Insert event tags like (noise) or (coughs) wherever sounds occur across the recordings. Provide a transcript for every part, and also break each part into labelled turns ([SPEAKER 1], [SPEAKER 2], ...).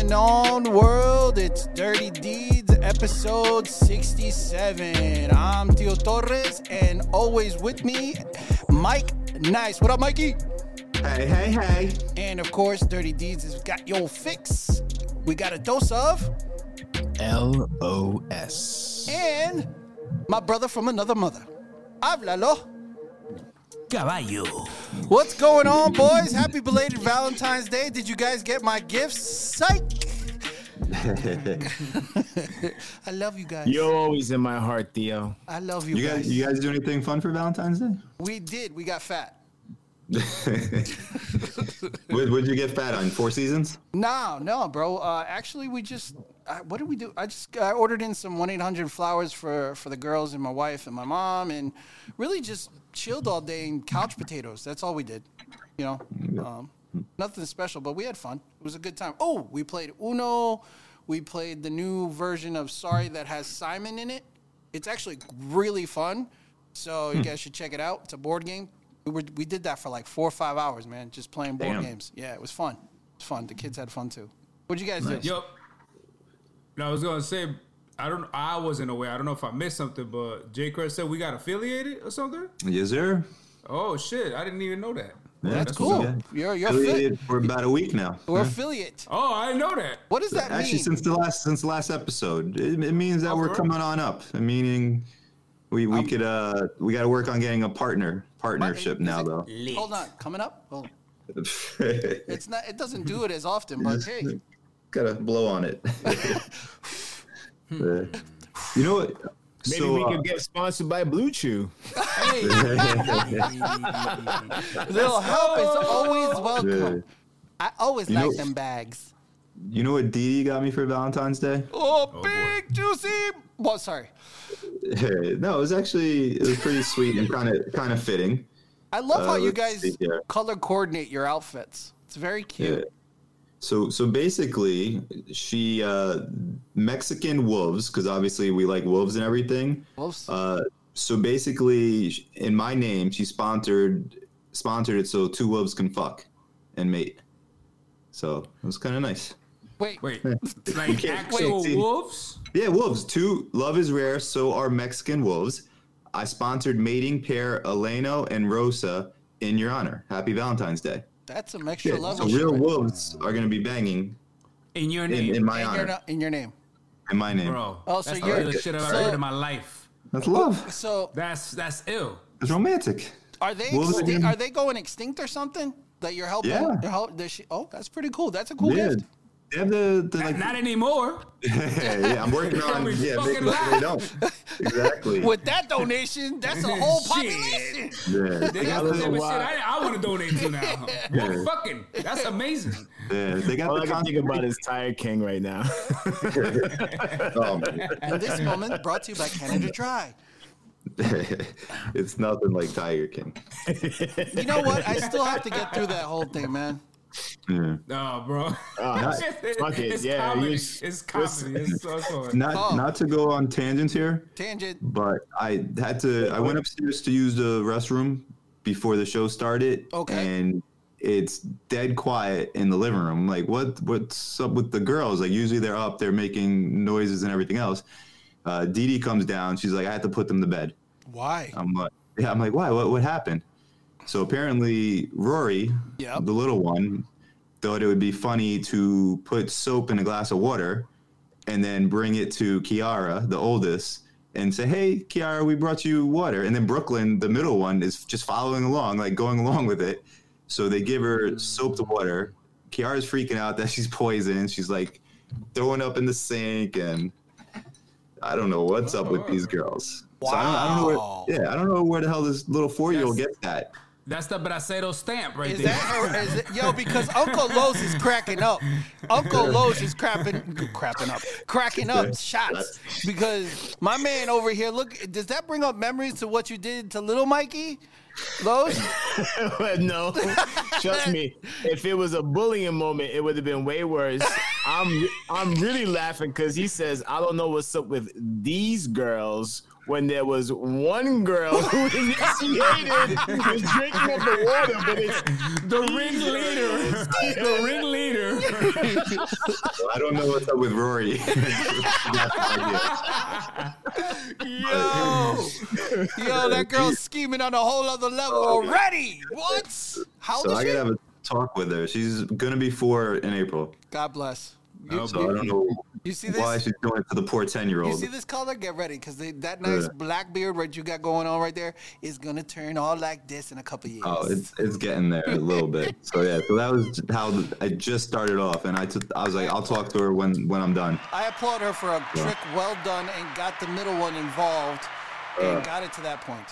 [SPEAKER 1] Clown World, it's Dirty Deeds, episode 67. I'm Tio Torres, and always with me, Mike Nice. What up, Mikey?
[SPEAKER 2] Hey, hey, hey.
[SPEAKER 1] And of course, Dirty Deeds has got your fix. We got a dose of,
[SPEAKER 3] L O S.
[SPEAKER 1] and my brother from another mother. Háblalo.
[SPEAKER 3] Caballo.
[SPEAKER 1] What's going on, boys? Happy belated Valentine's Day. Did you guys get my gifts? Psych! I love you guys.
[SPEAKER 3] You're always in my heart, Theo.
[SPEAKER 1] I love you,
[SPEAKER 2] (laughs) You guys, you guys do anything fun for Valentine's Day?
[SPEAKER 1] We did. We got fat.
[SPEAKER 2] What would you get fat on? Four seasons?
[SPEAKER 1] No, no, bro. Uh, actually, we just I, what did we do? I just I ordered in some one eight hundred flowers for for the girls and my wife and my mom, and really just chilled all day and couch potatoes. That's all we did. You know, um, nothing special, but we had fun. It was a good time. Oh, we played Uno. We played the new version of Sorry that has Simon in it. It's actually really fun. So you guys should check it out. It's a board game. We were, we did that for like four or five hours, man, just playing board
[SPEAKER 2] Damn.
[SPEAKER 1] games. Yeah, it was fun. It's fun. The kids had fun too. What'd you guys do?
[SPEAKER 4] Yep. No, I was gonna say I don't. I wasn't aware. I don't know if I missed something, but J. Crush said we got affiliated or something.
[SPEAKER 2] Yes, sir.
[SPEAKER 4] Oh shit! I didn't even know that.
[SPEAKER 2] Yeah,
[SPEAKER 1] That's
[SPEAKER 2] that's
[SPEAKER 1] cool.
[SPEAKER 2] okay.
[SPEAKER 1] You're you're
[SPEAKER 2] Affiliated
[SPEAKER 1] affiliate.
[SPEAKER 2] for about a week now.
[SPEAKER 1] We're affiliate.
[SPEAKER 4] Oh, I didn't know that.
[SPEAKER 1] What does that
[SPEAKER 2] Actually,
[SPEAKER 1] mean?
[SPEAKER 2] since the last since the last episode, it, it means that
[SPEAKER 4] Oh,
[SPEAKER 2] we're
[SPEAKER 4] for
[SPEAKER 2] coming on up. Meaning, we we could uh we got to work on getting a partner partnership now though.
[SPEAKER 1] Hold on, coming up. Hold on. It's not. It doesn't do it as often, but hey,
[SPEAKER 2] gotta blow on it. (laughs) Yeah. you know what?
[SPEAKER 3] Maybe
[SPEAKER 2] So,
[SPEAKER 3] we
[SPEAKER 2] uh,
[SPEAKER 3] could get sponsored by Blue Chew.
[SPEAKER 4] Hey,
[SPEAKER 1] little help is always welcome.
[SPEAKER 2] yeah. (laughs)
[SPEAKER 1] I always
[SPEAKER 2] You
[SPEAKER 1] like
[SPEAKER 2] know-
[SPEAKER 1] them bags.
[SPEAKER 2] You know what Dee Dee got me for Valentine's Day? (laughs)
[SPEAKER 1] Oh,
[SPEAKER 4] boy.
[SPEAKER 1] big juicy. Well, sorry.
[SPEAKER 2] no, it was actually it was pretty sweet and kind of kind of fitting.
[SPEAKER 1] I love
[SPEAKER 2] Uh,
[SPEAKER 1] how you
[SPEAKER 2] let's
[SPEAKER 1] guys
[SPEAKER 2] see here.
[SPEAKER 1] color coordinate your outfits. It's very cute.
[SPEAKER 2] Yeah. So so basically, she uh, Mexican wolves because obviously we like wolves and everything.
[SPEAKER 1] Wolves.
[SPEAKER 2] Uh, so basically, sh- in my name, she sponsored sponsored it so two wolves can fuck and mate. So it was kind of nice.
[SPEAKER 1] Wait,
[SPEAKER 4] wait,
[SPEAKER 2] (laughs) You
[SPEAKER 4] like
[SPEAKER 2] can't-
[SPEAKER 4] actual
[SPEAKER 2] wait, see-
[SPEAKER 4] wolves?
[SPEAKER 2] Yeah, wolves. Two love is rare, so are Mexican wolves. I sponsored mating pair Eleno and Rosa in your honor. Happy Valentine's Day.
[SPEAKER 1] that's some
[SPEAKER 2] Yeah,
[SPEAKER 1] extra
[SPEAKER 2] so
[SPEAKER 1] level. shit
[SPEAKER 2] real
[SPEAKER 1] right
[SPEAKER 2] wolves are going to be banging
[SPEAKER 4] In your
[SPEAKER 2] in,
[SPEAKER 4] name,
[SPEAKER 2] in my
[SPEAKER 1] there. In your,
[SPEAKER 2] honor,
[SPEAKER 1] na- in your name.
[SPEAKER 2] in my name.
[SPEAKER 4] bro.
[SPEAKER 1] Oh, so
[SPEAKER 4] that's the
[SPEAKER 1] you're-
[SPEAKER 4] realest shit I've
[SPEAKER 1] so-
[SPEAKER 4] heard in my life.
[SPEAKER 2] That's love.
[SPEAKER 1] So
[SPEAKER 4] That's that's ill.
[SPEAKER 2] It's romantic.
[SPEAKER 1] Are they
[SPEAKER 2] Wolves
[SPEAKER 1] extin-
[SPEAKER 2] again.
[SPEAKER 1] are they going extinct or something? That you're helping?
[SPEAKER 2] Yeah.
[SPEAKER 1] You're help- that she- oh, that's pretty cool. That's a cool
[SPEAKER 2] yeah,
[SPEAKER 1] gift.
[SPEAKER 2] they have the,
[SPEAKER 1] (laughs)
[SPEAKER 2] the like.
[SPEAKER 4] Not anymore.
[SPEAKER 2] yeah, I'm working on.
[SPEAKER 4] Don't be
[SPEAKER 2] Yeah,
[SPEAKER 4] fucking
[SPEAKER 2] making sure they don't. Exactly.
[SPEAKER 1] (laughs) With that donation, that's a whole
[SPEAKER 4] Shit.
[SPEAKER 1] population. (laughs)
[SPEAKER 2] yeah.
[SPEAKER 4] They
[SPEAKER 2] They got
[SPEAKER 4] got the
[SPEAKER 2] the,
[SPEAKER 4] type of shit I, I want to donate to now.
[SPEAKER 2] (laughs) Yeah.
[SPEAKER 4] Fucking, that's amazing.
[SPEAKER 2] yeah, they got
[SPEAKER 3] All
[SPEAKER 2] the
[SPEAKER 3] I can think
[SPEAKER 2] con-
[SPEAKER 3] about is Tire King right now. (laughs)
[SPEAKER 2] oh, man.
[SPEAKER 1] And this moment brought to you by Canada
[SPEAKER 2] (laughs)
[SPEAKER 1] Dry.
[SPEAKER 2] it's nothing like Tiger King.
[SPEAKER 1] You know what? I still have to get through that whole thing, man.
[SPEAKER 2] Yeah.
[SPEAKER 4] No, bro. (laughs)
[SPEAKER 3] Uh, fuck it,
[SPEAKER 4] It's
[SPEAKER 3] yeah,
[SPEAKER 4] comedy.
[SPEAKER 3] you-
[SPEAKER 4] It's comedy. It's so good.
[SPEAKER 2] Not
[SPEAKER 1] Oh.
[SPEAKER 2] not to go on tangents here,
[SPEAKER 1] Tangent.
[SPEAKER 2] but I had to. I went upstairs to use the restroom before the show started.
[SPEAKER 1] Okay.
[SPEAKER 2] And it's dead quiet in the living room. Like, what what's up with the girls? Like, usually they're up, they're making noises and everything else. Uh, Dee Dee comes down. She's like, I had to put them to bed.
[SPEAKER 1] Why?
[SPEAKER 2] I'm like, yeah. I'm like, why? What what happened? So apparently, Rory,
[SPEAKER 1] Yep.
[SPEAKER 2] the little one, thought it would be funny to put soap in a glass of water and then bring it to Kiara, the oldest, and say, "Hey, Kiara, we brought you water." And then Brooklyn, the middle one, is just following along, like going along with it. So they give her soap to water. Kiara's freaking out that (laughs) she's poisoned. She's like throwing up in the sink, and I don't know what's up with these girls. So I don't, I don't know
[SPEAKER 1] Wow.
[SPEAKER 2] where. Yeah, I don't know where the hell this little four-year-old
[SPEAKER 4] That's-
[SPEAKER 2] gets that.
[SPEAKER 4] That's the bracero stamp right
[SPEAKER 1] Is
[SPEAKER 4] there.
[SPEAKER 1] that her? Is it, yo, because Uncle Lowe's is cracking up. Uncle Lowe's is crapping, crapping up, cracking up shots. Because my man over here, look, does that bring up memories to what you did to little Mikey? Lowe's?
[SPEAKER 3] But no, trust me. If it was a bullying moment, it would have been way worse. I'm I'm really laughing because he says, "I don't know what's up with these girls when there was one girl (laughs) who initiated the drinking of the water, but it's
[SPEAKER 4] (laughs) The
[SPEAKER 1] (laughs)
[SPEAKER 4] ringleader. the ringleader. (laughs)
[SPEAKER 2] So I don't know what's up with Rory. (laughs) Yeah. (laughs)
[SPEAKER 1] Yo, yo, that girl's scheming on a whole other level already. What? (laughs) How old
[SPEAKER 2] Oh, so
[SPEAKER 1] is
[SPEAKER 2] I
[SPEAKER 1] she?
[SPEAKER 2] gotta have a talk with her. She's gonna be four in April.
[SPEAKER 1] God bless. You,
[SPEAKER 4] Oh,
[SPEAKER 2] So
[SPEAKER 1] you-
[SPEAKER 2] I don't know
[SPEAKER 1] you see this?
[SPEAKER 2] why she's going to the poor ten year
[SPEAKER 1] You
[SPEAKER 2] old.
[SPEAKER 1] see this color? Get ready, because that nice
[SPEAKER 2] Yeah.
[SPEAKER 1] black beard what you got going on right there is gonna turn all like this in a couple years.
[SPEAKER 2] Oh, it's it's getting there a
[SPEAKER 1] (laughs)
[SPEAKER 2] little bit. So yeah, so that was how I just started off, and I took I was like, I'll talk to her when when
[SPEAKER 1] (laughs)
[SPEAKER 2] I'm done.
[SPEAKER 1] I applaud her for a
[SPEAKER 2] Yeah.
[SPEAKER 1] trick well done and got the middle one involved and got it to that point.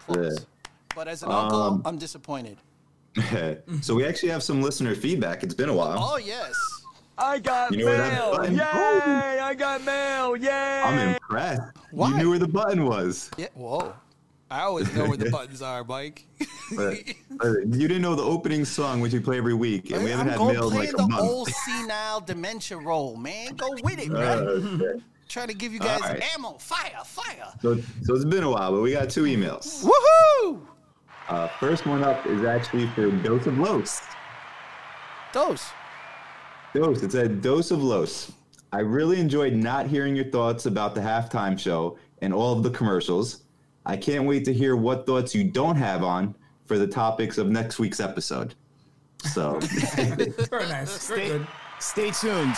[SPEAKER 1] Applause.
[SPEAKER 2] Yeah.
[SPEAKER 1] But as an uncle,
[SPEAKER 2] Um,
[SPEAKER 1] I'm disappointed.
[SPEAKER 2] so we actually have some listener feedback. It's been a while.
[SPEAKER 1] Oh yes.
[SPEAKER 5] I got
[SPEAKER 2] You know where that
[SPEAKER 5] mail.
[SPEAKER 2] button-
[SPEAKER 5] Yay!
[SPEAKER 2] Oh.
[SPEAKER 5] I got mail. Yay!
[SPEAKER 2] I'm impressed.
[SPEAKER 1] Why?
[SPEAKER 2] You knew where the button was.
[SPEAKER 1] Yeah. Whoa. I always know
[SPEAKER 2] (laughs)
[SPEAKER 1] where the buttons are, Mike.
[SPEAKER 2] But,
[SPEAKER 1] (laughs)
[SPEAKER 2] but Uh, you didn't know the opening song, which we play every week, and we haven't
[SPEAKER 1] I'm
[SPEAKER 2] had
[SPEAKER 1] gonna
[SPEAKER 2] mail in
[SPEAKER 1] play
[SPEAKER 2] like a
[SPEAKER 1] the
[SPEAKER 2] month. (laughs)
[SPEAKER 1] old senile dementia role, man. Go with it, bro.
[SPEAKER 2] Uh, yeah.
[SPEAKER 1] Trying to give you guys
[SPEAKER 2] alright.
[SPEAKER 1] ammo, fire, fire.
[SPEAKER 2] so, so it's been a while, but we got two emails.
[SPEAKER 1] Woohoo!
[SPEAKER 2] Uh, first one up is actually for Dose of Los.
[SPEAKER 1] Those.
[SPEAKER 2] Dose. It's a dose of Los. I really enjoyed not hearing your thoughts about the halftime show and all of the commercials. I can't wait to hear what thoughts you don't have on for the topics of next week's episode. So, (laughs)
[SPEAKER 4] Very nice. Very
[SPEAKER 3] stay,
[SPEAKER 4] good.
[SPEAKER 3] stay tuned.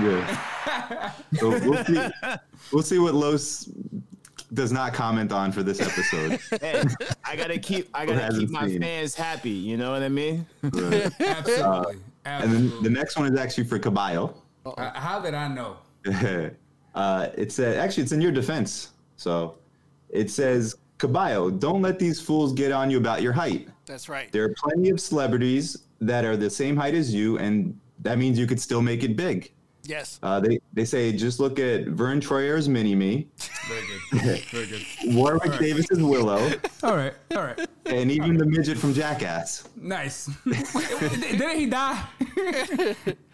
[SPEAKER 2] yeah. So we'll see. We'll see what Los does not comment on for this episode.
[SPEAKER 3] Hey,
[SPEAKER 2] (laughs)
[SPEAKER 3] I gotta keep I
[SPEAKER 2] Who
[SPEAKER 3] gotta
[SPEAKER 2] hasn't
[SPEAKER 3] keep my
[SPEAKER 2] seen?
[SPEAKER 3] fans happy. You know what I mean?
[SPEAKER 2] Uh,
[SPEAKER 4] Absolutely.
[SPEAKER 2] and
[SPEAKER 4] Absolutely.
[SPEAKER 2] then the next one is actually for Caballo.
[SPEAKER 4] Uh, how did I know?
[SPEAKER 2] (laughs) uh, it said, actually, it's in your defense. So it says, Caballo, don't let these fools get on you about your height.
[SPEAKER 1] That's right.
[SPEAKER 2] There are plenty of celebrities that are the same height as you, and that means you could still make it big.
[SPEAKER 1] yes.
[SPEAKER 2] Uh, they, they say, just look at Vern Troyer's Mini Me,
[SPEAKER 4] Very good. Very good.
[SPEAKER 2] (laughs) Warwick Davis's Willow,
[SPEAKER 4] All right. All right.
[SPEAKER 2] and even the midget from Jackass.
[SPEAKER 4] (laughs) Nice. Didn't he die? One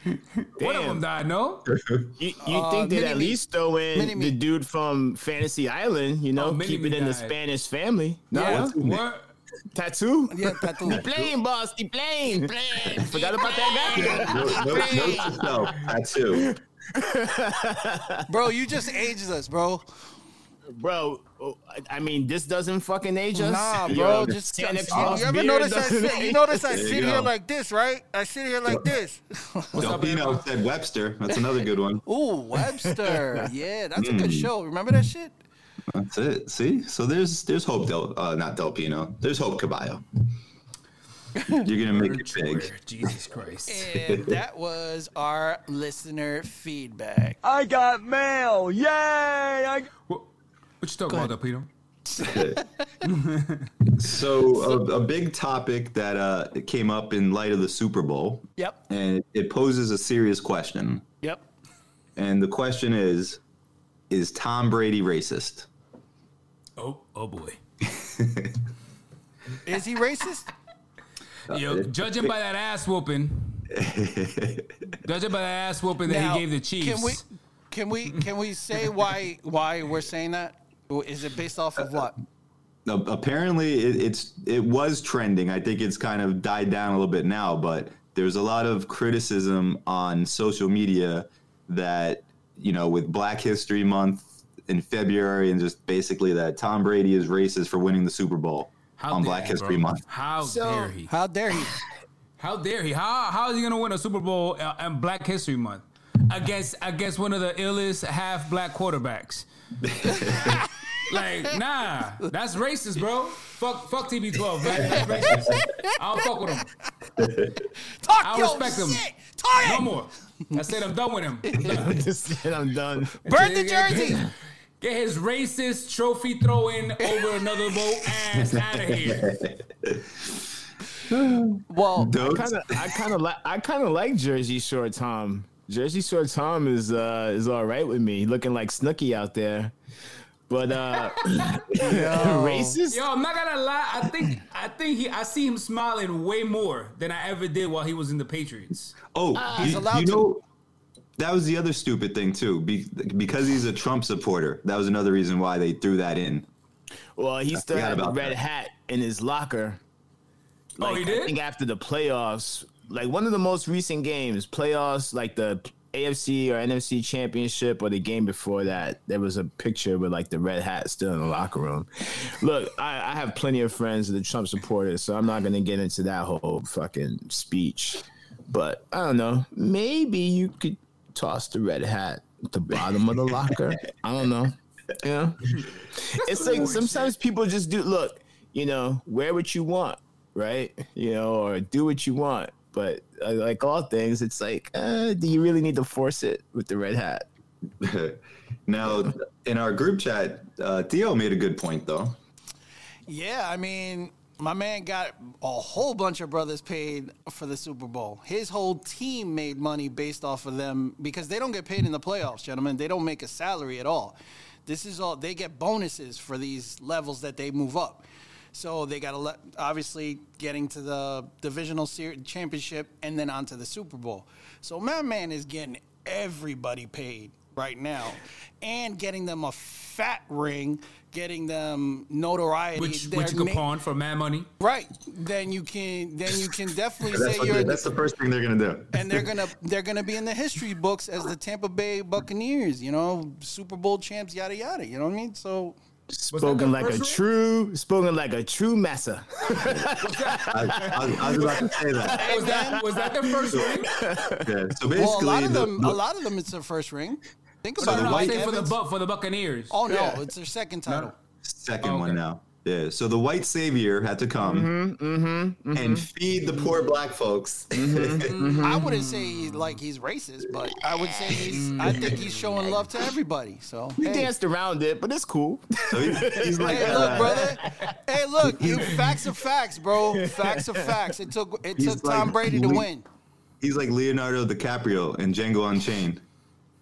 [SPEAKER 4] of
[SPEAKER 3] Damn.
[SPEAKER 4] them died, no?
[SPEAKER 3] You, you
[SPEAKER 1] Uh,
[SPEAKER 3] think they'd at
[SPEAKER 1] Mini-Me.
[SPEAKER 3] least throw in
[SPEAKER 1] Mini-Me.
[SPEAKER 3] the dude from Fantasy Island, you know,
[SPEAKER 4] Oh,
[SPEAKER 3] keep
[SPEAKER 4] Mini-Me
[SPEAKER 3] it in the
[SPEAKER 4] died.
[SPEAKER 3] Spanish family. No,
[SPEAKER 4] yeah.
[SPEAKER 2] what's his name?
[SPEAKER 4] What?
[SPEAKER 3] tattoo.
[SPEAKER 1] Yeah,
[SPEAKER 2] (laughs)
[SPEAKER 1] tattoo.
[SPEAKER 3] Plane, boss, the plane.
[SPEAKER 1] (laughs)
[SPEAKER 3] Forgot about that guy.
[SPEAKER 2] No, no, no, no, tattoo.
[SPEAKER 1] bro, you just aged us, bro.
[SPEAKER 3] Bro, oh, I- I mean, this doesn't fucking age us.
[SPEAKER 1] Nah,
[SPEAKER 3] Yo,
[SPEAKER 1] bro.
[SPEAKER 3] the
[SPEAKER 1] just
[SPEAKER 3] Santa
[SPEAKER 1] you,
[SPEAKER 3] Claus
[SPEAKER 1] you ever
[SPEAKER 3] beard
[SPEAKER 1] notice I
[SPEAKER 3] doesn't
[SPEAKER 1] sit, you
[SPEAKER 3] age
[SPEAKER 1] notice I
[SPEAKER 2] (laughs) There you
[SPEAKER 1] sit here
[SPEAKER 2] go.
[SPEAKER 1] like this, right? I sit here like
[SPEAKER 2] (laughs)
[SPEAKER 1] this.
[SPEAKER 4] up,
[SPEAKER 2] Delfino
[SPEAKER 4] everyone?
[SPEAKER 2] said Webster. That's another good one.
[SPEAKER 1] Ooh, Webster. Yeah, that's a good
[SPEAKER 2] Hmm.
[SPEAKER 1] show. Remember that shit?
[SPEAKER 2] That's it. See, so there's there's hope. Del, uh, not Del Pino. There's hope. Caballo. You're gonna make it big.
[SPEAKER 4] Jesus Christ.
[SPEAKER 1] And that was our listener feedback.
[SPEAKER 5] I got mail. Yay! I
[SPEAKER 4] What, what you talking about, Peter?
[SPEAKER 2] So a, a big topic that uh, came up in light of the Super Bowl,
[SPEAKER 1] Yep.
[SPEAKER 2] and it poses a serious question.
[SPEAKER 1] Yep.
[SPEAKER 2] And the question is, is Tom Brady racist?
[SPEAKER 4] Oh, oh boy.
[SPEAKER 1] Is he racist?
[SPEAKER 4] Yo, judging by that ass whooping, judging by that ass whooping that
[SPEAKER 1] Now,
[SPEAKER 4] he gave the Chiefs.
[SPEAKER 1] Can we can we can we say why why we're saying that? Or Is it based off of what?
[SPEAKER 2] A- Apparently, it, it's it was trending. I think it's kind of died down a little bit now, but there's a lot of criticism on social media that you know, with Black History Month in February, and just basically that Tom Brady is racist for winning the Super Bowl
[SPEAKER 4] How
[SPEAKER 2] on
[SPEAKER 4] dare
[SPEAKER 2] Black
[SPEAKER 4] he,
[SPEAKER 2] History
[SPEAKER 4] bro.
[SPEAKER 2] Month.
[SPEAKER 4] How
[SPEAKER 3] So-
[SPEAKER 4] dare he?
[SPEAKER 1] How dare
[SPEAKER 4] (laughs)
[SPEAKER 1] he?
[SPEAKER 4] How dare he? How how is he gonna win a Super Bowl uh, and Black History Month against against one of the illest half black quarterbacks? (laughs) like nah, that's racist, bro. Fuck fuck TB12, man. That's racist. I don't fuck with him.
[SPEAKER 1] Talk
[SPEAKER 4] I
[SPEAKER 1] your
[SPEAKER 4] respect him.
[SPEAKER 1] shit. Talk
[SPEAKER 4] No
[SPEAKER 1] it.
[SPEAKER 4] more. I said I'm done with him.
[SPEAKER 3] and (laughs) I'm done.
[SPEAKER 1] Burn the jersey.
[SPEAKER 4] Get his racist trophy throwing over another boat ass out of here.
[SPEAKER 1] Well,
[SPEAKER 2] Dope.
[SPEAKER 3] Kinda, I kind of like I kind of like Jersey Shore Tom. Jersey Shore Tom is uh is all right with me, looking like Snooky out there.
[SPEAKER 2] (laughs)
[SPEAKER 3] But uh, (laughs) racist.
[SPEAKER 4] Yo, I'm not gonna lie. I think I think he I see him smiling way more than I ever did while he was in the Patriots.
[SPEAKER 2] Oh, you,
[SPEAKER 1] uh, allowed
[SPEAKER 2] you
[SPEAKER 1] to.
[SPEAKER 2] know, that was the other stupid thing too, be, because he's a Trump supporter. That was another reason why they threw that in.
[SPEAKER 3] Well, he still
[SPEAKER 2] forgot
[SPEAKER 3] had the
[SPEAKER 2] about
[SPEAKER 3] red
[SPEAKER 2] that.
[SPEAKER 3] hat in his locker.
[SPEAKER 4] Oh, he
[SPEAKER 3] Like, I
[SPEAKER 4] did?
[SPEAKER 3] think after the playoffs, like one of the most recent games, playoffs, like the AFC or NFC championship or the game before that, there was a picture with like the red hat still in the locker room. Look, I, I have plenty of friends that are Trump supporters, so I'm not going to get into that whole fucking speech. But I don't know. Maybe you could toss the red hat at the bottom of the locker. I don't know. Yeah. it's like sometimes people just do look, you know, wear what you want, right? You know, or do what you want. But uh, like all things, it's like, uh, do you really need to force it with the red hat?
[SPEAKER 2] now, in our group chat, uh, Theo made a good point though.
[SPEAKER 1] Yeah, I mean, my man got a whole bunch of brothers paid for the Super Bowl. His whole team made money based off of them because they don't get paid in the playoffs, gentlemen. They don't make a salary at all. This is all they get bonuses for these levels that they move up. So they got to le- obviously getting to the divisional ser- championship and then on to the Super Bowl. So my man is getting everybody paid right now and getting them a fat ring, getting them notoriety
[SPEAKER 4] Which
[SPEAKER 1] their
[SPEAKER 4] which you could
[SPEAKER 1] ma-
[SPEAKER 4] pawn for mad money.
[SPEAKER 1] right then you can then you can definitely
[SPEAKER 2] (laughs) That's,
[SPEAKER 1] say
[SPEAKER 2] what
[SPEAKER 1] you're
[SPEAKER 2] they- that's the first thing they're gonna do.
[SPEAKER 1] and they're gonna they're gonna be in the history books as the Tampa Bay Buccaneers, you know, Super Bowl champs, yada yada. You know what I mean? So
[SPEAKER 3] Spoken like a
[SPEAKER 4] first one?
[SPEAKER 3] true, spoken like a true messer. (laughs)
[SPEAKER 2] I, I, was- I was about to
[SPEAKER 1] (laughs)
[SPEAKER 2] say that.
[SPEAKER 4] Was that was that the first ring?
[SPEAKER 2] Yeah. So basically,
[SPEAKER 1] well, a lot of
[SPEAKER 2] the-
[SPEAKER 1] them a
[SPEAKER 2] the-
[SPEAKER 1] lot of them it's their first ring. Think
[SPEAKER 4] No,
[SPEAKER 1] about
[SPEAKER 4] no,
[SPEAKER 1] it.
[SPEAKER 4] no, I
[SPEAKER 1] Mike
[SPEAKER 4] say for the
[SPEAKER 1] Evans-
[SPEAKER 4] bu- for the Buccaneers.
[SPEAKER 1] oh no, it's their second title.
[SPEAKER 2] Second
[SPEAKER 4] Oh, okay.
[SPEAKER 2] one now. Yeah. So the white savior had to come
[SPEAKER 1] Mm-hmm,
[SPEAKER 2] and feed the poor black folks.
[SPEAKER 1] I wouldn't say he's like he's racist, but I would say he's
[SPEAKER 4] Mm.
[SPEAKER 1] I think he's showing love to everybody.
[SPEAKER 4] (laughs)
[SPEAKER 1] So
[SPEAKER 3] We
[SPEAKER 1] hey.
[SPEAKER 3] danced around it, but it's cool.
[SPEAKER 2] (laughs) so he's, he's like,
[SPEAKER 1] Hey,
[SPEAKER 2] uh,
[SPEAKER 1] look, brother. Hey, look.
[SPEAKER 4] (laughs)
[SPEAKER 1] You facts are facts, bro. Facts are facts. It took it
[SPEAKER 2] He's
[SPEAKER 1] took Tom
[SPEAKER 2] like
[SPEAKER 1] Brady to
[SPEAKER 2] le-
[SPEAKER 1] win.
[SPEAKER 2] he's like Leonardo DiCaprio in Django Unchained.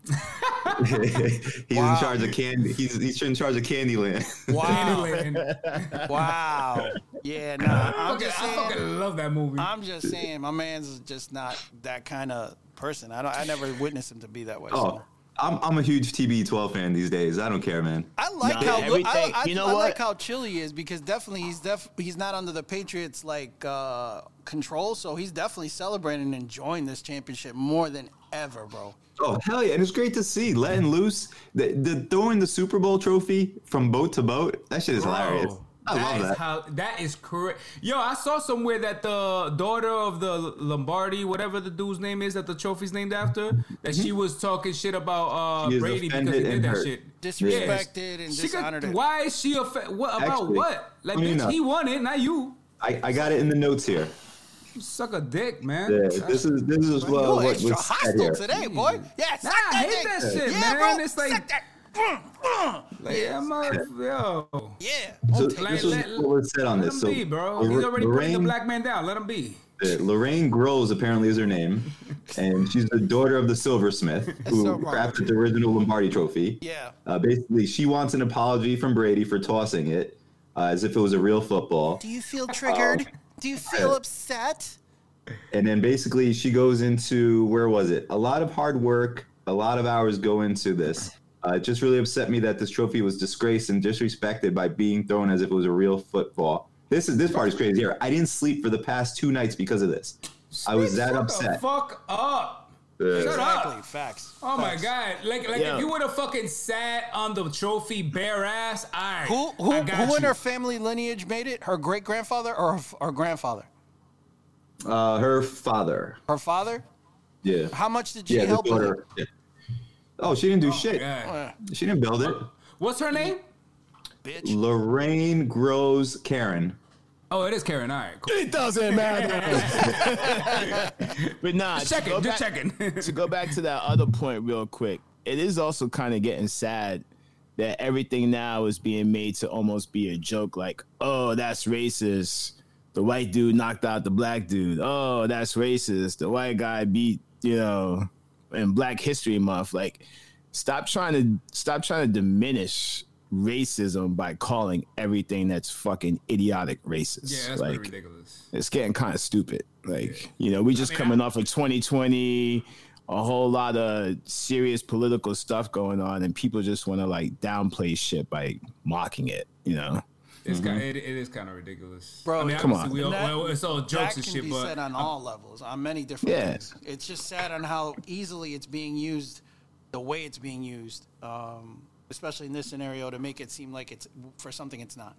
[SPEAKER 2] (laughs) he's in
[SPEAKER 1] Wow.
[SPEAKER 2] charge of candy. He's, he's in charge of Candyland. (laughs)
[SPEAKER 1] Wow.
[SPEAKER 4] (laughs) Candyland.
[SPEAKER 1] Wow. Yeah. Nah. (laughs) I'm
[SPEAKER 4] Fucking-
[SPEAKER 1] just
[SPEAKER 4] I
[SPEAKER 1] saying.
[SPEAKER 4] fucking love that movie.
[SPEAKER 1] I'm just saying. My man's just not that kind of person. I don't. I never witnessed him to be that way.
[SPEAKER 2] oh,
[SPEAKER 1] So.
[SPEAKER 2] I'm I'm a huge TB12 fan these days. I don't care, man.
[SPEAKER 1] I like
[SPEAKER 3] Nah,
[SPEAKER 1] how I, I,
[SPEAKER 3] everything- you know
[SPEAKER 1] I like
[SPEAKER 3] what?
[SPEAKER 1] how chill he is because definitely he's def he's not under the Patriots like uh, control, so he's definitely celebrating and enjoying this championship more than ever, bro.
[SPEAKER 2] Oh hell yeah! And it's great to see
[SPEAKER 4] Mm-hmm.
[SPEAKER 2] letting loose the, the throwing the Super Bowl trophy from boat to boat. That shit is hilarious.
[SPEAKER 4] Bro,
[SPEAKER 2] I love
[SPEAKER 4] is
[SPEAKER 2] that.
[SPEAKER 4] How, that is correct. Yo, I saw somewhere that the daughter of the Lombardi, whatever the dude's name is, that the trophy's named after, that she was talking shit about
[SPEAKER 2] Mm-hmm. She
[SPEAKER 4] uh,
[SPEAKER 2] is
[SPEAKER 4] Brady because he
[SPEAKER 2] offended
[SPEAKER 4] did
[SPEAKER 2] and
[SPEAKER 4] that
[SPEAKER 2] hurt.
[SPEAKER 4] shit.
[SPEAKER 1] Disrespected and
[SPEAKER 4] She
[SPEAKER 1] dishonored.
[SPEAKER 4] could,
[SPEAKER 1] it.
[SPEAKER 4] why is she offended? What about
[SPEAKER 2] Actually,
[SPEAKER 4] what? Like,
[SPEAKER 2] I mean,
[SPEAKER 4] bitch,
[SPEAKER 2] uh,
[SPEAKER 4] he won it, not you.
[SPEAKER 2] I, I got it in the notes here.
[SPEAKER 4] You suck a dick, man.
[SPEAKER 2] Yeah, this is this is
[SPEAKER 1] You
[SPEAKER 2] well, what
[SPEAKER 1] extra
[SPEAKER 2] was said
[SPEAKER 1] hostile
[SPEAKER 2] here.
[SPEAKER 1] today, boy. Yeah,
[SPEAKER 4] Mm. Nah,
[SPEAKER 1] suck
[SPEAKER 4] I
[SPEAKER 1] that
[SPEAKER 4] hate
[SPEAKER 1] dick.
[SPEAKER 4] that shit,
[SPEAKER 1] yeah,
[SPEAKER 4] man.
[SPEAKER 1] Bro,
[SPEAKER 4] It's like-
[SPEAKER 1] Suck that. Mm, mm.
[SPEAKER 4] Like, yeah, I'm a- yo.
[SPEAKER 1] Yeah.
[SPEAKER 2] So
[SPEAKER 1] Don't take
[SPEAKER 4] Like,
[SPEAKER 2] this was
[SPEAKER 4] let-
[SPEAKER 2] what was said on
[SPEAKER 4] Let
[SPEAKER 2] this.
[SPEAKER 4] him
[SPEAKER 2] So
[SPEAKER 4] be, bro.
[SPEAKER 2] Lor-
[SPEAKER 4] He's already putting the
[SPEAKER 2] Lorraine-
[SPEAKER 4] black man down. Let him be.
[SPEAKER 2] Uh, Lorraine Groves apparently is her
[SPEAKER 4] (laughs)
[SPEAKER 2] name, and she's the daughter of the silversmith who
[SPEAKER 1] so wrong.
[SPEAKER 2] crafted the original Lombardi Trophy.
[SPEAKER 1] Yeah.
[SPEAKER 2] Uh, basically, she wants an apology from Brady for tossing it uh, as if it was a real football.
[SPEAKER 1] Do you feel triggered? Do you feel upset?
[SPEAKER 2] And then basically, she goes into where was it? A lot of hard work, a lot of hours go into this. Uh, it just really upset me that this trophy was disgraced and disrespected by being thrown as if it was a real football. This is this part is crazy here. I didn't sleep for the past two nights because of this. I was
[SPEAKER 4] Bitch,
[SPEAKER 2] that
[SPEAKER 4] shut The
[SPEAKER 2] upset.
[SPEAKER 4] fuck up.
[SPEAKER 2] Yeah.
[SPEAKER 4] Shut up.
[SPEAKER 1] Exactly. Facts.
[SPEAKER 4] Oh my god! Like, like
[SPEAKER 3] Yeah.
[SPEAKER 4] if you would have fucking sat on the trophy bare ass, all right.
[SPEAKER 1] Who who
[SPEAKER 4] I got
[SPEAKER 1] who in
[SPEAKER 4] you.
[SPEAKER 1] her family lineage made it? Her great grandfather or her, f- her grandfather?
[SPEAKER 2] Uh, her father.
[SPEAKER 1] Her father?
[SPEAKER 2] Yeah.
[SPEAKER 1] How much did she
[SPEAKER 2] yeah, the
[SPEAKER 1] help with? it?
[SPEAKER 2] daughter. Yeah. Oh, she didn't do shit.
[SPEAKER 4] Yeah.
[SPEAKER 1] Uh,
[SPEAKER 2] She didn't build it.
[SPEAKER 4] What's her name?
[SPEAKER 1] bitch.
[SPEAKER 2] Lorraine Groves Karen.
[SPEAKER 4] Oh, (laughs) it is Karen. All right. Cool.
[SPEAKER 3] It doesn't matter. (laughs) but nah, to
[SPEAKER 4] Check
[SPEAKER 3] go
[SPEAKER 4] it. Just
[SPEAKER 3] back-
[SPEAKER 4] (laughs) checking.
[SPEAKER 3] to go back to that other point real quick, it is also kind of getting sad that everything now is being made to almost be a joke like, oh, that's racist. The white dude knocked out the black dude. Oh, that's racist. The white guy beat, you know, in Black History Month. Like, stop trying to stop trying to diminish racism by calling everything that's fucking idiotic racist.
[SPEAKER 4] yeah, that's
[SPEAKER 3] like,
[SPEAKER 4] pretty ridiculous.
[SPEAKER 3] it's getting kind of stupid. Like, you know, we just
[SPEAKER 4] mean,
[SPEAKER 3] coming off of 2020, a whole lot of serious political stuff going on, and people just want to like downplay shit by mocking it. You know,
[SPEAKER 4] It's kind it, it is kind of ridiculous,
[SPEAKER 1] Mm-hmm. Bro,
[SPEAKER 4] I mean,
[SPEAKER 1] Come
[SPEAKER 4] obviously
[SPEAKER 3] on.
[SPEAKER 4] we all,
[SPEAKER 1] And that-
[SPEAKER 4] well, it's all
[SPEAKER 1] That
[SPEAKER 4] jokes
[SPEAKER 1] can
[SPEAKER 4] and shit,
[SPEAKER 1] be
[SPEAKER 4] but
[SPEAKER 1] said on all levels, on many different
[SPEAKER 3] Yeah.
[SPEAKER 1] things. It's just sad on how easily it's being used, the way it's being used, um, especially in this scenario, to make it seem like it's for something it's not.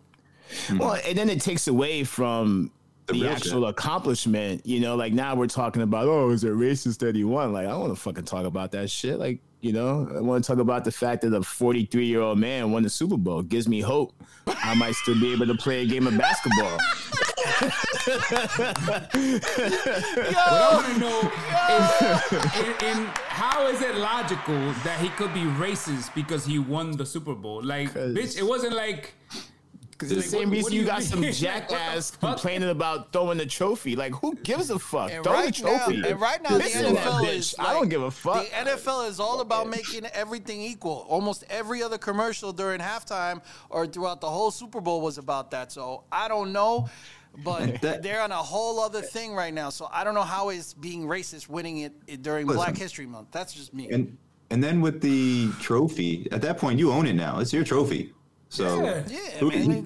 [SPEAKER 3] Well, and then it takes away from the,
[SPEAKER 2] real
[SPEAKER 3] actual
[SPEAKER 2] shit.
[SPEAKER 3] accomplishment. You know, like now we're talking about, oh, is it racist that he won? Like, I don't want to fucking talk about that shit. Like, you know, I want to talk about the fact that a 43 year old man won the Super Bowl. Gives me hope I might still be able to play a game of basketball.
[SPEAKER 4] What I want
[SPEAKER 1] (laughs)
[SPEAKER 4] to know is, in, in how is it logical that he could be racist because he won the Super Bowl? Like,
[SPEAKER 3] 'Cause-
[SPEAKER 4] bitch, it wasn't like.
[SPEAKER 3] It's the same
[SPEAKER 4] what-
[SPEAKER 3] reason
[SPEAKER 4] what do
[SPEAKER 3] you
[SPEAKER 4] you (laughs)
[SPEAKER 3] got
[SPEAKER 4] mean?
[SPEAKER 3] some
[SPEAKER 4] Like, what the
[SPEAKER 3] jackass
[SPEAKER 4] fuck?
[SPEAKER 3] complaining about throwing the trophy. Like, who gives a fuck?
[SPEAKER 1] And
[SPEAKER 3] Throw
[SPEAKER 1] right
[SPEAKER 3] the
[SPEAKER 1] now,
[SPEAKER 3] trophy.
[SPEAKER 1] and right now the
[SPEAKER 3] Listen to that
[SPEAKER 1] NFL
[SPEAKER 3] bitch.
[SPEAKER 1] is.
[SPEAKER 3] I don't
[SPEAKER 1] like-
[SPEAKER 3] give a fuck.
[SPEAKER 1] The NFL is all about making everything equal. Almost every other commercial during halftime or throughout the whole Super Bowl was about that. So I don't know, but
[SPEAKER 2] (laughs) That-
[SPEAKER 1] they're on a whole other thing right now. So I don't know how it's being racist winning it during
[SPEAKER 2] Listen.
[SPEAKER 1] Black History Month. That's just me.
[SPEAKER 2] And and then with the trophy, at that point you own it now. It's your trophy. So
[SPEAKER 4] Yeah.
[SPEAKER 1] yeah,
[SPEAKER 2] who-
[SPEAKER 1] man.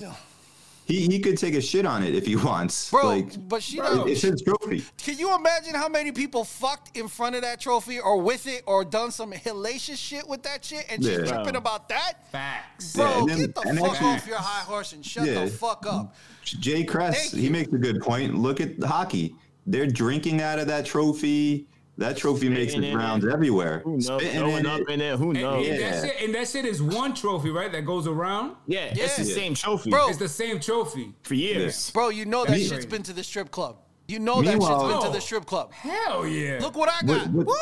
[SPEAKER 2] he he could take a shit on it if he (laughs) wants.
[SPEAKER 1] Bro,
[SPEAKER 2] like
[SPEAKER 1] but she
[SPEAKER 2] it-
[SPEAKER 1] don't.
[SPEAKER 2] it's his trophy.
[SPEAKER 1] Can you imagine how many people fucked in front of that trophy or with it or done some hellacious shit with that shit and she's
[SPEAKER 2] Yeah.
[SPEAKER 1] tripping about that?
[SPEAKER 4] Facts.
[SPEAKER 1] Bro,
[SPEAKER 2] Yeah, and then-
[SPEAKER 1] get the
[SPEAKER 2] and
[SPEAKER 1] fuck
[SPEAKER 2] actually-
[SPEAKER 1] off your high horse and shut
[SPEAKER 2] Yeah.
[SPEAKER 1] the fuck up.
[SPEAKER 2] Jay Kress,
[SPEAKER 1] Thank
[SPEAKER 2] he
[SPEAKER 1] you.
[SPEAKER 2] makes a good point. Look at the hockey. They're drinking out of that trophy. That trophy makes
[SPEAKER 3] Spitting
[SPEAKER 2] its
[SPEAKER 3] in
[SPEAKER 2] rounds
[SPEAKER 3] it.
[SPEAKER 2] everywhere.
[SPEAKER 3] Who knows?
[SPEAKER 2] Spitting
[SPEAKER 3] Throwing
[SPEAKER 2] in
[SPEAKER 3] up
[SPEAKER 2] it.
[SPEAKER 3] in there. Who
[SPEAKER 4] And,
[SPEAKER 3] knows?
[SPEAKER 4] and
[SPEAKER 3] Yeah,
[SPEAKER 2] Yeah.
[SPEAKER 4] that shit, and that shit is one trophy, right? That goes around.
[SPEAKER 3] it's the
[SPEAKER 1] Yeah.
[SPEAKER 3] same trophy
[SPEAKER 1] Bro.
[SPEAKER 2] Oh.
[SPEAKER 4] It's the same trophy.
[SPEAKER 3] for years.
[SPEAKER 1] Bro, you know that
[SPEAKER 2] Me-
[SPEAKER 1] shit's been to the strip club. You know that shit's
[SPEAKER 2] Meanwhile-
[SPEAKER 1] been to
[SPEAKER 4] No.
[SPEAKER 1] the strip club.
[SPEAKER 4] Hell yeah.
[SPEAKER 1] Look what I
[SPEAKER 2] What,
[SPEAKER 1] got.
[SPEAKER 2] what- what's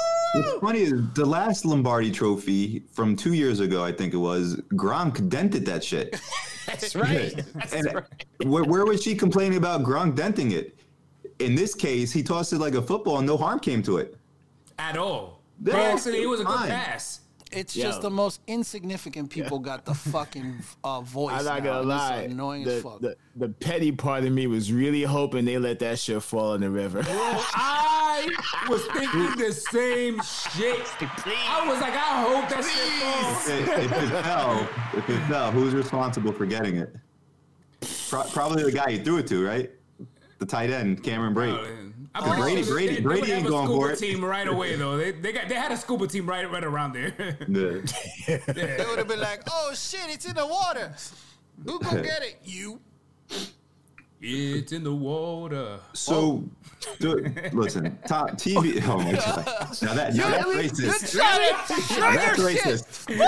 [SPEAKER 1] Woo!
[SPEAKER 2] funny is the last Lombardi trophy from two years ago, I think it was, Gronk dented that shit. (laughs)
[SPEAKER 3] (laughs) That's right.
[SPEAKER 2] and where, where was she complaining about Gronk denting it? In this case, he tossed it like a football and no harm came to it.
[SPEAKER 4] at all.
[SPEAKER 2] Bro,
[SPEAKER 4] Bro, actually, it was a good
[SPEAKER 2] fine.
[SPEAKER 4] pass.
[SPEAKER 1] It's
[SPEAKER 3] Yo.
[SPEAKER 1] just the most insignificant people got the fucking uh, voice.
[SPEAKER 3] I'm not
[SPEAKER 1] now,
[SPEAKER 3] gonna
[SPEAKER 1] and it's
[SPEAKER 3] lie.
[SPEAKER 1] Annoying
[SPEAKER 3] the,
[SPEAKER 1] as fuck.
[SPEAKER 3] The, the petty part of me was really hoping they let that shit fall in the river. (laughs)
[SPEAKER 4] I was thinking the same shit. I was like, I hope that shit falls.
[SPEAKER 2] If if
[SPEAKER 3] (laughs)
[SPEAKER 2] it fell, if it fell, who's responsible for getting it? Pro- probably the guy he threw it to, right? The tight end, Cameron Brate.
[SPEAKER 3] Oh,
[SPEAKER 4] I'm pretty
[SPEAKER 2] Brady-
[SPEAKER 4] sure
[SPEAKER 2] Brady-
[SPEAKER 4] they- they
[SPEAKER 2] Brady
[SPEAKER 4] would have
[SPEAKER 2] ain't
[SPEAKER 4] a
[SPEAKER 2] going
[SPEAKER 4] scuba
[SPEAKER 2] for it.
[SPEAKER 4] Team right away though. They they got they had a scuba team right right around there. (laughs)
[SPEAKER 2] The-
[SPEAKER 1] they would have been like, oh shit, it's in the water. Who
[SPEAKER 2] (laughs)
[SPEAKER 1] go get it? You.
[SPEAKER 4] it's in the water.
[SPEAKER 3] (laughs)
[SPEAKER 2] So, do- listen, top TV. Oh my
[SPEAKER 3] (laughs)
[SPEAKER 2] god! Now that now that's racist. Now that's racist.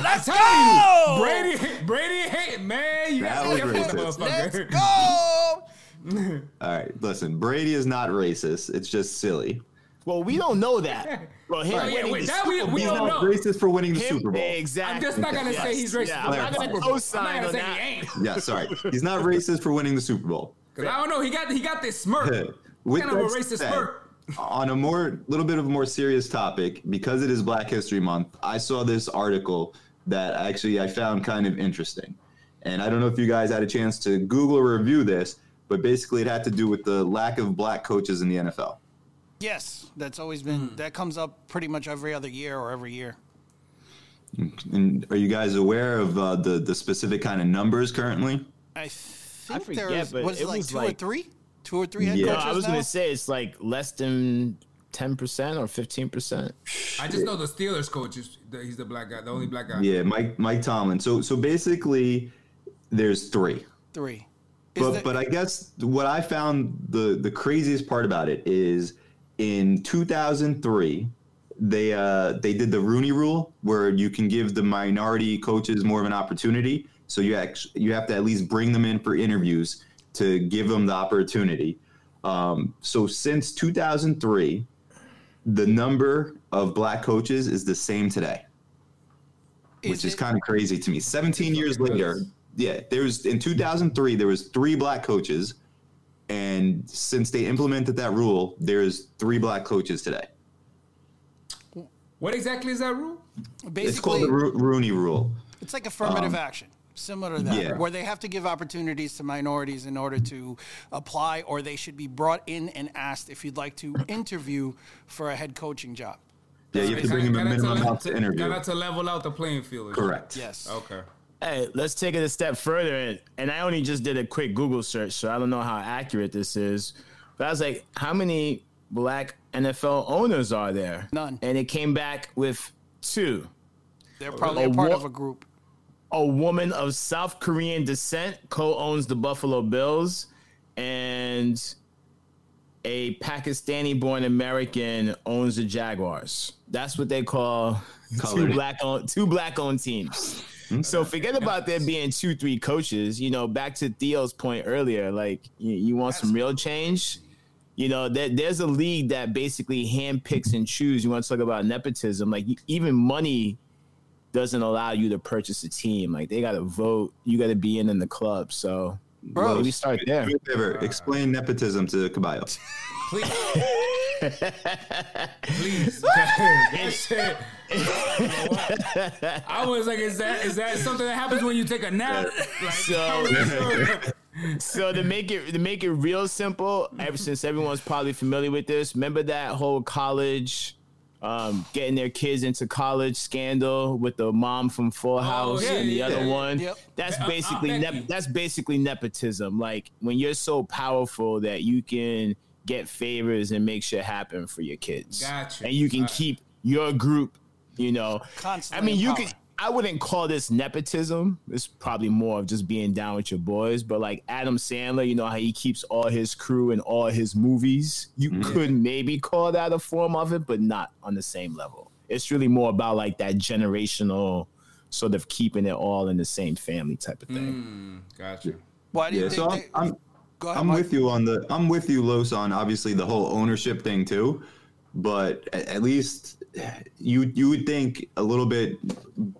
[SPEAKER 4] Let's
[SPEAKER 1] go!
[SPEAKER 4] Brady Brady hate man. You
[SPEAKER 2] That
[SPEAKER 4] gotta
[SPEAKER 2] was
[SPEAKER 4] be careful,
[SPEAKER 2] (laughs) racist.
[SPEAKER 1] Let's
[SPEAKER 4] motherfucker.
[SPEAKER 1] go.
[SPEAKER 2] All right, listen. Brady is not racist. It's just silly.
[SPEAKER 3] well, we don't
[SPEAKER 1] (laughs)
[SPEAKER 3] know that. Well, him
[SPEAKER 4] Oh, yeah,
[SPEAKER 3] winning
[SPEAKER 4] wait,
[SPEAKER 3] the
[SPEAKER 4] that
[SPEAKER 3] Super
[SPEAKER 4] we- we
[SPEAKER 2] He's
[SPEAKER 4] don't
[SPEAKER 3] Bowl-
[SPEAKER 4] know.
[SPEAKER 2] not racist for winning the
[SPEAKER 3] him-
[SPEAKER 2] Super Bowl.
[SPEAKER 3] Exactly.
[SPEAKER 4] I'm just not gonna say he's racist.
[SPEAKER 3] Yeah, I'm not gonna
[SPEAKER 2] Clarify.
[SPEAKER 4] I'm
[SPEAKER 3] co-sign
[SPEAKER 4] not
[SPEAKER 3] on
[SPEAKER 4] gonna say he
[SPEAKER 3] that.
[SPEAKER 4] ain't.
[SPEAKER 2] Yeah, sorry. He's not racist for winning the Super Bowl.
[SPEAKER 4] 'Cause I don't know. He got he got this smirk.
[SPEAKER 2] With
[SPEAKER 4] Kind of a
[SPEAKER 2] that
[SPEAKER 4] racist
[SPEAKER 2] said,
[SPEAKER 4] smirk.
[SPEAKER 2] on a more little bit of a more serious topic, because it is Black History Month, I saw this article that actually I found kind of interesting. And I don't know if you guys had a chance to Google or review this, but basically it had to do with the lack of black coaches in the NFL.
[SPEAKER 1] Yes, that's always been,
[SPEAKER 3] Hmm.
[SPEAKER 1] that comes up pretty much every other year or every year.
[SPEAKER 2] And are you guys aware of uh, the the specific kind of numbers currently?
[SPEAKER 1] I think
[SPEAKER 3] forget,
[SPEAKER 1] there was,
[SPEAKER 3] but
[SPEAKER 1] was it,
[SPEAKER 3] it
[SPEAKER 1] like
[SPEAKER 3] was
[SPEAKER 1] two or
[SPEAKER 3] like-
[SPEAKER 1] three? Two or three head
[SPEAKER 2] Yeah.
[SPEAKER 3] No,
[SPEAKER 1] coaches
[SPEAKER 3] I was
[SPEAKER 1] now?
[SPEAKER 3] gonna say it's like less than ten percent or fifteen percent.
[SPEAKER 4] I just know the Steelers coach is the, he's the black guy, the only black guy.
[SPEAKER 2] Yeah, Mike Mike Tomlin. So so basically, there's three.
[SPEAKER 1] three. Is
[SPEAKER 2] but
[SPEAKER 1] there-
[SPEAKER 2] but I guess what I found the the craziest part about it is in 2003 they uh, they did the Rooney Rule where you can give the minority coaches more of an opportunity. So you actually you have to at least bring them in for interviews to give them the opportunity. Um, so since 2003, the number of black coaches is the same today which is
[SPEAKER 1] it-
[SPEAKER 2] kind of crazy to me. 17 years
[SPEAKER 4] fucking
[SPEAKER 2] later,
[SPEAKER 4] nuts.
[SPEAKER 2] yeah, there was in 2003 there was three black coaches, and since they implemented that rule, there's three black coaches today.
[SPEAKER 4] What exactly is that rule?
[SPEAKER 1] basically
[SPEAKER 2] it's called the Ro- Rooney Rule.
[SPEAKER 1] it's like affirmative action. similar to that,
[SPEAKER 2] Yeah.
[SPEAKER 1] where they have to give opportunities to minorities in order to apply, or they should be brought in and asked if you'd like to interview for a head coaching job.
[SPEAKER 2] Yeah, you have to bring him a
[SPEAKER 4] Gotta- gotta
[SPEAKER 2] minimum
[SPEAKER 4] to-
[SPEAKER 2] amount to interview.
[SPEAKER 4] Gotta to level out the playing field. and shit.
[SPEAKER 2] Correct.
[SPEAKER 1] Yes.
[SPEAKER 4] Okay.
[SPEAKER 3] Hey, let's take it a step further. And, and I only just did a quick Google search, so I don't know how accurate this is. But I was like, how many black NFL owners are there?
[SPEAKER 1] None.
[SPEAKER 3] And it came back with two.
[SPEAKER 2] oh,
[SPEAKER 1] They're probably
[SPEAKER 3] A
[SPEAKER 1] a part
[SPEAKER 3] what-
[SPEAKER 1] of a group.
[SPEAKER 3] A woman of South Korean descent co owns the Buffalo Bills, and a Pakistani born American owns the Jaguars. That's what they call
[SPEAKER 2] Colored.
[SPEAKER 3] two black owned two black owned teams. So forget about there being two, three coaches. You know, back to Theo's point earlier, like you, you want some real change. You know, there, there's a league that basically handpicks and choose. You want to talk about nepotism? Like e, even money doesn't allow you to purchase a team. Like they got to vote. You got to be in in the club. So
[SPEAKER 1] Bro,
[SPEAKER 3] we start there.
[SPEAKER 2] Do me a favor, explain nepotism to Caballo. (laughs)
[SPEAKER 4] Please. Please. (laughs) that shit. I was like, is that is that something that happens when you take a nap? Like,
[SPEAKER 3] So,
[SPEAKER 2] (laughs)
[SPEAKER 3] so to make it to make it real simple, ever since everyone's probably familiar with this, remember that whole college um, getting their kids into college scandal with the mom from Full House
[SPEAKER 4] Oh, yeah,
[SPEAKER 3] and the
[SPEAKER 4] yeah,
[SPEAKER 3] other
[SPEAKER 4] yeah.
[SPEAKER 3] one.
[SPEAKER 1] Yep.
[SPEAKER 3] That's
[SPEAKER 4] Uh, uh,
[SPEAKER 3] basically
[SPEAKER 4] Becky.
[SPEAKER 3] nep- that's basically nepotism. Like when you're so powerful that you can get favors and make shit happen for your kids,
[SPEAKER 4] Gotcha.
[SPEAKER 3] and you can
[SPEAKER 4] All right.
[SPEAKER 3] keep your group. You know,
[SPEAKER 1] Constantly
[SPEAKER 3] I mean,
[SPEAKER 1] in
[SPEAKER 3] you
[SPEAKER 1] power.
[SPEAKER 3] could. I wouldn't call this nepotism. It's probably more of just being down with your boys. But like Adam Sandler, you know how he keeps all his crew in all his movies. You could maybe call that a form of it, but not on the same level. It's really more about like that generational sort of keeping it all in the same family type of thing.
[SPEAKER 4] Gotcha.
[SPEAKER 1] why do you
[SPEAKER 2] Yeah,
[SPEAKER 1] think
[SPEAKER 2] so I'm,
[SPEAKER 1] they,
[SPEAKER 2] I'm
[SPEAKER 1] go ahead,
[SPEAKER 2] I'm
[SPEAKER 1] Mike.
[SPEAKER 2] with you on the I'm with you, Los, on obviously the whole ownership thing too. But at, at least you you would think a little bit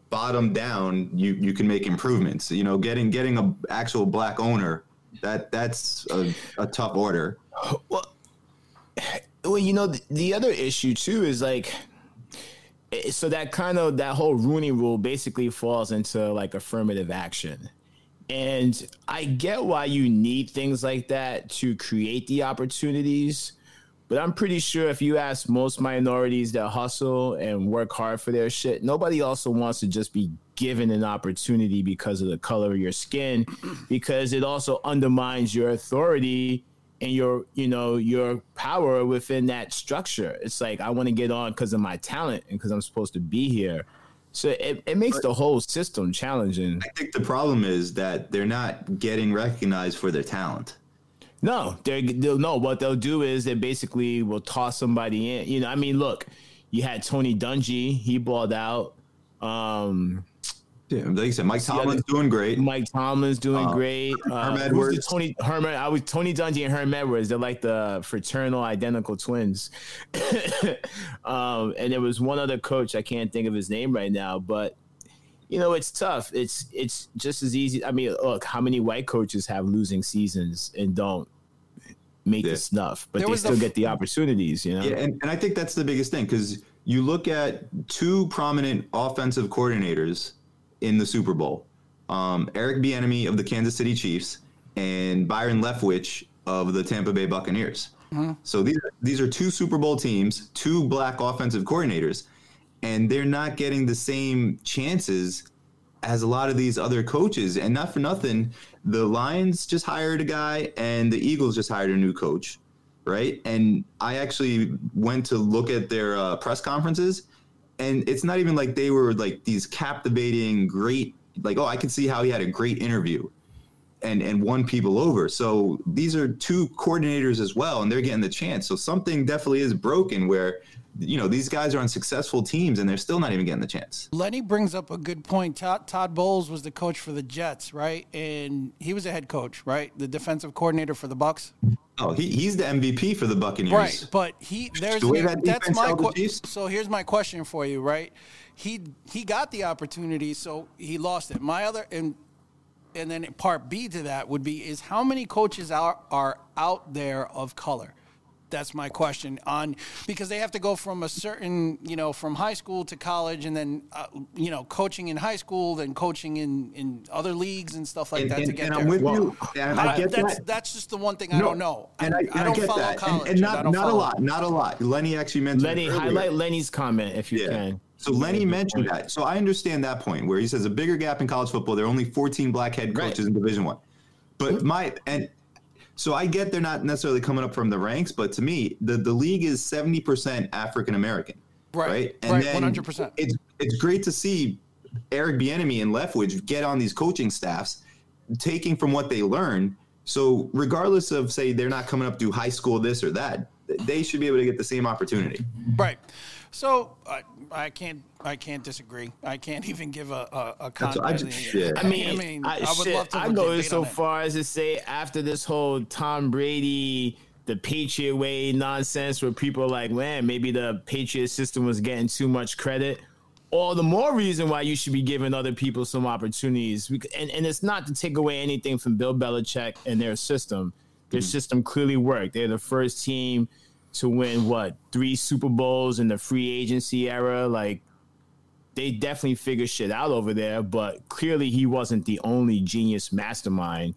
[SPEAKER 2] bottom down you you can make improvements. You know, getting getting a actual black owner that that's a, a tough order.
[SPEAKER 3] Well, you know, the, the other issue too is like, eh, so that kind of that whole Rooney Rule basically falls into like affirmative action. And I get why you need things like that to create the opportunities. But I'm pretty sure if you ask most minorities that hustle and work hard for their shit, nobody also wants to just be given an opportunity because of the color of your skin, because it also undermines your authority and your, you know, your power within that structure. It's like I want to get on because of my talent and because I'm supposed to be here. So it, it makes the whole system challenging.
[SPEAKER 2] I think the problem is that they're not getting recognized for their talent.
[SPEAKER 3] No, they're, they'll no. What they'll do is they basically will toss somebody in. You know, I mean, look, you had Tony Dungy, he balled out. Um,
[SPEAKER 2] Yeah, like you said, Mike
[SPEAKER 3] the other-
[SPEAKER 2] Tomlin's doing great.
[SPEAKER 3] Mike Tomlin's doing
[SPEAKER 2] Uh,
[SPEAKER 3] great. Uh,
[SPEAKER 2] Herm
[SPEAKER 3] who's the
[SPEAKER 2] Edwards.
[SPEAKER 3] Tony Herm. I was Tony Dungy and Herm Edwards. They're like the fraternal identical twins. (coughs) um, and there was one other coach I can't think of his name right now, but you know it's tough. It's it's just as easy. I mean, look, how many white coaches have losing seasons and don't make
[SPEAKER 2] Yeah.
[SPEAKER 3] the snuff, but
[SPEAKER 1] There
[SPEAKER 3] they
[SPEAKER 1] was the
[SPEAKER 3] still
[SPEAKER 1] f-
[SPEAKER 3] get the opportunities. You know,
[SPEAKER 2] Yeah, and, and I think that's the biggest thing because you look at two prominent offensive coordinators in the Super Bowl um, Eric Bieniemy of the Kansas City Chiefs and Byron Leftwich of the Tampa Bay Buccaneers. So these, these are two Super Bowl teams, two black offensive coordinators, and they're not getting the same chances as a lot of these other coaches. And not for nothing, the Lions just hired a guy and the Eagles just hired a new coach, right? And I actually went to look at their uh, press conferences, and it's not even like they were like these captivating, great, like, oh, I can see how he had a great interview. And, and won people over. So these are two coordinators as well, and they're getting the chance. So something definitely is broken where, you know, these guys are on successful teams and they're still not even getting the chance.
[SPEAKER 1] Lenny brings up a good point. Todd, Todd Bowles was the coach for the Jets, right? And he was a head coach, right? The defensive coordinator for the Bucks,
[SPEAKER 2] Oh, he, he's the MVP for the Buccaneers.
[SPEAKER 1] right? But he there's
[SPEAKER 2] The way that
[SPEAKER 1] that's
[SPEAKER 2] defense
[SPEAKER 1] my
[SPEAKER 2] held the
[SPEAKER 1] que-
[SPEAKER 2] Chiefs.
[SPEAKER 1] so here's my question for you, right? He he got the opportunity, so he lost it. My other and and then part B to that would be is how many coaches are are out there of color? That's my question on because they have to go from a certain you know from high school to college and then uh, you know coaching in high school, then coaching in in other leagues and stuff like
[SPEAKER 2] And,
[SPEAKER 1] that
[SPEAKER 2] and,
[SPEAKER 1] to get
[SPEAKER 2] and
[SPEAKER 1] there.
[SPEAKER 2] I'm with
[SPEAKER 3] Well,
[SPEAKER 2] you. And I,
[SPEAKER 1] I-
[SPEAKER 2] get
[SPEAKER 1] that's,
[SPEAKER 2] that.
[SPEAKER 1] that's just the one thing I don't know.
[SPEAKER 2] And I, and I
[SPEAKER 1] don't
[SPEAKER 2] get
[SPEAKER 1] follow
[SPEAKER 2] that. And-
[SPEAKER 1] college.
[SPEAKER 2] And, not,
[SPEAKER 1] I don't
[SPEAKER 2] not a
[SPEAKER 1] follow-
[SPEAKER 2] lot. Not a lot. Lenny actually mentioned
[SPEAKER 3] Lenny,
[SPEAKER 2] it earlier.
[SPEAKER 3] highlight Lenny's comment if you
[SPEAKER 2] Yeah.
[SPEAKER 3] can.
[SPEAKER 2] So Lenny
[SPEAKER 3] Good
[SPEAKER 2] mentioned
[SPEAKER 3] point.
[SPEAKER 2] that. So I understand that point where he says a bigger gap in college football. There are only 14 black head
[SPEAKER 3] Right.
[SPEAKER 2] coaches in Division One. But my and so I get they're not necessarily coming up from the ranks, but to me, the, the league is 70% African American.
[SPEAKER 1] Right.
[SPEAKER 2] Right.
[SPEAKER 1] Right, 100%.
[SPEAKER 2] It's it's great to see Eric Bieniemy and Leftwich get on these coaching staffs, taking from what they learn. So regardless of say they're not coming up through high school this or that, they should be able to get the same opportunity.
[SPEAKER 1] Right. So I, I can't I can't disagree. I can't even give a a, a
[SPEAKER 2] That's-
[SPEAKER 1] comment.
[SPEAKER 2] I just- yeah.
[SPEAKER 3] I mean, I,
[SPEAKER 1] would
[SPEAKER 3] shit,
[SPEAKER 1] love to
[SPEAKER 3] I go
[SPEAKER 1] debate
[SPEAKER 3] so
[SPEAKER 1] on it.
[SPEAKER 3] far as to say after this whole Tom Brady, the Patriot way nonsense, where people are like, man, maybe the Patriot system was getting too much credit. All the more reason why you should be giving other people some opportunities. We- And, and it's not to take away anything from Bill Belichick and their system. Their system clearly worked. They're the first team to win, what, three Super Bowls in the free agency era? Like, they definitely figured shit out over there, but clearly he wasn't the only genius mastermind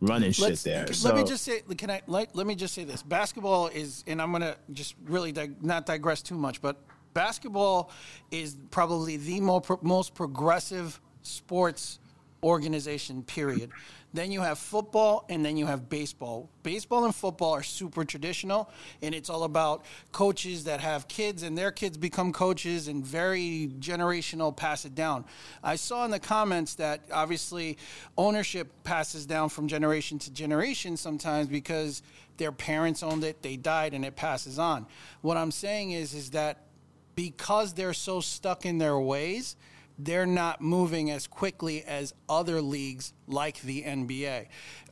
[SPEAKER 3] running shit
[SPEAKER 1] Let's-
[SPEAKER 3] there.
[SPEAKER 1] Let
[SPEAKER 3] So-
[SPEAKER 1] me just say, can I? Let, let me just say this: basketball is, and I'm gonna just really dig, not digress too much, but basketball is probably the mo- pro- most progressive sports organization. Period. Then you have football, and then you have baseball. Baseball and football are super traditional, and it's all about coaches that have kids, and their kids become coaches, and very generational pass it down. I saw in the comments that obviously ownership passes down from generation to generation sometimes because their parents owned it, they died, and it passes on. What I'm saying is, is that because they're so stuck in their ways, they're not moving as quickly as other leagues like the NBA.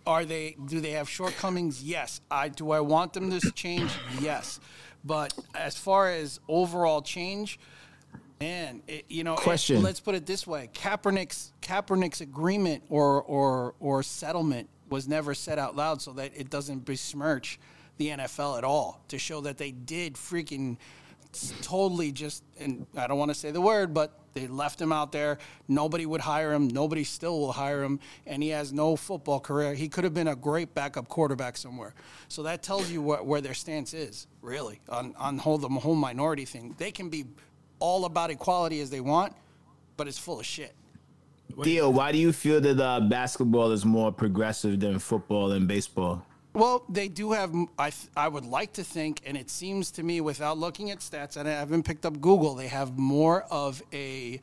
[SPEAKER 1] Are they? Do they have shortcomings? Yes. I do. I want them to change. Yes. But as far as overall change, Man, it, you know, it-
[SPEAKER 3] Question.
[SPEAKER 1] let's put it this way: Kaepernick's Kaepernick's agreement or or or settlement was never said out loud, so that it doesn't besmirch the NFL at all to show that they did freaking s- totally just and I don't want to say the word, but they left him out there. Nobody would hire him. Nobody still will hire him, and he has no football career. He could have been a great backup quarterback somewhere. So that tells you what, where their stance is really on on whole the whole minority thing. They can be all about equality as they want, but it's full of shit.
[SPEAKER 3] Theo, why do you feel that uh, basketball is more progressive than football and baseball?
[SPEAKER 1] Well, they do have. I th- I would like to think, and it seems to me, without looking at stats, and I haven't picked up Google, they have more of a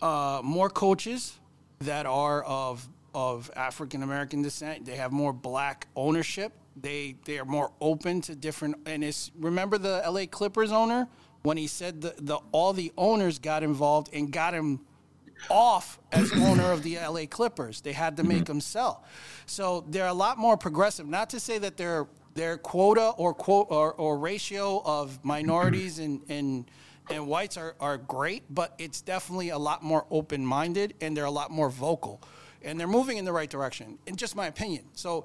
[SPEAKER 1] uh, more coaches that are of of African American descent. They have more black ownership. They they are more open to different. And it's remember the L.A. Clippers owner when he said the, the all the owners got involved and got him off as owner of the LA Clippers. They had to
[SPEAKER 2] Mm-hmm.
[SPEAKER 1] make them sell. So they're a lot more progressive. Not to say that their their quota or quote or, or ratio of minorities and and and whites are, are great, but it's definitely a lot more open minded and they're a lot more vocal. And they're moving in the right direction, in just my opinion. So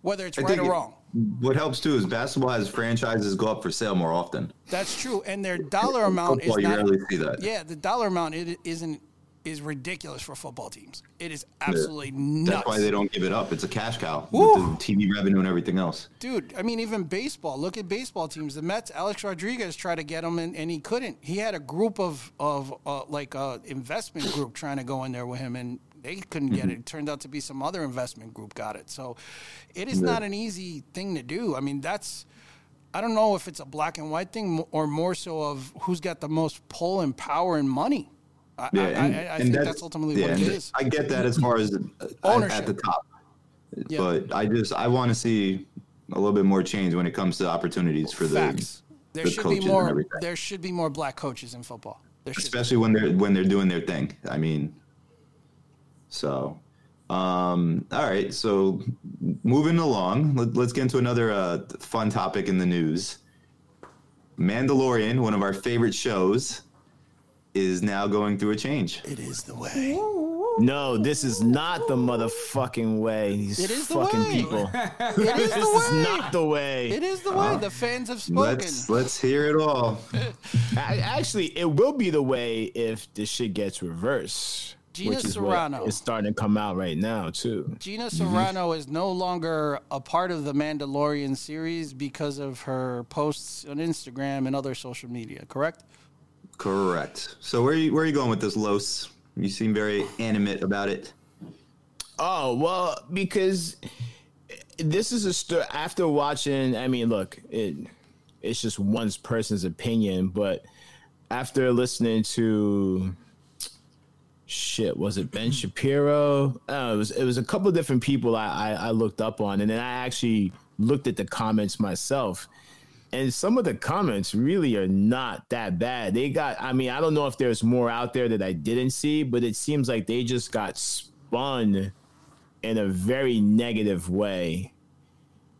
[SPEAKER 1] whether it's
[SPEAKER 2] Mm-hmm. I
[SPEAKER 1] right
[SPEAKER 2] think
[SPEAKER 1] or
[SPEAKER 2] it-
[SPEAKER 1] wrong.
[SPEAKER 2] What helps too is basketball has franchises go up for sale more often.
[SPEAKER 1] That's true, and their dollar amount
[SPEAKER 2] football,
[SPEAKER 1] is
[SPEAKER 2] you
[SPEAKER 1] not.
[SPEAKER 2] rarely see that.
[SPEAKER 1] Yeah, the dollar amount it isn't is ridiculous for football teams. It is absolutely nuts.
[SPEAKER 2] That's why they don't give it up. It's a cash cow
[SPEAKER 1] Woo.
[SPEAKER 2] with the TV revenue and everything else.
[SPEAKER 1] Dude, I mean, even baseball. Look at baseball teams. The Mets, Alex Rodriguez tried to get him, and, and he couldn't. He had a group of of uh, like uh,
[SPEAKER 2] (clears throat)
[SPEAKER 1] investment group trying to go in there with him, and they couldn't get
[SPEAKER 2] Mm-hmm.
[SPEAKER 1] it. It turned out to be some other investment group got it. So, it is not an easy thing to do. I mean, that's I don't know if it's a black and white thing mo- or more so of who's got the most pull and power and money. I, I, I, I think that's, ultimately
[SPEAKER 2] yeah,
[SPEAKER 1] what it
[SPEAKER 2] and
[SPEAKER 1] is.
[SPEAKER 2] I get that as far as uh,
[SPEAKER 1] Ownership.
[SPEAKER 2] at the top,
[SPEAKER 1] Yeah.
[SPEAKER 2] but I just I want to see a little bit more change when it comes to opportunities for the
[SPEAKER 1] Facts. There
[SPEAKER 2] the
[SPEAKER 1] should be
[SPEAKER 2] coaches and
[SPEAKER 1] more.
[SPEAKER 2] everything.
[SPEAKER 1] There should be more black coaches in football. There should be.
[SPEAKER 2] especially when they're when they're doing their thing. I mean, so um, all right. So moving along, let, let's get into another uh, fun topic in the news. Mandalorian, one of our favorite shows, is now going through a change.
[SPEAKER 1] It is the way.
[SPEAKER 3] No, this is not the motherfucking way. These
[SPEAKER 1] It is the
[SPEAKER 3] fucking
[SPEAKER 1] way.
[SPEAKER 3] people.
[SPEAKER 1] (laughs)
[SPEAKER 3] (laughs)
[SPEAKER 1] It is
[SPEAKER 3] this is
[SPEAKER 1] the way.
[SPEAKER 3] not the way.
[SPEAKER 1] It is the way. The fans have spoken.
[SPEAKER 2] Let's let's hear it all.
[SPEAKER 1] (laughs)
[SPEAKER 3] I, actually, it will be the way if this shit gets reversed.
[SPEAKER 1] Gina
[SPEAKER 3] which is
[SPEAKER 1] Serrano.
[SPEAKER 3] What is starting to come out right now too.
[SPEAKER 1] Gina Serrano is no longer a part of the Mandalorian series because of her posts on Instagram and other social media, correct?
[SPEAKER 2] Correct. So where you, where are you going with this, Los? You seem very animate about it.
[SPEAKER 3] Oh well, because this is a story. After watching, I mean, look, it it's just one person's opinion, but after listening to shit, was it Ben Shapiro? Uh, it was it was a couple of different people I, I I looked up on, and then I actually looked at the comments myself. And some of the comments really are not that bad. They got, I mean, I don't know if there's more out there that I didn't see, but it seems like they just got spun in a very negative way.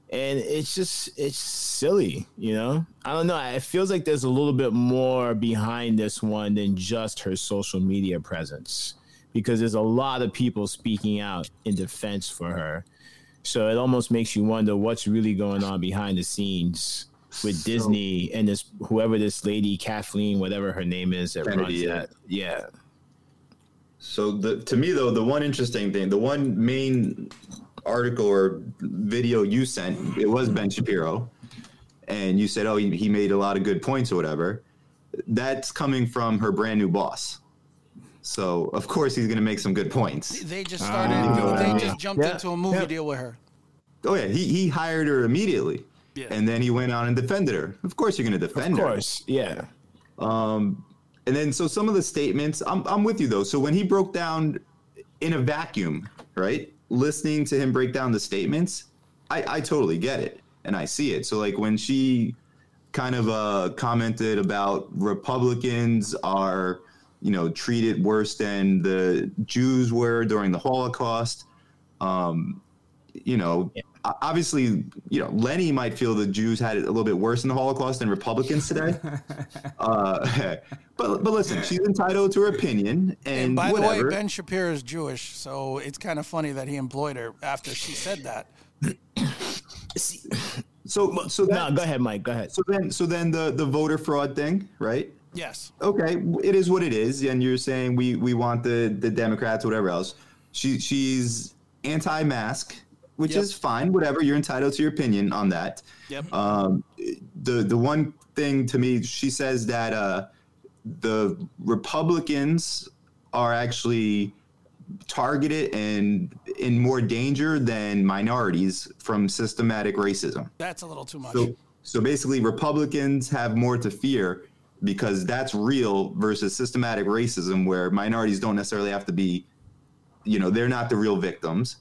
[SPEAKER 3] And it's just it's silly, you know? I don't know. It feels like there's a little bit more behind this one than just her social media presence because there's a lot of people speaking out in defense for her. So it almost makes you wonder what's really going on behind the scenes with Disney and this whoever this lady Kathleen, whatever her name is that
[SPEAKER 2] Kennedy,
[SPEAKER 3] runs that. Yeah.
[SPEAKER 2] So the to me though, the one interesting thing, the one main article or video you sent, it was Ben Shapiro, and you said, oh, he, he made a lot of good points or whatever. That's coming from her brand new boss. So of course he's going to make some good points.
[SPEAKER 1] They just started. they just jumped into a movie deal with her.
[SPEAKER 2] Oh yeah, he he hired her immediately, and then he went on and defended her. Of course you're going to defend
[SPEAKER 3] Of
[SPEAKER 2] her.
[SPEAKER 3] course. Yeah.
[SPEAKER 2] And then, so some of the statements, I'm, I'm with you though. So when he broke down in a vacuum, right? Listening to him break down the statements, I, I totally get it and I see it. So, like, when she kind of uh, commented about Republicans are, you know, treated worse than the Jews were during the Holocaust, um, you know, o- obviously, you know, Lenny might feel the Jews had it a little bit worse in the Holocaust than Republicans
[SPEAKER 1] (laughs)
[SPEAKER 2] today. Uh, (laughs) but but listen, she's entitled to her opinion, and,
[SPEAKER 1] And by
[SPEAKER 2] whatever.
[SPEAKER 1] the way, Ben Shapiro is Jewish, so it's kind of funny that he employed her after she said that.
[SPEAKER 2] so so that,
[SPEAKER 3] No, go ahead, Mike. Go ahead.
[SPEAKER 2] so then so then the the voter fraud thing, right?
[SPEAKER 1] Yes.
[SPEAKER 2] Okay, it is what it is, and you're saying we we want the the Democrats, whatever else. She she's anti-mask, which
[SPEAKER 1] Yep.
[SPEAKER 2] is fine. Whatever, you're entitled to your opinion on that.
[SPEAKER 1] Yep.
[SPEAKER 2] um, the the one thing to me, she says that uh, the Republicans are actually targeted and in more danger than minorities from systematic racism.
[SPEAKER 1] That's a little too much.
[SPEAKER 2] So, so basically, Republicans have more to fear because that's real versus systematic racism, where minorities don't necessarily have to be, you know, they're not the real victims.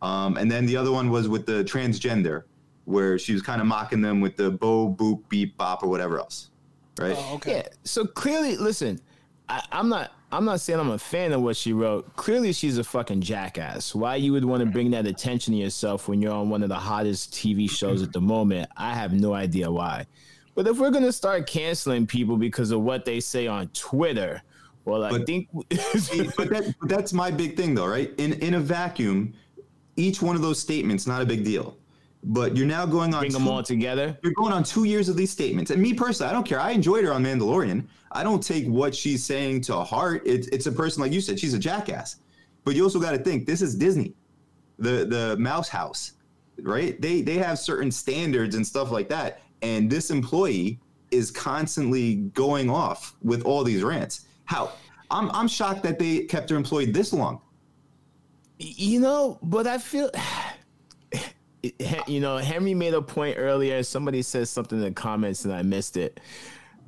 [SPEAKER 2] Um, and then the other one was with the transgender, where she was kind of mocking them with the bo boop beep bop or whatever else, right?
[SPEAKER 1] oh, okay.
[SPEAKER 3] Yeah. So clearly, listen, I, I'm not. I'm not saying I'm a fan of what she wrote. Clearly, she's a fucking jackass. Why you would want to bring that attention to yourself when you're on one of the hottest TV shows at the moment? I have no idea why. But if we're gonna start canceling people because of what they say on Twitter, well, I
[SPEAKER 2] But-
[SPEAKER 3] think
[SPEAKER 2] (laughs)
[SPEAKER 3] (laughs)
[SPEAKER 2] but, that, but that's my big thing though right in in a vacuum each one of those statements not a big deal but you're now going on
[SPEAKER 3] bring them
[SPEAKER 2] two-
[SPEAKER 3] all together.
[SPEAKER 2] you're going on two years of these statements and me personally i don't care i enjoyed her on mandalorian i don't take what she's saying to heart it's, it's a person like you said she's a jackass but you also got to think this is disney the the mouse house right they they have certain standards and stuff like that and this employee is constantly going off with all these rants how i'm i'm shocked that they kept her employed this long
[SPEAKER 3] You know, but I feel, (sighs) you know, Henry made a point earlier. Somebody said something in the comments and I missed it.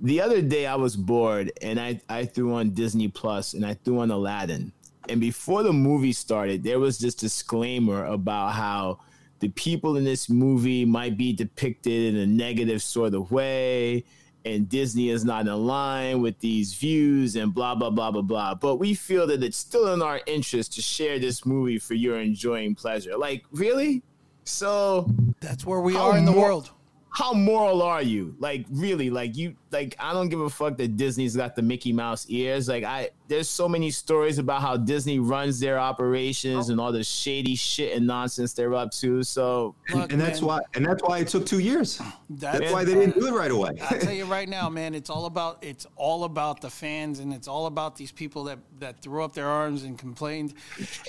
[SPEAKER 3] The other day I was bored and I, I threw on Disney Plus and I threw on Aladdin. And before the movie started, there was this disclaimer about how the people in this movie might be depicted in a negative sort of way and Disney is not in line with these views and blah blah blah blah blah. But we feel that it's still in our interest to share this movie for your enjoying pleasure. Like really? So
[SPEAKER 1] That's where we
[SPEAKER 3] How
[SPEAKER 1] are in the
[SPEAKER 3] more-
[SPEAKER 1] world.
[SPEAKER 3] how moral are you? Like really? Like you? Like I don't give a fuck that Disney's got the Mickey Mouse ears. Like I there's so many stories about how Disney runs their operations and all the shady shit and nonsense they're up to. So
[SPEAKER 1] Look,
[SPEAKER 2] and that's
[SPEAKER 1] man,
[SPEAKER 2] why and that's why it took two years.
[SPEAKER 1] That's,
[SPEAKER 2] That's why they didn't do it right away.
[SPEAKER 1] (laughs) I tell you right now, man, it's all about it's all about the fans, and it's all about these people that that threw up their arms and complained,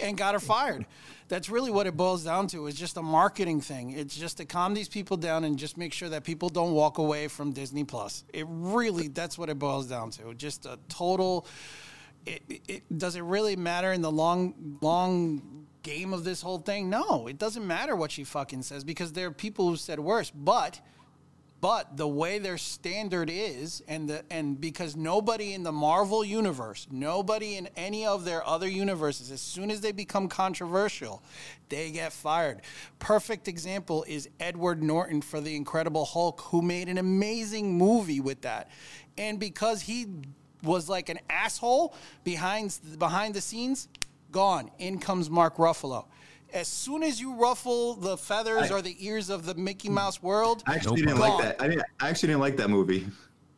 [SPEAKER 1] and got her fired. That's really what it boils down to. It's just a marketing thing. It's just to calm these people down and just make sure that people don't walk away from Disney Plus. It really that's what it boils down to. Just a total. It, it- it does it really matter in the long long game of this whole thing? No, it doesn't matter what she fucking says because there are people who said worse, but but the way their standard is and the and because nobody in the Marvel universe, nobody in any of their other universes as soon as they become controversial, they get fired. Perfect example is Edward Norton for the Incredible Hulk who made an amazing movie with that. And because he was like an asshole behind behind the scenes, gone. In comes Mark Ruffalo. As soon as you ruffle the feathers or the ears of the Mickey Mouse world,
[SPEAKER 2] I actually
[SPEAKER 4] Nope.
[SPEAKER 2] didn't like
[SPEAKER 1] Gone.
[SPEAKER 2] that. I, didn't, I actually didn't like that movie.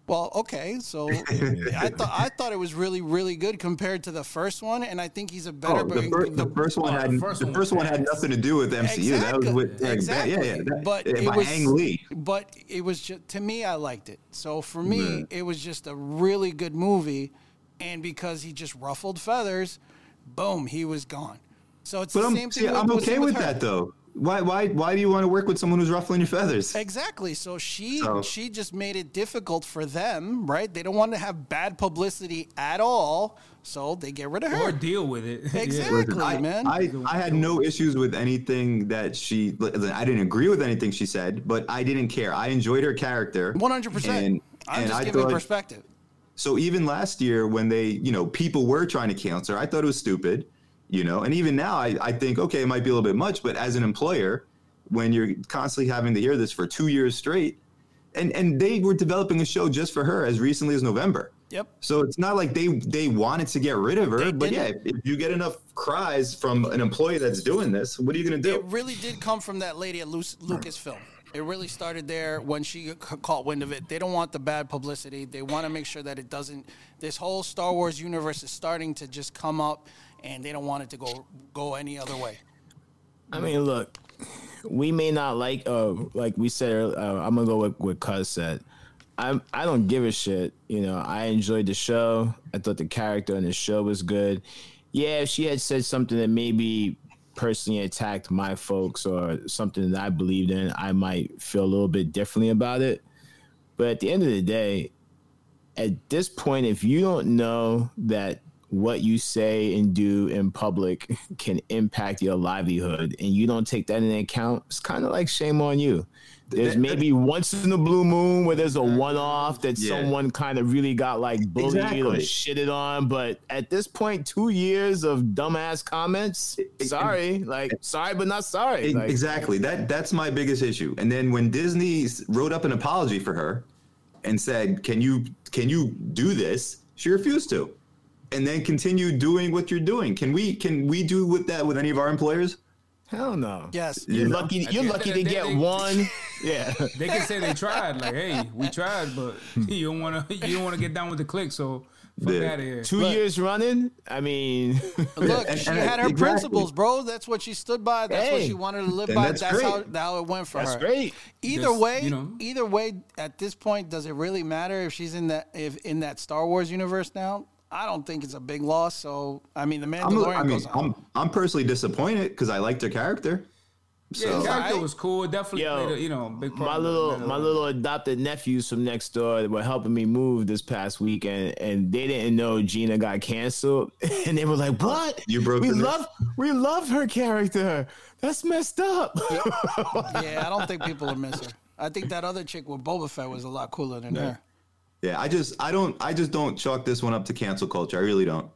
[SPEAKER 1] Well, okay,
[SPEAKER 2] (laughs)
[SPEAKER 1] so I thought I thought it was really really good compared to the first one, and I think he's a better. uh,
[SPEAKER 2] Oh, the, fir- the first one
[SPEAKER 4] the
[SPEAKER 2] had the
[SPEAKER 4] first
[SPEAKER 2] first, one
[SPEAKER 4] one
[SPEAKER 2] had nothing to do with MCU. That was with like, that-
[SPEAKER 1] exactly.
[SPEAKER 2] yeah, yeah. That,
[SPEAKER 1] but
[SPEAKER 2] yeah,
[SPEAKER 1] it
[SPEAKER 2] by
[SPEAKER 1] was
[SPEAKER 2] Ang Lee.
[SPEAKER 1] But it was just to me, I liked it. So for me, it was just a really good movie, and because he just ruffled feathers, boom, he was gone. So it's
[SPEAKER 2] But
[SPEAKER 1] the
[SPEAKER 2] I'm,
[SPEAKER 1] same thing.
[SPEAKER 2] see,
[SPEAKER 1] with-
[SPEAKER 2] I'm
[SPEAKER 1] was
[SPEAKER 2] okay
[SPEAKER 1] same
[SPEAKER 2] with
[SPEAKER 1] her.
[SPEAKER 2] that though. Why why why do you want to work with someone who's ruffling your feathers?
[SPEAKER 1] Exactly. So she
[SPEAKER 2] So-
[SPEAKER 1] she just made it difficult for them, right? They don't want to have bad publicity at all, so they get rid of her.
[SPEAKER 4] or deal with it. Yeah.
[SPEAKER 1] Exactly,
[SPEAKER 2] I,
[SPEAKER 1] man.
[SPEAKER 2] I, I had no issues with anything that she. listen, I didn't agree with anything she said, but I didn't care. I enjoyed her character.
[SPEAKER 1] One hundred
[SPEAKER 2] And,
[SPEAKER 1] percent. I'm
[SPEAKER 2] and
[SPEAKER 1] just
[SPEAKER 2] I
[SPEAKER 1] giving
[SPEAKER 2] thought,
[SPEAKER 1] perspective.
[SPEAKER 2] so even last year when they, you know, people were trying to cancel her, I thought it was stupid, you know. And even now, I, I think, okay, it might be a little bit much, but as an employer, when you're constantly having to hear this for two years straight, and, and they were developing a show just for her as recently as November.
[SPEAKER 1] Yep.
[SPEAKER 2] So it's not like they they wanted to get rid of her,
[SPEAKER 1] They
[SPEAKER 2] but yeah,
[SPEAKER 1] didn't.
[SPEAKER 2] if you get enough cries from an employee that's doing this, what are you going to
[SPEAKER 1] It
[SPEAKER 2] do?
[SPEAKER 1] really did come from that lady at Lu- Lucasfilm. It really started there when she c- caught wind of it. They don't want the bad publicity. They want to make sure that it doesn't. This whole Star Wars universe is starting to just come up, and they don't want it to go go any other way.
[SPEAKER 3] I mean, look, we may not like, uh, like we said, earl- uh, I'm gonna go with what Cuz said. I'm, I don't give a shit. You know, I enjoyed the show. I thought the character in the show was good. Yeah, if she had said something that maybe personally attacked my folks or something that I believed in, I might feel a little bit differently about it. But at the end of the day, at this point, if you don't know that what you say and do in public (laughs) can impact your livelihood and you don't take that into account, it's kind of like shame on you.
[SPEAKER 2] That-
[SPEAKER 3] There's
[SPEAKER 2] that-
[SPEAKER 3] maybe once in the blue moon where there's a one off that
[SPEAKER 2] Yeah.
[SPEAKER 3] someone kind of really got like bullied or
[SPEAKER 2] Exactly.
[SPEAKER 3] shitted on. But at this point, two years of dumbass comments, sorry, like sorry, but not sorry.
[SPEAKER 2] E-
[SPEAKER 3] Like,
[SPEAKER 2] exactly. That that's my biggest issue. And then when Disney s- wrote up an apology for her and said, "Can you can you do this?" She refused to. And then continue doing what you're doing. Can we can we do with that with any of our employers?
[SPEAKER 3] Hell no.
[SPEAKER 1] Yes.
[SPEAKER 3] You're
[SPEAKER 2] You know?
[SPEAKER 3] lucky. You're
[SPEAKER 4] the
[SPEAKER 3] lucky
[SPEAKER 4] end of
[SPEAKER 3] to
[SPEAKER 4] the
[SPEAKER 3] get
[SPEAKER 4] day, they-
[SPEAKER 3] one. Yeah.
[SPEAKER 4] They can say they tried. Like, hey, we tried, but (laughs) you don't want to. You don't want to get down with the click. So fuck
[SPEAKER 2] Yeah.
[SPEAKER 4] out of here.
[SPEAKER 3] Two years running. I mean, (laughs)
[SPEAKER 1] Look,
[SPEAKER 2] and-
[SPEAKER 1] she
[SPEAKER 2] and-
[SPEAKER 1] had her
[SPEAKER 2] exactly.
[SPEAKER 1] principles, bro. That's what she stood by. That's what
[SPEAKER 3] Hey.
[SPEAKER 1] she wanted to live
[SPEAKER 2] And
[SPEAKER 1] by. That's,
[SPEAKER 2] that's great.
[SPEAKER 1] how, how it went for
[SPEAKER 3] that's
[SPEAKER 1] her.
[SPEAKER 3] great.
[SPEAKER 1] Either
[SPEAKER 4] Just,
[SPEAKER 1] way,
[SPEAKER 4] you know.
[SPEAKER 1] either way, at this point, does it really matter if she's in that if in that Star Wars universe now? I don't think it's a big loss. So I mean, the
[SPEAKER 2] I'm, a-
[SPEAKER 1] Mandalorian
[SPEAKER 2] I mean,
[SPEAKER 1] goes on.
[SPEAKER 2] I'm I'm personally disappointed because I liked her character.
[SPEAKER 4] Yeah,
[SPEAKER 2] So
[SPEAKER 4] the character
[SPEAKER 1] Alright.
[SPEAKER 4] was cool. It Definitely,
[SPEAKER 3] Yo,
[SPEAKER 4] played a, you know, big part
[SPEAKER 3] My
[SPEAKER 4] of the
[SPEAKER 3] little,
[SPEAKER 4] Mandalorian.
[SPEAKER 3] my little adopted nephews from next door were helping me move this past weekend, and they didn't know Gina got canceled, (laughs) and they were like, "What?
[SPEAKER 2] You broke
[SPEAKER 3] We
[SPEAKER 2] the news.
[SPEAKER 3] love, we love her character. That's messed up."
[SPEAKER 1] yeah, I don't think people would
[SPEAKER 3] (laughs)
[SPEAKER 1] miss her. I think that other chick with Boba Fett was a lot cooler than her.
[SPEAKER 2] Yeah, I just I don't I just don't chalk this one up to cancel culture. I really don't.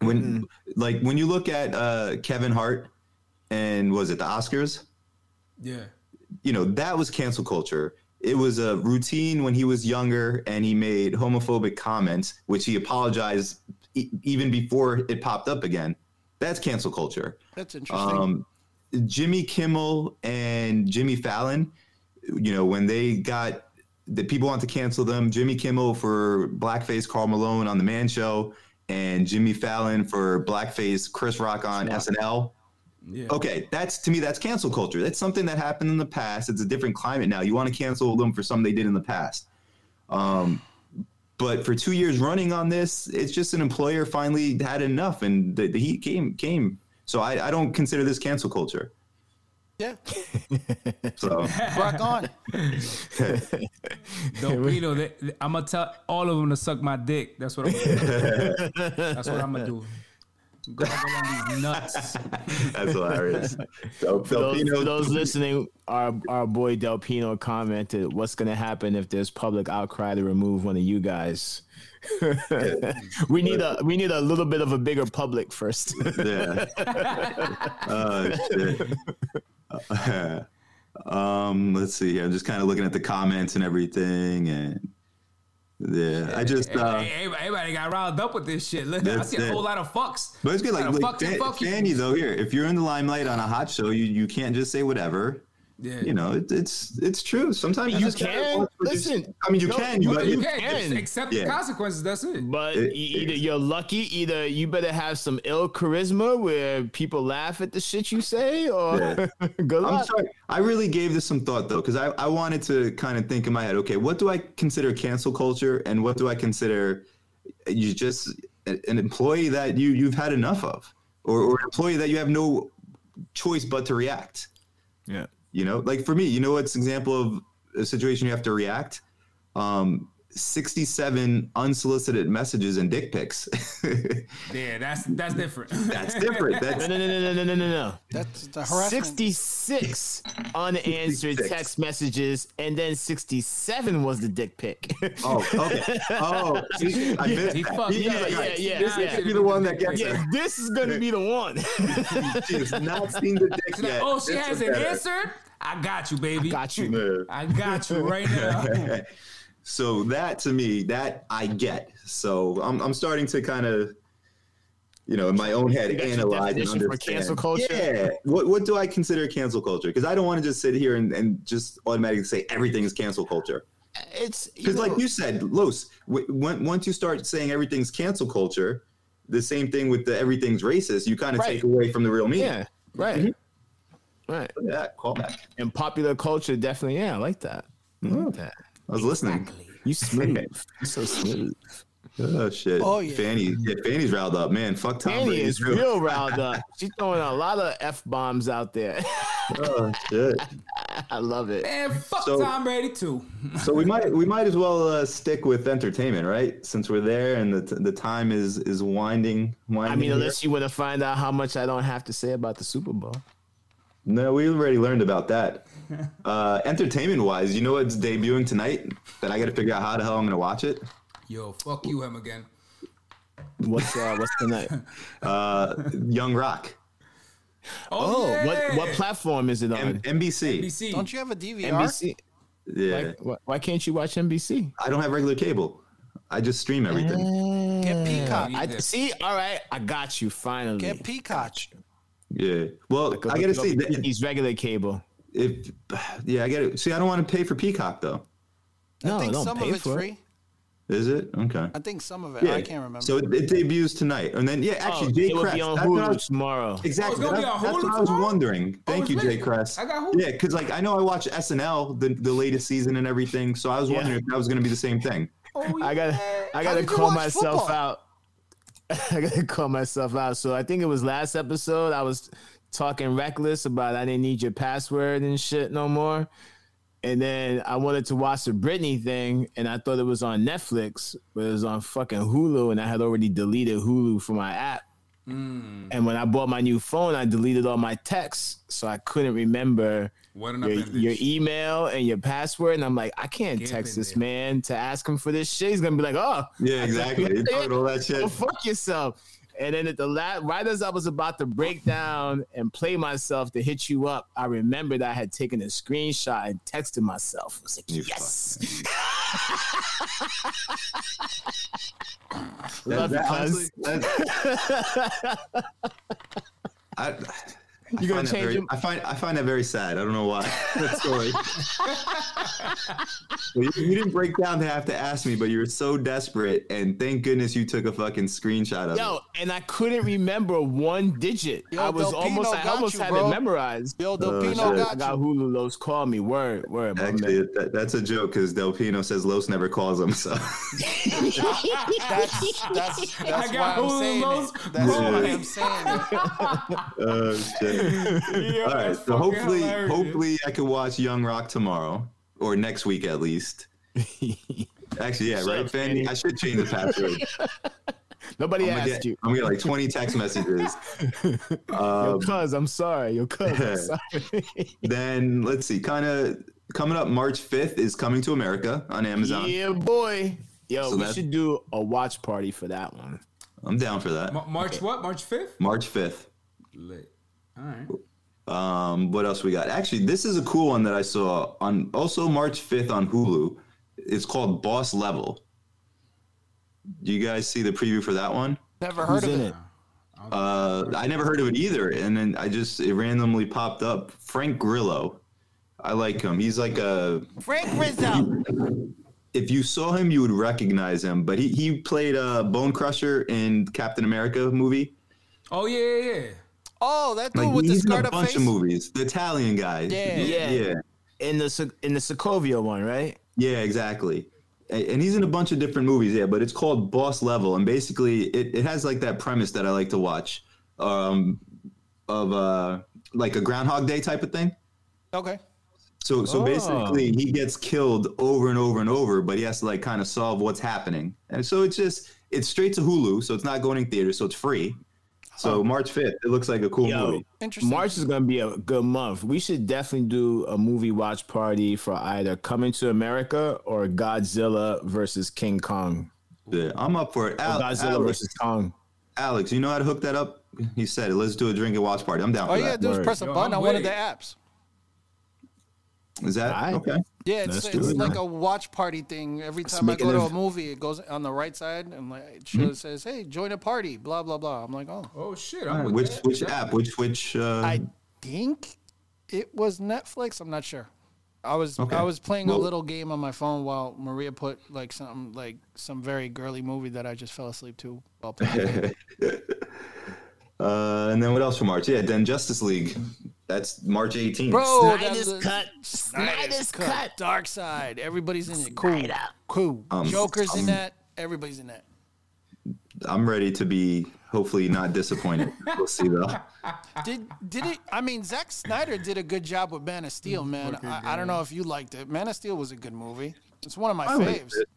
[SPEAKER 2] When like when you look at uh Kevin Hart and was it the Oscars?
[SPEAKER 4] yeah.
[SPEAKER 2] You know, that was cancel culture. It was a routine when he was younger and he made homophobic comments which he apologized e- even before it popped up again. That's cancel culture.
[SPEAKER 1] That's interesting.
[SPEAKER 3] Uh,
[SPEAKER 2] Um, Jimmy Kimmel and Jimmy Fallon, you know, when they got the people want to cancel them, Jimmy Kimmel for blackface Carl Malone on the Man Show, and Jimmy Fallon for blackface, Chris Rock on SNL.
[SPEAKER 4] Yeah.
[SPEAKER 2] Okay, that's to me that's cancel culture. That's something that happened in the past. It's a different climate now. You want to cancel them for something they did in the past. Um, but for two years running on this, it's just an employer finally had enough, and the, the heat came came. So I, I don't consider this cancel culture.
[SPEAKER 1] Yeah,
[SPEAKER 2] (laughs) So
[SPEAKER 1] rock on.
[SPEAKER 4] Dopino, they, I'm gonna tell all of them to suck my dick. That's what I'm gonna do.
[SPEAKER 3] (laughs)
[SPEAKER 4] That's what I'm gonna do. Go go on these nuts.
[SPEAKER 2] that's hilarious. So
[SPEAKER 3] Those,
[SPEAKER 2] Filipino-
[SPEAKER 3] those listening, our our boy Del Pino commented, "What's gonna happen if there's public outcry to remove one of you guys? (laughs) we need a we need a little bit of a bigger public first. (laughs)
[SPEAKER 2] yeah. Oh shit. um, let's see. here. I'm just kind of looking at the comments and everything, and yeah, I just. Uh,
[SPEAKER 4] Hey, everybody, everybody got riled up with this shit. Look, I
[SPEAKER 2] That's
[SPEAKER 4] see a
[SPEAKER 2] it.
[SPEAKER 4] whole lot of fucks.
[SPEAKER 2] but it's good, like,
[SPEAKER 4] Gotta
[SPEAKER 2] like
[SPEAKER 4] fuck you,
[SPEAKER 2] Fan-
[SPEAKER 4] fuck you.
[SPEAKER 2] Fanny though. Here, if you're in the limelight on a hot show, you you can't just say whatever.
[SPEAKER 4] Yeah.
[SPEAKER 2] You know, it, it's it's true. Sometimes
[SPEAKER 3] You
[SPEAKER 2] just gotta
[SPEAKER 3] can.
[SPEAKER 2] watch what you're-
[SPEAKER 3] Listen,
[SPEAKER 2] I mean, you
[SPEAKER 3] no,
[SPEAKER 2] can. You,
[SPEAKER 3] no,
[SPEAKER 2] but
[SPEAKER 4] you
[SPEAKER 2] you,
[SPEAKER 4] can just
[SPEAKER 3] can.
[SPEAKER 4] accept the
[SPEAKER 2] Yeah.
[SPEAKER 4] consequences. That's it.
[SPEAKER 3] But
[SPEAKER 2] It-
[SPEAKER 3] e- either you're lucky, either you better have some ill charisma where people laugh at the shit you say, or
[SPEAKER 2] Yeah.
[SPEAKER 3] (laughs) good
[SPEAKER 2] I'm
[SPEAKER 3] luck.
[SPEAKER 2] sorry. I really gave this some thought though, because I, I wanted to kind of think in my head, okay, what do I consider cancel culture and what do I consider you just an employee that you you've had enough of? Or, or an employee that you have no choice but to react.
[SPEAKER 3] Yeah.
[SPEAKER 2] You know, like for me, you know what's an example of a situation you have to react? Um 67 unsolicited messages and dick pics. (laughs)
[SPEAKER 4] Yeah, that's that's different.
[SPEAKER 2] That's different. That's
[SPEAKER 3] No, no, no, no, no, no, no, no.
[SPEAKER 1] That's
[SPEAKER 3] (laughs)
[SPEAKER 1] the harassment.
[SPEAKER 2] (laughs)
[SPEAKER 3] 66 unanswered
[SPEAKER 2] 66.
[SPEAKER 3] text messages, and then 67 was the dick pic. (laughs)
[SPEAKER 2] oh, okay. Oh, see, I missed
[SPEAKER 4] He
[SPEAKER 2] that.
[SPEAKER 4] fucked
[SPEAKER 2] He-
[SPEAKER 4] up.
[SPEAKER 2] he's like,
[SPEAKER 3] Yeah, yeah, yeah.
[SPEAKER 4] Nah,
[SPEAKER 2] You're the one that gets it.
[SPEAKER 3] yeah, this is gonna be the one. (laughs)
[SPEAKER 2] She has not seen the dick
[SPEAKER 4] She's like,
[SPEAKER 2] yet. (laughs)
[SPEAKER 4] oh, she
[SPEAKER 2] It's
[SPEAKER 4] hasn't
[SPEAKER 2] better.
[SPEAKER 4] answered. I got you, baby.
[SPEAKER 3] Got you.
[SPEAKER 2] Yeah.
[SPEAKER 4] I got you right now.
[SPEAKER 2] (laughs) So that to me, that I get. So I'm, I'm starting to kind of, you know, in my own head,
[SPEAKER 3] You got your
[SPEAKER 2] analyze and
[SPEAKER 3] definition
[SPEAKER 2] understand.
[SPEAKER 3] for cancel culture?
[SPEAKER 2] Yeah. What what do I consider cancel culture? Because I don't want to just sit here and, and just automatically say everything is cancel culture.
[SPEAKER 3] It's
[SPEAKER 2] Because
[SPEAKER 3] know-
[SPEAKER 2] like you said, Los, w- when, once you start saying everything's cancel culture, the same thing with the everything's racist, you kind of
[SPEAKER 3] Right.
[SPEAKER 2] take away from the real meaning.
[SPEAKER 3] yeah, right, right.
[SPEAKER 2] Look at that callback. I
[SPEAKER 3] And popular culture definitely, yeah, I like that. I
[SPEAKER 2] Oh.
[SPEAKER 3] like that.
[SPEAKER 2] was listening. (laughs)
[SPEAKER 3] You smooth. you so smooth.
[SPEAKER 2] Oh shit!
[SPEAKER 1] Oh, yeah.
[SPEAKER 2] Fanny, yeah, Fanny's riled up, man. Fuck Tom
[SPEAKER 3] Danny
[SPEAKER 2] Brady. (laughs) Oh,
[SPEAKER 3] is
[SPEAKER 2] too.
[SPEAKER 3] (laughs) real riled up. She's throwing a lot of f bombs out there. (laughs)
[SPEAKER 2] Oh shit!
[SPEAKER 3] I love it.
[SPEAKER 4] And fuck
[SPEAKER 2] So-
[SPEAKER 4] Tom Brady too.
[SPEAKER 2] So we might we might as well uh, stick with entertainment, right? Since we're there and the the time is is winding. winding
[SPEAKER 3] I mean,
[SPEAKER 2] here.
[SPEAKER 3] unless you want to find out how much I don't have to say about the Super Bowl.
[SPEAKER 2] no, we already learned about
[SPEAKER 3] (laughs)
[SPEAKER 2] that. Uh, entertainment wise, you know what's debuting tonight? That I got to figure out how the hell I'm gonna watch it.
[SPEAKER 4] Yo, fuck you, him again.
[SPEAKER 3] What's uh, what's tonight?
[SPEAKER 2] Uh, Young Rock,
[SPEAKER 3] (laughs)
[SPEAKER 4] Oh,
[SPEAKER 3] Oh,
[SPEAKER 4] yeah.
[SPEAKER 3] what what platform is it on?
[SPEAKER 2] M- NBC.
[SPEAKER 4] NBC.
[SPEAKER 1] Don't you have a DVR?
[SPEAKER 3] NBC.
[SPEAKER 2] Yeah,
[SPEAKER 3] Why, why- why can't you watch NBC?
[SPEAKER 2] I don't have regular cable. I just stream everything.
[SPEAKER 4] Eh.
[SPEAKER 1] Get Peacock.
[SPEAKER 3] I see. All right, I got you finally.
[SPEAKER 1] Get Peacock.
[SPEAKER 2] Yeah. Well, I gotta see. that-
[SPEAKER 3] He's regular cable.
[SPEAKER 2] If yeah, I gotta see. I don't want to pay for Peacock though.
[SPEAKER 3] No,
[SPEAKER 1] I think
[SPEAKER 3] don't
[SPEAKER 1] some
[SPEAKER 3] pay
[SPEAKER 1] of it's
[SPEAKER 3] for it.
[SPEAKER 1] free.
[SPEAKER 2] Is it okay?
[SPEAKER 1] I think some of it.
[SPEAKER 2] Yeah.
[SPEAKER 1] I can't remember.
[SPEAKER 2] So it, it debuts tonight, and then yeah,
[SPEAKER 3] Oh,
[SPEAKER 2] actually Jay
[SPEAKER 3] it will
[SPEAKER 2] Crest.
[SPEAKER 3] be on
[SPEAKER 2] that's what I
[SPEAKER 3] Hulu
[SPEAKER 2] was-
[SPEAKER 3] tomorrow.
[SPEAKER 2] exactly.
[SPEAKER 4] Oh, gonna be
[SPEAKER 2] that-
[SPEAKER 4] on
[SPEAKER 2] that's
[SPEAKER 4] Hulu
[SPEAKER 2] what I was
[SPEAKER 4] tomorrow? Oh,
[SPEAKER 2] wondering. Thank
[SPEAKER 4] it's
[SPEAKER 2] you, Jay
[SPEAKER 4] lit.
[SPEAKER 2] Crest.
[SPEAKER 4] I got Hulu.
[SPEAKER 2] Yeah, because like I know I watched SNL the, the latest season and everything, so I was
[SPEAKER 3] Yeah.
[SPEAKER 2] wondering if that was gonna be the same thing.
[SPEAKER 4] Oh,
[SPEAKER 3] I gotta
[SPEAKER 4] yeah. (laughs)
[SPEAKER 3] I
[SPEAKER 1] How
[SPEAKER 3] gotta
[SPEAKER 1] did you
[SPEAKER 3] call
[SPEAKER 1] watch
[SPEAKER 3] myself
[SPEAKER 1] football?
[SPEAKER 3] out. (laughs) I gotta call myself out. So I think it was last episode I was talking reckless about I didn't need your password and shit no more. And then I wanted to watch the Britney thing and I thought it was on Netflix, but it was on fucking Hulu and I had already deleted Hulu from my app.
[SPEAKER 1] Hmm.
[SPEAKER 3] And when I bought my new phone, I deleted all my texts, so I couldn't remember
[SPEAKER 4] What an
[SPEAKER 3] your,
[SPEAKER 4] appendage.
[SPEAKER 3] your email and your password. And I'm like, I can't
[SPEAKER 4] Get
[SPEAKER 3] text
[SPEAKER 4] in
[SPEAKER 3] this
[SPEAKER 4] there.
[SPEAKER 3] man to ask him for this shit. He's gonna be like, oh,
[SPEAKER 4] (laughs)
[SPEAKER 2] Yeah, exactly. He covered all that shit.
[SPEAKER 3] go fuck yourself. And then at the last, right as I was about to break down and play myself to hit you up, I remembered I had taken a screenshot and texted myself. I was like,
[SPEAKER 2] You
[SPEAKER 3] yes,
[SPEAKER 2] That-
[SPEAKER 3] love you,
[SPEAKER 2] that
[SPEAKER 3] cuz.
[SPEAKER 2] honestly- that- I,
[SPEAKER 3] You gonna
[SPEAKER 2] find that
[SPEAKER 3] change
[SPEAKER 2] very-
[SPEAKER 3] him?
[SPEAKER 2] I find I find that very sad. I don't know why. (laughs) That story.
[SPEAKER 3] (laughs)
[SPEAKER 2] you, you didn't break down to have to ask me, but you were so desperate, and thank goodness you took a fucking screenshot of
[SPEAKER 3] Yo, and I couldn't remember one digit.
[SPEAKER 1] Yo,
[SPEAKER 3] I was
[SPEAKER 1] Delpino
[SPEAKER 3] almost, I
[SPEAKER 1] got
[SPEAKER 3] almost
[SPEAKER 1] you,
[SPEAKER 3] had
[SPEAKER 1] bro.
[SPEAKER 3] it memorized.
[SPEAKER 1] Bill
[SPEAKER 2] shit.
[SPEAKER 1] Delpino
[SPEAKER 3] uh, I
[SPEAKER 1] got you.
[SPEAKER 3] got Hulu Los call me. Word, word,
[SPEAKER 2] it.
[SPEAKER 3] my
[SPEAKER 2] Actually,
[SPEAKER 3] man.
[SPEAKER 2] that, that's a joke because Del Pino says Los never calls him. So
[SPEAKER 3] (laughs)
[SPEAKER 1] That's that's that's
[SPEAKER 4] I
[SPEAKER 1] why
[SPEAKER 4] got
[SPEAKER 1] I'm saying
[SPEAKER 4] Hulu
[SPEAKER 1] it.
[SPEAKER 4] Los.
[SPEAKER 1] That's
[SPEAKER 2] Yeah.
[SPEAKER 1] why I'm saying it.
[SPEAKER 2] Oh,
[SPEAKER 4] (laughs)
[SPEAKER 2] shit.
[SPEAKER 4] Yo,
[SPEAKER 2] all right.
[SPEAKER 4] that's
[SPEAKER 2] So
[SPEAKER 4] fucking
[SPEAKER 2] hopefully,
[SPEAKER 4] hilarious.
[SPEAKER 2] hopefully I can watch Young Rock tomorrow or next week at
[SPEAKER 4] (laughs)
[SPEAKER 2] least. Actually, yeah, right,
[SPEAKER 3] up,
[SPEAKER 2] Fanny.
[SPEAKER 3] Fanny.
[SPEAKER 2] I should change the
[SPEAKER 4] (laughs)
[SPEAKER 2] password.
[SPEAKER 3] Nobody
[SPEAKER 2] I'm gonna
[SPEAKER 3] asked
[SPEAKER 2] get,
[SPEAKER 3] you.
[SPEAKER 2] I'm gonna get like 20 text messages.
[SPEAKER 3] Yo,
[SPEAKER 2] Um,
[SPEAKER 3] cuz, I'm sorry. Yo,
[SPEAKER 2] (laughs)
[SPEAKER 3] cuz, I'm sorry.
[SPEAKER 2] then let's see, kind of coming up March 5th is Coming to America on Amazon.
[SPEAKER 3] yeah, boy. Yo,
[SPEAKER 2] So
[SPEAKER 3] we
[SPEAKER 2] that's-
[SPEAKER 3] should do a watch party for that one.
[SPEAKER 2] I'm down for that.
[SPEAKER 4] Ma- March what? March fifth.
[SPEAKER 2] March 5th.
[SPEAKER 4] Lit. All right.
[SPEAKER 2] Um, what else we got? Actually, this is a cool one that I saw on also March 5th on Hulu. It's called Boss Level. Do you guys see the preview for that one?
[SPEAKER 1] Never
[SPEAKER 3] Who's
[SPEAKER 1] heard of
[SPEAKER 3] in
[SPEAKER 1] it.
[SPEAKER 3] it?
[SPEAKER 2] Uh, I never heard of it either, and then I just it randomly popped up. Frank Grillo, I like him. He's like a
[SPEAKER 1] Frank Rizzo.
[SPEAKER 2] if you saw him, you would recognize him. But he he played a Bone Crusher in Captain America movie.
[SPEAKER 4] Oh yeah, yeah, yeah.
[SPEAKER 1] Oh, that dude
[SPEAKER 2] Like
[SPEAKER 1] with the
[SPEAKER 2] he's in
[SPEAKER 1] scarred
[SPEAKER 2] a
[SPEAKER 1] up
[SPEAKER 2] bunch
[SPEAKER 1] face.
[SPEAKER 2] of movies. The Italian guy.
[SPEAKER 1] Yeah.
[SPEAKER 2] yeah,
[SPEAKER 3] Yeah. In the Se- in the Sokovia one, right?
[SPEAKER 2] Yeah, exactly. A- And he's in a bunch of different movies, yeah, but it's called Boss Level. And basically, it, it has like that premise that I like to watch um, of uh, like a Groundhog Day type of thing.
[SPEAKER 1] Okay.
[SPEAKER 2] So, so
[SPEAKER 3] Oh.
[SPEAKER 2] basically, he gets killed over and over and over, but he has to like kind of solve what's happening. And so it's just, it's straight to Hulu. So it's not going in theaters. So it's free. So March 5th, it looks like a cool
[SPEAKER 3] Oh. Yo,
[SPEAKER 2] movie.
[SPEAKER 1] Interesting.
[SPEAKER 3] March is gonna be a good month. We should definitely do a movie watch party for either Coming to America or Godzilla versus King Kong.
[SPEAKER 2] Yeah, I'm up for it.
[SPEAKER 1] Oh,
[SPEAKER 2] Al-
[SPEAKER 3] Godzilla
[SPEAKER 2] Alex,
[SPEAKER 3] versus Kong.
[SPEAKER 2] Alex, you know how to hook that up? He said it. Let's do a drink and watch party. I'm down
[SPEAKER 3] Oh,
[SPEAKER 2] for
[SPEAKER 1] All you gotta
[SPEAKER 2] that.
[SPEAKER 1] do is
[SPEAKER 3] Word.
[SPEAKER 1] Oh, press a
[SPEAKER 4] Yo,
[SPEAKER 1] button
[SPEAKER 4] I'm
[SPEAKER 1] on one of the
[SPEAKER 4] with
[SPEAKER 1] apps.
[SPEAKER 2] Is that
[SPEAKER 3] All right.
[SPEAKER 2] okay?
[SPEAKER 1] Yeah, it's,
[SPEAKER 3] Let's
[SPEAKER 1] it's
[SPEAKER 3] do it,
[SPEAKER 1] like
[SPEAKER 3] man.
[SPEAKER 1] a watch party thing. Every time I
[SPEAKER 2] Speaking
[SPEAKER 1] go to a
[SPEAKER 2] of-
[SPEAKER 1] movie, it goes on the right side and like it
[SPEAKER 2] Mm-hmm.
[SPEAKER 1] shows- says, "Hey, join a party." Blah blah blah. I'm like, oh,
[SPEAKER 4] Oh shit.
[SPEAKER 2] All
[SPEAKER 4] I'm
[SPEAKER 2] right,
[SPEAKER 4] with
[SPEAKER 2] which
[SPEAKER 4] that.
[SPEAKER 2] which
[SPEAKER 4] That-
[SPEAKER 2] app? Which which? Uh,
[SPEAKER 1] I think it was Netflix. I'm not sure. I was
[SPEAKER 2] Okay.
[SPEAKER 1] I was playing
[SPEAKER 2] Well-
[SPEAKER 1] a little game on my phone while Maria put like some like some very girly movie that I just fell asleep to while playing.
[SPEAKER 2] uh, and then what else for March? Yeah, then Justice League. That's March 18th.
[SPEAKER 1] Bro,
[SPEAKER 3] Snyder's
[SPEAKER 1] that's-
[SPEAKER 3] cut.
[SPEAKER 1] Snyder's,
[SPEAKER 3] Snyder's
[SPEAKER 1] cut.
[SPEAKER 3] cut.
[SPEAKER 1] Dark side. Everybody's in it. Cool. Cool.
[SPEAKER 2] Um,
[SPEAKER 1] Joker's in that. Everybody's in that.
[SPEAKER 2] I'm ready to be hopefully not disappointed. we'll see though.
[SPEAKER 1] Did did it? I mean, Zack Snyder did a good job with Man of
[SPEAKER 4] Mm,
[SPEAKER 1] Steel, man. I, I don't know if you liked it. Man of Steel was a good movie. It's one of my
[SPEAKER 2] I liked
[SPEAKER 1] faves.
[SPEAKER 2] it.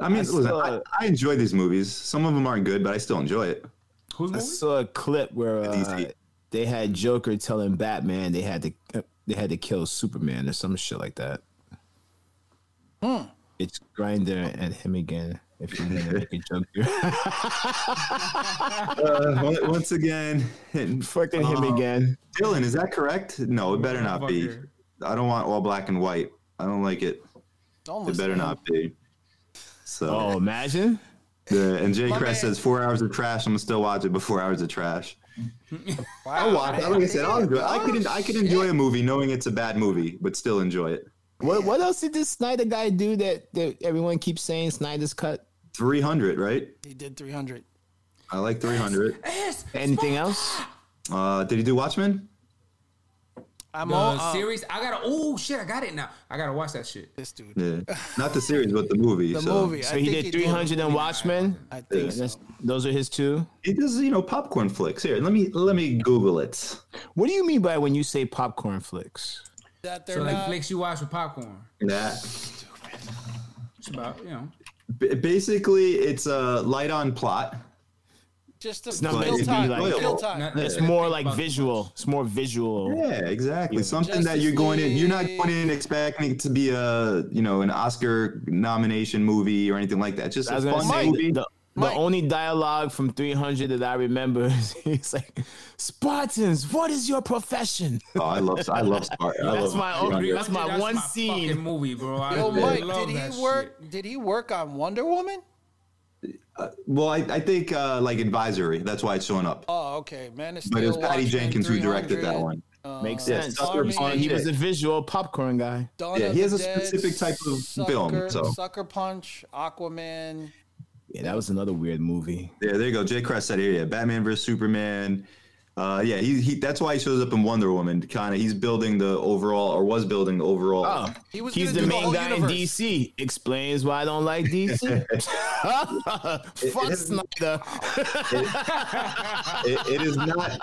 [SPEAKER 2] I mean,
[SPEAKER 3] I
[SPEAKER 2] listen, I,
[SPEAKER 3] saw-
[SPEAKER 2] I enjoy these movies. Some of them aren't good, but I still enjoy it.
[SPEAKER 4] Who's
[SPEAKER 3] I
[SPEAKER 4] movie?
[SPEAKER 3] saw a clip where uh,
[SPEAKER 2] DC.
[SPEAKER 3] they had Joker telling Batman they had to they had to kill Superman or some shit like that.
[SPEAKER 1] Hmm.
[SPEAKER 3] It's Grinder and him again. If you want to make a joke, (laughs)
[SPEAKER 1] (laughs)
[SPEAKER 2] Uh, on- once again,
[SPEAKER 3] fucking him
[SPEAKER 1] Oh.
[SPEAKER 3] again.
[SPEAKER 2] Dylan, is that correct? No, it better not be.
[SPEAKER 4] Motherfucker.
[SPEAKER 2] I don't want all black and white. I don't like it.
[SPEAKER 1] Don't
[SPEAKER 2] It
[SPEAKER 1] listen
[SPEAKER 2] better
[SPEAKER 1] to him.
[SPEAKER 2] not be. So.
[SPEAKER 3] Oh, imagine.
[SPEAKER 2] Yeah, and Jay
[SPEAKER 1] My
[SPEAKER 2] Crest
[SPEAKER 1] man-
[SPEAKER 2] says four hours of trash. I'm gonna still watch it, but four hours
[SPEAKER 1] (laughs)
[SPEAKER 2] of trash.
[SPEAKER 1] Wow,
[SPEAKER 2] I'll watch. it. Like I said, I'll enjoy. It. I
[SPEAKER 1] Oh,
[SPEAKER 2] could en- I could enjoy a movie knowing it's a bad movie, but still enjoy it.
[SPEAKER 3] What what else did this Snyder guy do that, that everyone keeps saying Snyder's cut?
[SPEAKER 2] Three hundred, right?
[SPEAKER 1] He did 300.
[SPEAKER 2] I like three hundred.
[SPEAKER 3] Anything else?
[SPEAKER 2] Uh, did he do Watchmen?
[SPEAKER 1] I'm
[SPEAKER 4] The
[SPEAKER 1] all uh,
[SPEAKER 4] series. I gotta. Oh shit! I got it now. I gotta watch that shit.
[SPEAKER 1] this dude.
[SPEAKER 2] Yeah, not the series, but the movie.
[SPEAKER 1] The
[SPEAKER 2] so.
[SPEAKER 1] movie.
[SPEAKER 3] So
[SPEAKER 1] I
[SPEAKER 3] he
[SPEAKER 1] think
[SPEAKER 3] did 300 and Watchmen.
[SPEAKER 1] I think so.
[SPEAKER 3] That's- Those are his two.
[SPEAKER 2] He does, you know, popcorn flicks. Here, let me let me Google it.
[SPEAKER 3] What do you mean by when you say popcorn flicks?
[SPEAKER 1] That they're
[SPEAKER 4] So like
[SPEAKER 1] not.
[SPEAKER 4] flicks you watch with popcorn.
[SPEAKER 2] That
[SPEAKER 4] It's about you know.
[SPEAKER 2] B- basically it's a light on plot.
[SPEAKER 1] just to
[SPEAKER 3] not
[SPEAKER 1] kill
[SPEAKER 3] meant to be
[SPEAKER 1] time.
[SPEAKER 3] like-
[SPEAKER 1] kill time.
[SPEAKER 4] Not-
[SPEAKER 3] It's
[SPEAKER 4] not
[SPEAKER 3] more
[SPEAKER 4] think
[SPEAKER 3] like
[SPEAKER 4] about it.
[SPEAKER 3] visual. It's more visual.
[SPEAKER 2] Yeah, exactly. Something that
[SPEAKER 1] Justice
[SPEAKER 2] you're going in, you're not
[SPEAKER 1] League.
[SPEAKER 2] going in expecting it to be a, you know, an Oscar nomination movie or anything like that. Just
[SPEAKER 3] I
[SPEAKER 2] a
[SPEAKER 3] was gonna
[SPEAKER 2] fun
[SPEAKER 3] say
[SPEAKER 2] movie.
[SPEAKER 3] the, the
[SPEAKER 1] Mike.
[SPEAKER 3] only dialogue from 300 that I remember (laughs) is he's like, "Spartans, what is your profession?"
[SPEAKER 2] Oh, I love, I love Spartan. I
[SPEAKER 3] That's
[SPEAKER 2] love
[SPEAKER 3] my
[SPEAKER 2] Spartan.
[SPEAKER 3] only- that's my one
[SPEAKER 4] fucking
[SPEAKER 3] scene.
[SPEAKER 4] movie, bro. I
[SPEAKER 1] Yo, Mike,
[SPEAKER 4] love
[SPEAKER 1] did
[SPEAKER 4] that
[SPEAKER 1] he
[SPEAKER 4] shit.
[SPEAKER 1] work? Did he work on Wonder Woman?
[SPEAKER 2] Well, I, I think uh, like advisory. That's why it's showing up.
[SPEAKER 1] Oh, okay, man. It's
[SPEAKER 2] But it was Patty Jenkins who directed that one.
[SPEAKER 3] Makes
[SPEAKER 2] yeah,
[SPEAKER 3] sense.
[SPEAKER 2] Sucker
[SPEAKER 3] He-
[SPEAKER 2] Punch.
[SPEAKER 3] he was a visual popcorn guy.
[SPEAKER 2] Yeah, he has a specific type of film, so.
[SPEAKER 1] Sucker Punch, Aquaman.
[SPEAKER 3] Yeah, that was another weird movie.
[SPEAKER 2] Yeah, there you go. Jay Crest said, it. yeah, Batman versus Superman. Uh, yeah, he, he that's why he shows up in Wonder Woman. Kind of, he's building the overall, or was building the overall.
[SPEAKER 3] Oh,
[SPEAKER 1] He was
[SPEAKER 3] he's
[SPEAKER 1] gonna do the
[SPEAKER 3] the main
[SPEAKER 1] whole
[SPEAKER 3] guy
[SPEAKER 1] universe.
[SPEAKER 3] in DC. Explains why I don't like
[SPEAKER 2] (laughs)
[SPEAKER 3] DC. (laughs) Fuck Snyder.
[SPEAKER 2] It, it has not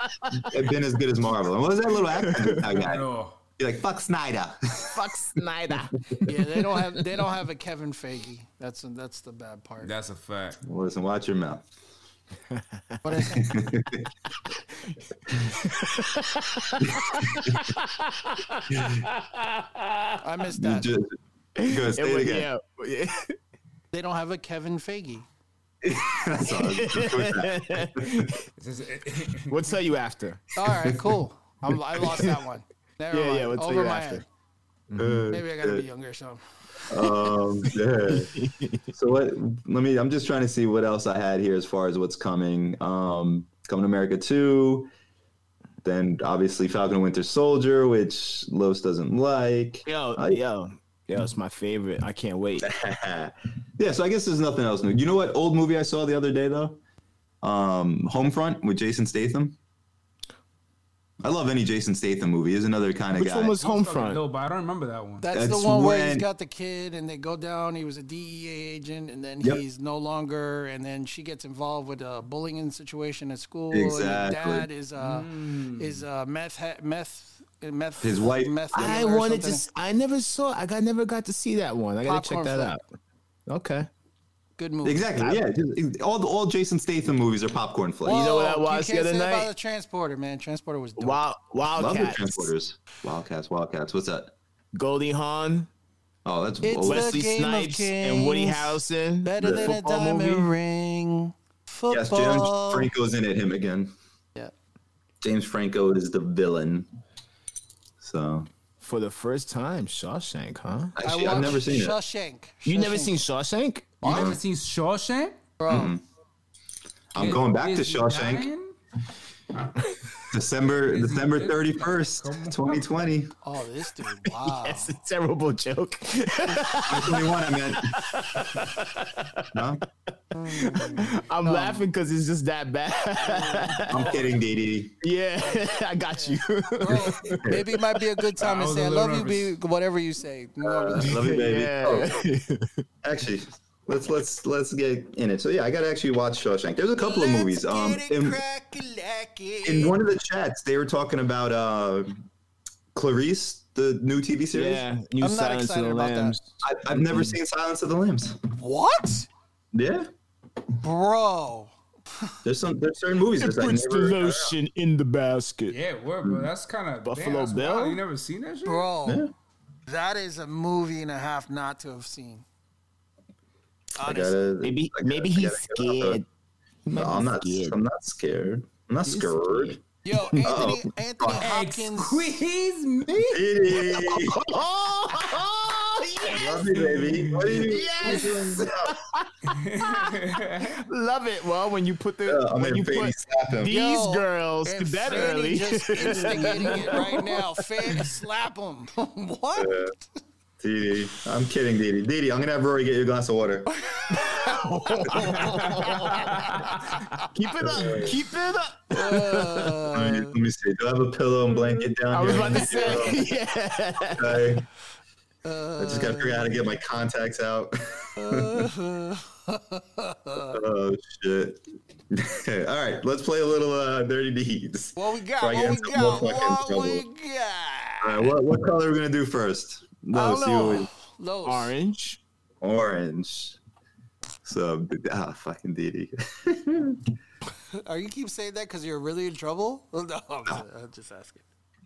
[SPEAKER 2] (laughs) been as good as Marvel. And what was that little accent I
[SPEAKER 4] At
[SPEAKER 2] got?
[SPEAKER 4] all.
[SPEAKER 2] You're like fuck Snyder. (laughs)
[SPEAKER 3] Fuck Snyder.
[SPEAKER 1] Yeah, they don't have they don't have a Kevin Feige. That's that's the bad part.
[SPEAKER 4] That's a fact.
[SPEAKER 2] Listen, watch your mouth.
[SPEAKER 1] But I- (laughs) I missed
[SPEAKER 2] You
[SPEAKER 1] that.
[SPEAKER 2] just, go
[SPEAKER 3] It
[SPEAKER 2] say it
[SPEAKER 3] was,
[SPEAKER 2] again.
[SPEAKER 3] yeah, yeah. (laughs)
[SPEAKER 1] They don't have a Kevin Feige.
[SPEAKER 2] That's all. Just push that.
[SPEAKER 4] This is- (laughs)
[SPEAKER 3] We'll tell you after.
[SPEAKER 1] All right, cool. I'm, I lost that
[SPEAKER 2] (laughs)
[SPEAKER 1] one. Never
[SPEAKER 3] Yeah,
[SPEAKER 1] mind.
[SPEAKER 3] yeah, we'll tell
[SPEAKER 1] Over
[SPEAKER 3] you
[SPEAKER 1] my
[SPEAKER 3] after.
[SPEAKER 1] head. Maybe I gotta be younger or something.
[SPEAKER 2] um, yeah. So what? Let me. I'm just trying to see what else I had here as far as what's coming. Um, coming to America two. Then obviously Falcon and Winter Soldier, which Los doesn't like.
[SPEAKER 3] Yo,
[SPEAKER 2] I-
[SPEAKER 3] yo, yo, it's my favorite. I can't wait.
[SPEAKER 2] Yeah. So I guess there's nothing else new. You know what old movie I saw the other day though? Um, Homefront with Jason Statham. I love any Jason Statham movie. He's another kind of
[SPEAKER 3] Which
[SPEAKER 2] guy.
[SPEAKER 3] one was
[SPEAKER 4] No,
[SPEAKER 3] Homefront?
[SPEAKER 4] but I don't remember that one.
[SPEAKER 1] That's,
[SPEAKER 2] That's
[SPEAKER 1] the one where he's
[SPEAKER 2] when-
[SPEAKER 1] got the kid, and they go down. He was a DEA agent, and then
[SPEAKER 2] Yep.
[SPEAKER 1] he's no longer. And then she gets involved with a bullying situation at school. And
[SPEAKER 2] Exactly.
[SPEAKER 1] the dad is uh,
[SPEAKER 3] Hmm.
[SPEAKER 1] is uh, meth ha- meth meth.
[SPEAKER 2] His wife-
[SPEAKER 1] Meth
[SPEAKER 3] I
[SPEAKER 1] dealer or
[SPEAKER 3] wanted to.
[SPEAKER 1] something.
[SPEAKER 3] s- I never saw. I got never got to see that one. I gotta
[SPEAKER 1] Popcorn
[SPEAKER 3] check that out.
[SPEAKER 1] flick.
[SPEAKER 3] Okay.
[SPEAKER 1] Good movie.
[SPEAKER 2] Exactly. Yeah. Just, all all Jason Statham movies are popcorn flicks.
[SPEAKER 3] know what I
[SPEAKER 1] Whoa,
[SPEAKER 3] watched
[SPEAKER 1] you can't
[SPEAKER 3] the other
[SPEAKER 1] say About
[SPEAKER 3] night?
[SPEAKER 1] the transporter, man. Transporter was dope.
[SPEAKER 3] Wild,
[SPEAKER 2] Love the
[SPEAKER 3] Wildcats.
[SPEAKER 2] transporters. Wildcats, Wildcats. What's that?
[SPEAKER 3] Goldie Hawn,
[SPEAKER 2] Oh, that's
[SPEAKER 1] It's
[SPEAKER 2] oh,
[SPEAKER 1] the
[SPEAKER 3] Wesley
[SPEAKER 1] game of
[SPEAKER 3] Snipes, and Woody
[SPEAKER 1] kings.
[SPEAKER 3] Harrelson.
[SPEAKER 1] Better
[SPEAKER 3] The
[SPEAKER 1] than a
[SPEAKER 3] football
[SPEAKER 1] diamond
[SPEAKER 3] movie.
[SPEAKER 1] ring.
[SPEAKER 2] yes,
[SPEAKER 1] Football.
[SPEAKER 2] James Franco's in it. Him again.
[SPEAKER 1] Yeah.
[SPEAKER 2] James Franco is the villain. So
[SPEAKER 3] For the first time, Shawshank, huh?
[SPEAKER 2] actually, I've
[SPEAKER 1] watched
[SPEAKER 2] never seen it.
[SPEAKER 1] Shawshank.
[SPEAKER 3] You never
[SPEAKER 1] Shawshank.
[SPEAKER 3] seen (laughs) Shawshank?
[SPEAKER 4] You never seen Shawshank?
[SPEAKER 1] bro?
[SPEAKER 2] Mm-hmm. I'm going back to
[SPEAKER 4] Is he
[SPEAKER 2] Shawshank.
[SPEAKER 4] dying?
[SPEAKER 2] December
[SPEAKER 4] he
[SPEAKER 2] December
[SPEAKER 4] good?
[SPEAKER 2] 31st, 2020.
[SPEAKER 1] Oh, this dude!
[SPEAKER 3] (laughs)
[SPEAKER 1] Wow.
[SPEAKER 3] That's a terrible joke.
[SPEAKER 2] 2021, I meant.
[SPEAKER 3] (laughs)
[SPEAKER 2] No,
[SPEAKER 3] I'm
[SPEAKER 1] Um,
[SPEAKER 3] laughing because it's just that bad. (laughs)
[SPEAKER 2] I'm kidding, DD.
[SPEAKER 3] yeah, (laughs) I got you.
[SPEAKER 1] Bro, (laughs) maybe it might be a good time
[SPEAKER 4] I
[SPEAKER 1] to
[SPEAKER 4] was
[SPEAKER 1] say
[SPEAKER 4] a
[SPEAKER 1] I
[SPEAKER 4] little
[SPEAKER 1] love you,
[SPEAKER 4] nervous.
[SPEAKER 1] be whatever you say.
[SPEAKER 2] Uh, love you, baby.
[SPEAKER 3] Yeah.
[SPEAKER 2] Oh, actually, let's let's let's get in it. So yeah, I gotta actually watch Shawshank. There's a couple of movies. Um, in- in one of the chats they were talking about uh clarice the new tv series
[SPEAKER 3] yeah, new
[SPEAKER 1] I'm not
[SPEAKER 3] Silence of
[SPEAKER 1] excited
[SPEAKER 3] the
[SPEAKER 1] about that.
[SPEAKER 3] Lambs.
[SPEAKER 2] I, i've never seen silence of the lambs
[SPEAKER 1] what,
[SPEAKER 2] yeah
[SPEAKER 1] bro?
[SPEAKER 2] there's some there's certain movies that I
[SPEAKER 3] Puts the
[SPEAKER 2] never-
[SPEAKER 3] lotion in the basket.
[SPEAKER 4] Yeah, word, bro. That's kind of
[SPEAKER 3] Buffalo
[SPEAKER 4] that's
[SPEAKER 3] Bill?
[SPEAKER 4] wild. You never seen that shit?
[SPEAKER 1] Bro,
[SPEAKER 2] uh,
[SPEAKER 1] that is a movie and a half not to have seen.
[SPEAKER 2] I gotta,
[SPEAKER 3] Maybe,
[SPEAKER 2] I gotta-
[SPEAKER 3] maybe
[SPEAKER 2] I
[SPEAKER 3] he's
[SPEAKER 2] gotta get off of it.
[SPEAKER 3] scared. He might
[SPEAKER 2] no,
[SPEAKER 3] be
[SPEAKER 2] i'm not
[SPEAKER 3] scared.
[SPEAKER 2] i'm not scared i'm not scared (laughs)
[SPEAKER 1] Yo, Anthony, Anthony Hopkins.
[SPEAKER 4] Squeeze me.
[SPEAKER 3] (laughs)
[SPEAKER 2] Diddy.
[SPEAKER 3] (laughs) Oh, yes!
[SPEAKER 2] Love you, baby. What are you-
[SPEAKER 3] Yes!
[SPEAKER 2] what are you doing?
[SPEAKER 3] Love it. Well, when you put the
[SPEAKER 2] Uh, I'm
[SPEAKER 3] when
[SPEAKER 2] gonna
[SPEAKER 3] you
[SPEAKER 2] baby
[SPEAKER 3] put
[SPEAKER 2] slap him.
[SPEAKER 3] these
[SPEAKER 1] Yo,
[SPEAKER 3] girls to
[SPEAKER 1] and
[SPEAKER 3] bed
[SPEAKER 1] Fanny
[SPEAKER 3] early.
[SPEAKER 1] just instigating it right now. Fan, slap him. (laughs) what?
[SPEAKER 2] Diddy. I'm kidding, Didi. Didi, I'm gonna have Rory get you a glass of water.
[SPEAKER 3] (laughs) keep it up. Keep it up.
[SPEAKER 2] let, me, let me see. Do I have a pillow and blanket down
[SPEAKER 3] I
[SPEAKER 2] here?
[SPEAKER 3] was about to
[SPEAKER 2] Yeah.
[SPEAKER 3] say. (laughs) Yeah. Uh,
[SPEAKER 2] Okay. I just gotta figure out how to get my contacts out. (laughs)
[SPEAKER 3] uh-huh.
[SPEAKER 2] oh shit! All right, let's play a little uh, dirty deeds.
[SPEAKER 1] What we got?
[SPEAKER 2] Before I get
[SPEAKER 1] What we
[SPEAKER 2] into more
[SPEAKER 1] got?
[SPEAKER 2] fucking
[SPEAKER 1] What we
[SPEAKER 2] trouble.
[SPEAKER 1] got?
[SPEAKER 2] All right, what, what color are we gonna do first?
[SPEAKER 1] I
[SPEAKER 2] No,
[SPEAKER 1] don't
[SPEAKER 2] see what
[SPEAKER 1] know. Los.
[SPEAKER 3] Orange.
[SPEAKER 2] we, orange. So ah, fucking Didi.
[SPEAKER 1] Are Oh, you keep saying that because you're really in trouble? (laughs) Well, no, I'm, just- I'm just asking.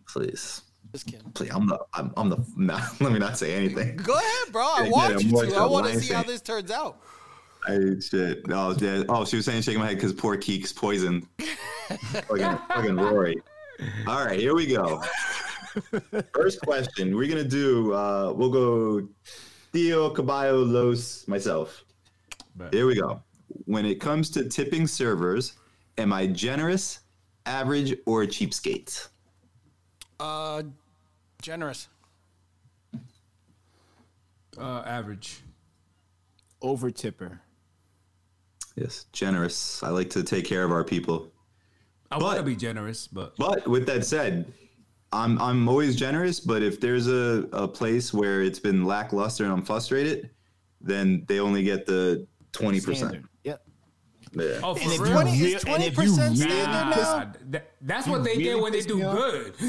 [SPEAKER 2] please,
[SPEAKER 1] Just kidding.
[SPEAKER 2] please. I'm the, I'm, I'm the. (laughs) Nah, let me not say anything.
[SPEAKER 1] Go ahead, bro. I
[SPEAKER 2] Yeah,
[SPEAKER 1] want
[SPEAKER 2] yeah,
[SPEAKER 1] you
[SPEAKER 2] more
[SPEAKER 1] to. I want to see
[SPEAKER 2] Atlantic.
[SPEAKER 1] how this turns out.
[SPEAKER 2] I shit. Oh, yeah. oh, she was saying shaking my head because poor Keek's poisoned. fucking, fucking Rory. All right, here we go. First question. We're gonna do. Uh, we'll go. Theo Caballo Los myself.
[SPEAKER 4] Bet.
[SPEAKER 2] Here we go. When it comes to tipping servers, am I generous, average, or a cheapskate?
[SPEAKER 1] Uh, generous.
[SPEAKER 4] Uh, average.
[SPEAKER 3] Over tipper.
[SPEAKER 2] Yes, generous. I like to take care of our people.
[SPEAKER 4] I
[SPEAKER 2] But-
[SPEAKER 4] want to be generous, but
[SPEAKER 2] But with that said, I'm I'm always generous. But if there's a, a place where it's been lackluster and I'm frustrated, then they only get the twenty percent.
[SPEAKER 3] Standard. Yep.
[SPEAKER 2] Yeah.
[SPEAKER 4] oh, for
[SPEAKER 3] if
[SPEAKER 4] real?
[SPEAKER 1] 20,
[SPEAKER 3] you real-
[SPEAKER 1] is
[SPEAKER 3] and
[SPEAKER 1] 20%
[SPEAKER 3] if you
[SPEAKER 1] standard
[SPEAKER 3] really-
[SPEAKER 1] now?
[SPEAKER 4] Nah, that- that's what they get
[SPEAKER 3] really
[SPEAKER 4] when they
[SPEAKER 3] piss
[SPEAKER 4] do
[SPEAKER 3] me off?
[SPEAKER 4] good. (laughs)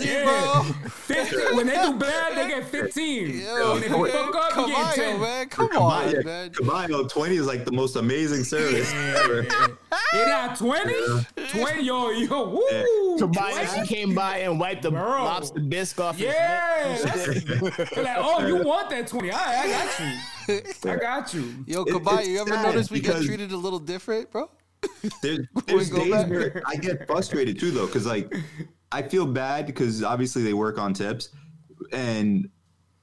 [SPEAKER 1] Yeah,
[SPEAKER 4] yeah. 15, when they do bad,
[SPEAKER 1] (laughs)
[SPEAKER 4] they get 15.
[SPEAKER 1] Yo,
[SPEAKER 4] and if you fuck up, you get 10.
[SPEAKER 1] Caballo, man. Come
[SPEAKER 2] Caballo,
[SPEAKER 1] on,
[SPEAKER 2] yeah,
[SPEAKER 1] man.
[SPEAKER 2] Caballo, twenty is like the most amazing service ever.
[SPEAKER 4] It had 20? 20, yo, yo, woo.
[SPEAKER 3] Tobias, she came by and wiped the
[SPEAKER 4] Bro.
[SPEAKER 3] lobster bisque off his
[SPEAKER 4] Yeah. (laughs) that's- like, oh, you want that 20. All right, I got you. I got you.
[SPEAKER 1] Yo,
[SPEAKER 2] It-
[SPEAKER 1] Caballo,
[SPEAKER 2] it's
[SPEAKER 1] you ever
[SPEAKER 2] sad
[SPEAKER 1] notice we get
[SPEAKER 2] because-
[SPEAKER 1] treated a little different, bro? (laughs)
[SPEAKER 2] There's, there's
[SPEAKER 1] go
[SPEAKER 2] days
[SPEAKER 1] back.
[SPEAKER 2] where I get frustrated too, though, because like I feel bad because obviously they work on tips, and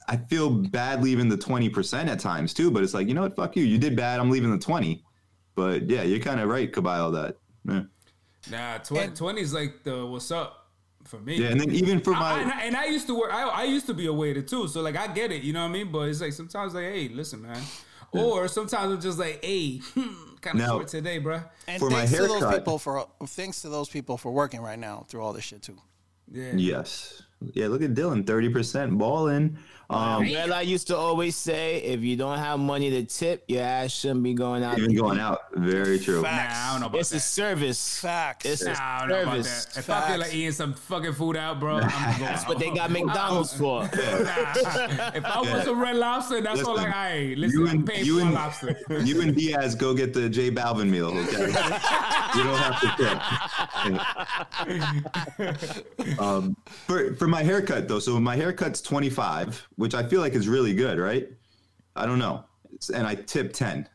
[SPEAKER 2] I feel bad leaving the twenty percent at times too. But it's like you know what, fuck you, you did bad. I'm leaving the twenty. But yeah, you're kind of right, Caballo. That yeah.
[SPEAKER 4] Nah, 20, 20 is like the what's up for me.
[SPEAKER 2] yeah, and then even for
[SPEAKER 4] I, and,
[SPEAKER 2] my
[SPEAKER 4] I, and I used to work. I, I used to be a waiter too, so like I get it, you know what I mean. But it's like sometimes like, hey, listen, man. Or sometimes I'm just like, hey, hmm, kind of
[SPEAKER 2] Now-
[SPEAKER 4] short today, bro.
[SPEAKER 1] And
[SPEAKER 2] For my
[SPEAKER 1] thanks to those
[SPEAKER 2] haircut.
[SPEAKER 1] people for thanks to those people for working right now through all this shit too.
[SPEAKER 4] Yeah.
[SPEAKER 2] yes, yeah. Look at Dylan, thirty percent balling. Um,
[SPEAKER 3] head. Well, I used to always say, if you don't have money to tip, your ass shouldn't be going out.
[SPEAKER 2] even going out, very true.
[SPEAKER 4] Nah, I don't know about
[SPEAKER 3] It's a
[SPEAKER 4] that.
[SPEAKER 3] service.
[SPEAKER 1] Facts.
[SPEAKER 3] It's a
[SPEAKER 4] Nah, I don't know about
[SPEAKER 3] service.
[SPEAKER 4] that. If I feel like
[SPEAKER 1] Facts.
[SPEAKER 4] eating some fucking food
[SPEAKER 3] (laughs)
[SPEAKER 4] out, bro, (laughs) I'm going.
[SPEAKER 3] That's what they got McDonald's
[SPEAKER 4] (laughs)
[SPEAKER 3] for.
[SPEAKER 4] if I was a red lobster, that's all like,
[SPEAKER 2] Listen,
[SPEAKER 4] hey, listen,
[SPEAKER 2] you
[SPEAKER 4] I'm
[SPEAKER 2] and-
[SPEAKER 4] paying
[SPEAKER 2] you
[SPEAKER 4] for a
[SPEAKER 2] and-
[SPEAKER 4] lobster.
[SPEAKER 2] (laughs) You and Diaz go get the J Balvin meal.
[SPEAKER 4] (laughs)
[SPEAKER 2] Okay? you don't have to tip.
[SPEAKER 4] (laughs)
[SPEAKER 2] um, for for my haircut though, so my haircut's twenty five, which I feel like is really good, right? I don't know, It's- and I tip ten.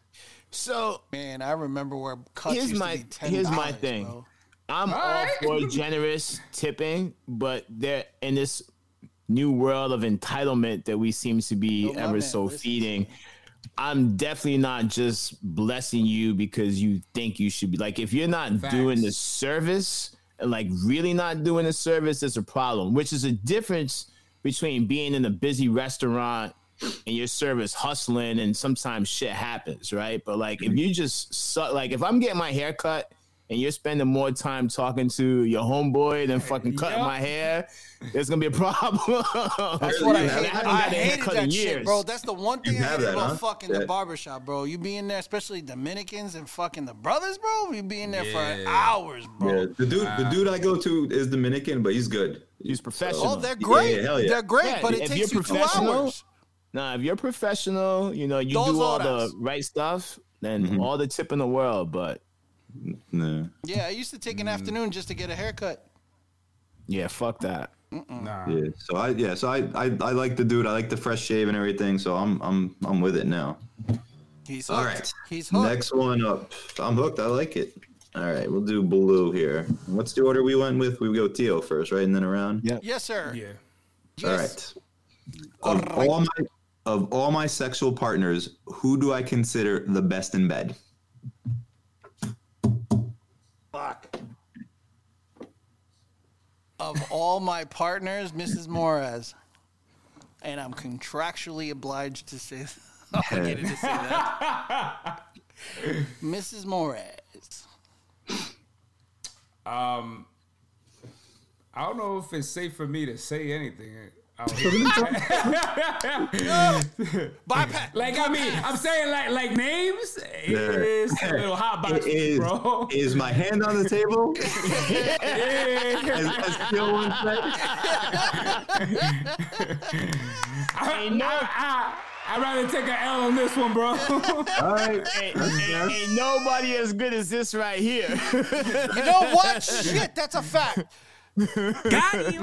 [SPEAKER 3] So
[SPEAKER 1] Man, I remember where cuts
[SPEAKER 3] Here's
[SPEAKER 1] used
[SPEAKER 3] my-
[SPEAKER 1] to be ten
[SPEAKER 3] here's my thing.
[SPEAKER 1] Bro.
[SPEAKER 3] I'm all,
[SPEAKER 4] right.
[SPEAKER 3] for generous tipping, but there in this new world of entitlement that we seem to be
[SPEAKER 1] my
[SPEAKER 3] ever
[SPEAKER 1] man
[SPEAKER 3] so
[SPEAKER 1] listens.
[SPEAKER 3] feeding. I'm definitely not just blessing you because you think you should be like if you're not doing the service and like really not doing the service, there's a problem, which is a difference between being in a busy restaurant and your service hustling and sometimes shit happens, right? But like
[SPEAKER 1] Mm-hmm.
[SPEAKER 3] if you just suck like if I'm getting my hair cut and you're spending more time talking to your homeboy
[SPEAKER 1] (laughs)
[SPEAKER 3] than fucking cutting
[SPEAKER 4] Yep.
[SPEAKER 3] my hair, there's gonna be a problem. (laughs)
[SPEAKER 1] That's what I
[SPEAKER 2] you
[SPEAKER 1] hate.
[SPEAKER 3] haven't
[SPEAKER 1] I
[SPEAKER 3] got a
[SPEAKER 1] hated
[SPEAKER 3] haircut
[SPEAKER 1] that
[SPEAKER 3] in
[SPEAKER 1] shit,
[SPEAKER 3] years.
[SPEAKER 1] bro. That's the one thing I
[SPEAKER 2] have
[SPEAKER 1] hated
[SPEAKER 2] that,
[SPEAKER 1] about
[SPEAKER 2] huh?
[SPEAKER 1] fucking the
[SPEAKER 2] Yeah.
[SPEAKER 1] barbershop, bro. You be in there, especially Dominicans and fucking the brothers, bro. You be in there
[SPEAKER 4] Yeah.
[SPEAKER 1] for hours, bro.
[SPEAKER 2] Yeah, the dude, the dude I go to is Dominican, but he's good.
[SPEAKER 3] He's professional.
[SPEAKER 1] Oh, they're great.
[SPEAKER 2] Yeah, hell yeah.
[SPEAKER 1] They're great,
[SPEAKER 3] Yeah,
[SPEAKER 1] but it
[SPEAKER 3] if
[SPEAKER 1] takes
[SPEAKER 3] you're
[SPEAKER 1] you two
[SPEAKER 3] professional,
[SPEAKER 1] hours.
[SPEAKER 3] Nah, if you're professional, you know, you
[SPEAKER 1] Those Mm-hmm.
[SPEAKER 3] do all
[SPEAKER 1] orders.
[SPEAKER 3] the right stuff, then all the tip in the world, but
[SPEAKER 2] No.
[SPEAKER 1] Yeah, I used to
[SPEAKER 3] Mm.
[SPEAKER 1] take an afternoon just to get a haircut.
[SPEAKER 3] yeah, fuck that.
[SPEAKER 4] Nah.
[SPEAKER 2] Yeah. So I yeah. So I, I I like the dude. I like the fresh shave and everything. So I'm I'm I'm with it now.
[SPEAKER 1] He's hooked.
[SPEAKER 2] All right.
[SPEAKER 1] He's hooked.
[SPEAKER 2] Next one up. I'm hooked. I like it. All right, we'll do blue here. What's the order we went with? We go Theo first, right, and then around.
[SPEAKER 3] Yeah.
[SPEAKER 1] Yes, sir.
[SPEAKER 4] Yeah.
[SPEAKER 1] Yes.
[SPEAKER 2] All right. Of
[SPEAKER 1] Alright.
[SPEAKER 2] all my of all my sexual partners, who do I consider the best in bed?
[SPEAKER 1] Of all my partners, Mrs. Moraz. And I'm contractually obliged to say (laughs) obligated to say that.
[SPEAKER 3] (laughs)
[SPEAKER 1] Mrs. Moraz.
[SPEAKER 4] I don't know if it's safe for me to say anything. out here.
[SPEAKER 1] Bypass.
[SPEAKER 4] (laughs) like I mean, I'm saying like like names. It's a little hot box,
[SPEAKER 2] It is,
[SPEAKER 4] bro.
[SPEAKER 2] is my hand on the table?
[SPEAKER 4] Yeah.
[SPEAKER 2] as, as Theo once said?
[SPEAKER 3] Ain't no,
[SPEAKER 4] (laughs) I, I'd rather take an L on this
[SPEAKER 2] (laughs)
[SPEAKER 4] one, bro.
[SPEAKER 2] All right.
[SPEAKER 3] ain't, ain't- ain't nobody as good as this right here. (laughs)
[SPEAKER 1] You know what? Shit, that's a fact.
[SPEAKER 4] Got you.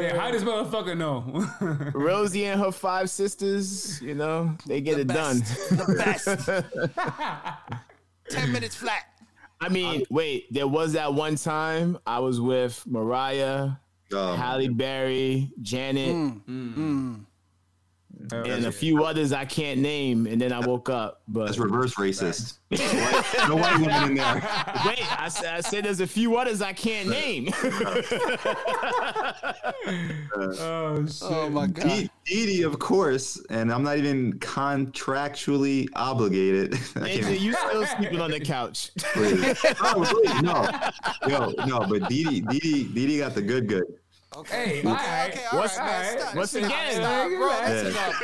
[SPEAKER 4] Yeah, how does motherfucker know? (laughs)
[SPEAKER 3] Rosie and her five sisters, you know, they get it done.
[SPEAKER 1] Best. The best. Ten minutes flat.
[SPEAKER 3] I mean, wait, there was that one time I was with Mariah,
[SPEAKER 2] Um,
[SPEAKER 3] Halle Berry, Janet. and a few others I can't name. And then I woke up, but
[SPEAKER 2] That's reverse racist. no white women in there.
[SPEAKER 3] wait, I, s- I said there's a few others I can't (laughs) name.
[SPEAKER 4] Oh shit.
[SPEAKER 1] Oh my god.
[SPEAKER 2] Dee Dee, Dee, of course, and I'm not even contractually obligated. (laughs) I can't
[SPEAKER 3] Anthony, you still sleeping on the couch?
[SPEAKER 2] believe
[SPEAKER 1] (laughs)
[SPEAKER 2] it. No, really, no, yo, no. But Dee Dee, Dee Dee, Dee Dee got the good good.
[SPEAKER 1] Okay.
[SPEAKER 4] Hey,
[SPEAKER 1] okay,
[SPEAKER 4] alright.
[SPEAKER 1] okay, all
[SPEAKER 3] What's-
[SPEAKER 1] right, man, stop,
[SPEAKER 3] what's
[SPEAKER 1] stop,
[SPEAKER 3] again?
[SPEAKER 1] Stop, bro, that's
[SPEAKER 2] Yeah.
[SPEAKER 1] enough.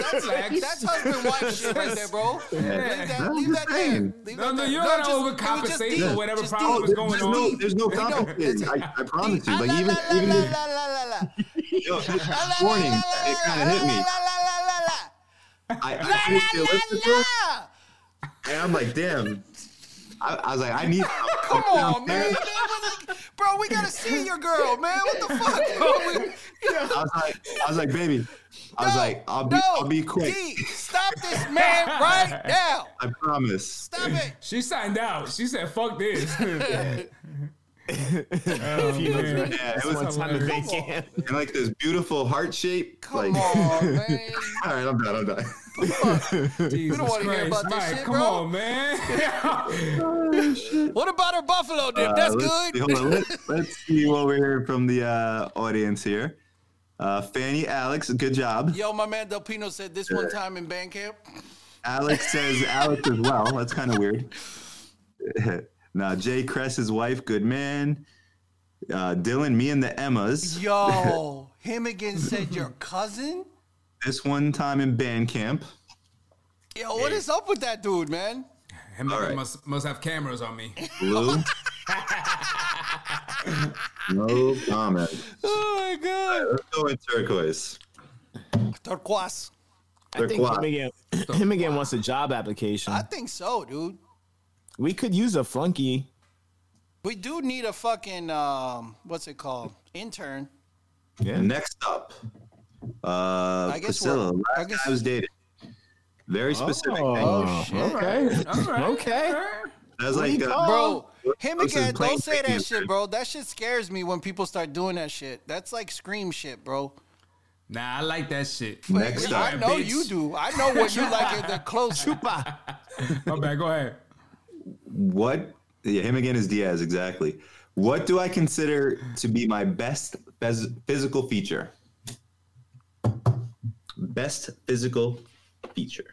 [SPEAKER 1] That's, that's husband wife shit right there, bro. Leave that,
[SPEAKER 2] I'm
[SPEAKER 1] leave
[SPEAKER 2] just
[SPEAKER 1] that there.
[SPEAKER 2] saying.
[SPEAKER 1] Leave
[SPEAKER 4] No,
[SPEAKER 1] that
[SPEAKER 4] no,
[SPEAKER 1] there.
[SPEAKER 4] you're
[SPEAKER 1] just-
[SPEAKER 4] gonna
[SPEAKER 1] it was just
[SPEAKER 4] overcompensate
[SPEAKER 1] deep,
[SPEAKER 4] for whatever
[SPEAKER 1] just
[SPEAKER 4] problem was
[SPEAKER 1] deep,
[SPEAKER 4] going
[SPEAKER 1] just
[SPEAKER 2] There's
[SPEAKER 4] on.
[SPEAKER 2] no,
[SPEAKER 1] deep.
[SPEAKER 2] there's no
[SPEAKER 1] There you go.
[SPEAKER 2] complicated. I, I promise you.
[SPEAKER 1] Ah,
[SPEAKER 2] Like
[SPEAKER 1] la,
[SPEAKER 2] even,
[SPEAKER 1] la,
[SPEAKER 2] even
[SPEAKER 1] la,
[SPEAKER 2] this
[SPEAKER 1] la, la, la, la.
[SPEAKER 2] yo, this
[SPEAKER 1] La, la,
[SPEAKER 2] morning,
[SPEAKER 1] la, la,
[SPEAKER 2] it kind of
[SPEAKER 1] la,
[SPEAKER 2] hit me.
[SPEAKER 1] la, la, la, la, la.
[SPEAKER 2] I, I finished it, listened to it,
[SPEAKER 1] Ah,
[SPEAKER 2] and I'm like, damn. I, I was like, I need.
[SPEAKER 1] Come on, man. man we're like, bro, we gotta see your girl, man. What
[SPEAKER 2] (laughs)
[SPEAKER 1] the fuck?
[SPEAKER 2] I was like, I was like, baby. I was like, I'll be,
[SPEAKER 1] no,
[SPEAKER 2] I'll be quick.
[SPEAKER 1] D, stop this man
[SPEAKER 2] (laughs)
[SPEAKER 1] right now.
[SPEAKER 2] I promise.
[SPEAKER 1] Stop it.
[SPEAKER 4] She signed out. She said, "Fuck (laughs) this." Oh,
[SPEAKER 2] Yeah, it
[SPEAKER 3] That's
[SPEAKER 2] was,
[SPEAKER 3] one time to
[SPEAKER 4] hilarious.
[SPEAKER 3] vacate.
[SPEAKER 2] and like this beautiful heart shape.
[SPEAKER 1] Come
[SPEAKER 2] like,
[SPEAKER 1] on, man.
[SPEAKER 2] (laughs) all right, I'm done.
[SPEAKER 1] (laughs)
[SPEAKER 2] I'm done.
[SPEAKER 4] Jesus
[SPEAKER 1] don't wanna hear
[SPEAKER 4] Christ,
[SPEAKER 1] about this
[SPEAKER 4] Mike,
[SPEAKER 1] shit,
[SPEAKER 4] come
[SPEAKER 1] bro. (laughs)
[SPEAKER 4] on, man.
[SPEAKER 1] What about her buffalo dip? That's
[SPEAKER 2] Uh, let's,
[SPEAKER 1] good.
[SPEAKER 2] see- Hold on, let, let's see what we're hearing from the uh, audience here. Uh, Fanny Alex, good job.
[SPEAKER 1] Yo, my man Del Pino said this one time in band
[SPEAKER 2] (laughs)
[SPEAKER 1] camp.
[SPEAKER 2] Alex
[SPEAKER 1] (laughs)
[SPEAKER 2] says Alex as well. That's kind of weird. (laughs) now, Jay Cress's wife, good man. Uh, Dylan, me and the Emmas.
[SPEAKER 1] Yo, him again said
[SPEAKER 2] (laughs)
[SPEAKER 1] your cousin.
[SPEAKER 2] This one time in band camp.
[SPEAKER 1] Yo, what is up with that dude, man?
[SPEAKER 4] Him
[SPEAKER 2] All right.
[SPEAKER 4] must must have cameras on
[SPEAKER 1] (laughs)
[SPEAKER 4] me.
[SPEAKER 2] Lou. no comment.
[SPEAKER 1] Oh my god.
[SPEAKER 2] Let's go in turquoise.
[SPEAKER 1] Turquoise.
[SPEAKER 3] I think
[SPEAKER 2] Quack.
[SPEAKER 3] him again, him again wants a job application.
[SPEAKER 1] I think so, dude.
[SPEAKER 3] We could use a flunky.
[SPEAKER 1] We do need a fucking um, what's it called? Intern.
[SPEAKER 3] Yeah.
[SPEAKER 2] Next up, uh,
[SPEAKER 1] I guess
[SPEAKER 2] Priscilla.
[SPEAKER 1] we're- I
[SPEAKER 2] last
[SPEAKER 1] guess-
[SPEAKER 2] I was dated. Very specific.
[SPEAKER 3] Oh.
[SPEAKER 2] Thank you.
[SPEAKER 3] Okay.
[SPEAKER 4] All right.
[SPEAKER 3] Okay.
[SPEAKER 4] all right.
[SPEAKER 2] That was like,
[SPEAKER 3] Recall.
[SPEAKER 2] uh,
[SPEAKER 1] Bro, him
[SPEAKER 2] Those are
[SPEAKER 1] again.
[SPEAKER 2] plain
[SPEAKER 1] Don't say that
[SPEAKER 2] statements,
[SPEAKER 1] shit,
[SPEAKER 2] dude.
[SPEAKER 1] bro. That shit scares me when people start doing that shit. That's like scream shit, bro.
[SPEAKER 4] Nah, I like that shit.
[SPEAKER 2] Next
[SPEAKER 1] I
[SPEAKER 2] up.
[SPEAKER 1] know
[SPEAKER 4] bitch.
[SPEAKER 1] you do. I know what you like (laughs) in the close.
[SPEAKER 4] My bad.
[SPEAKER 1] (laughs)
[SPEAKER 4] Go ahead.
[SPEAKER 2] what? Yeah, him again is Diaz exactly. What do I consider to be my best phys- physical feature? Best physical
[SPEAKER 1] (laughs)
[SPEAKER 2] feature.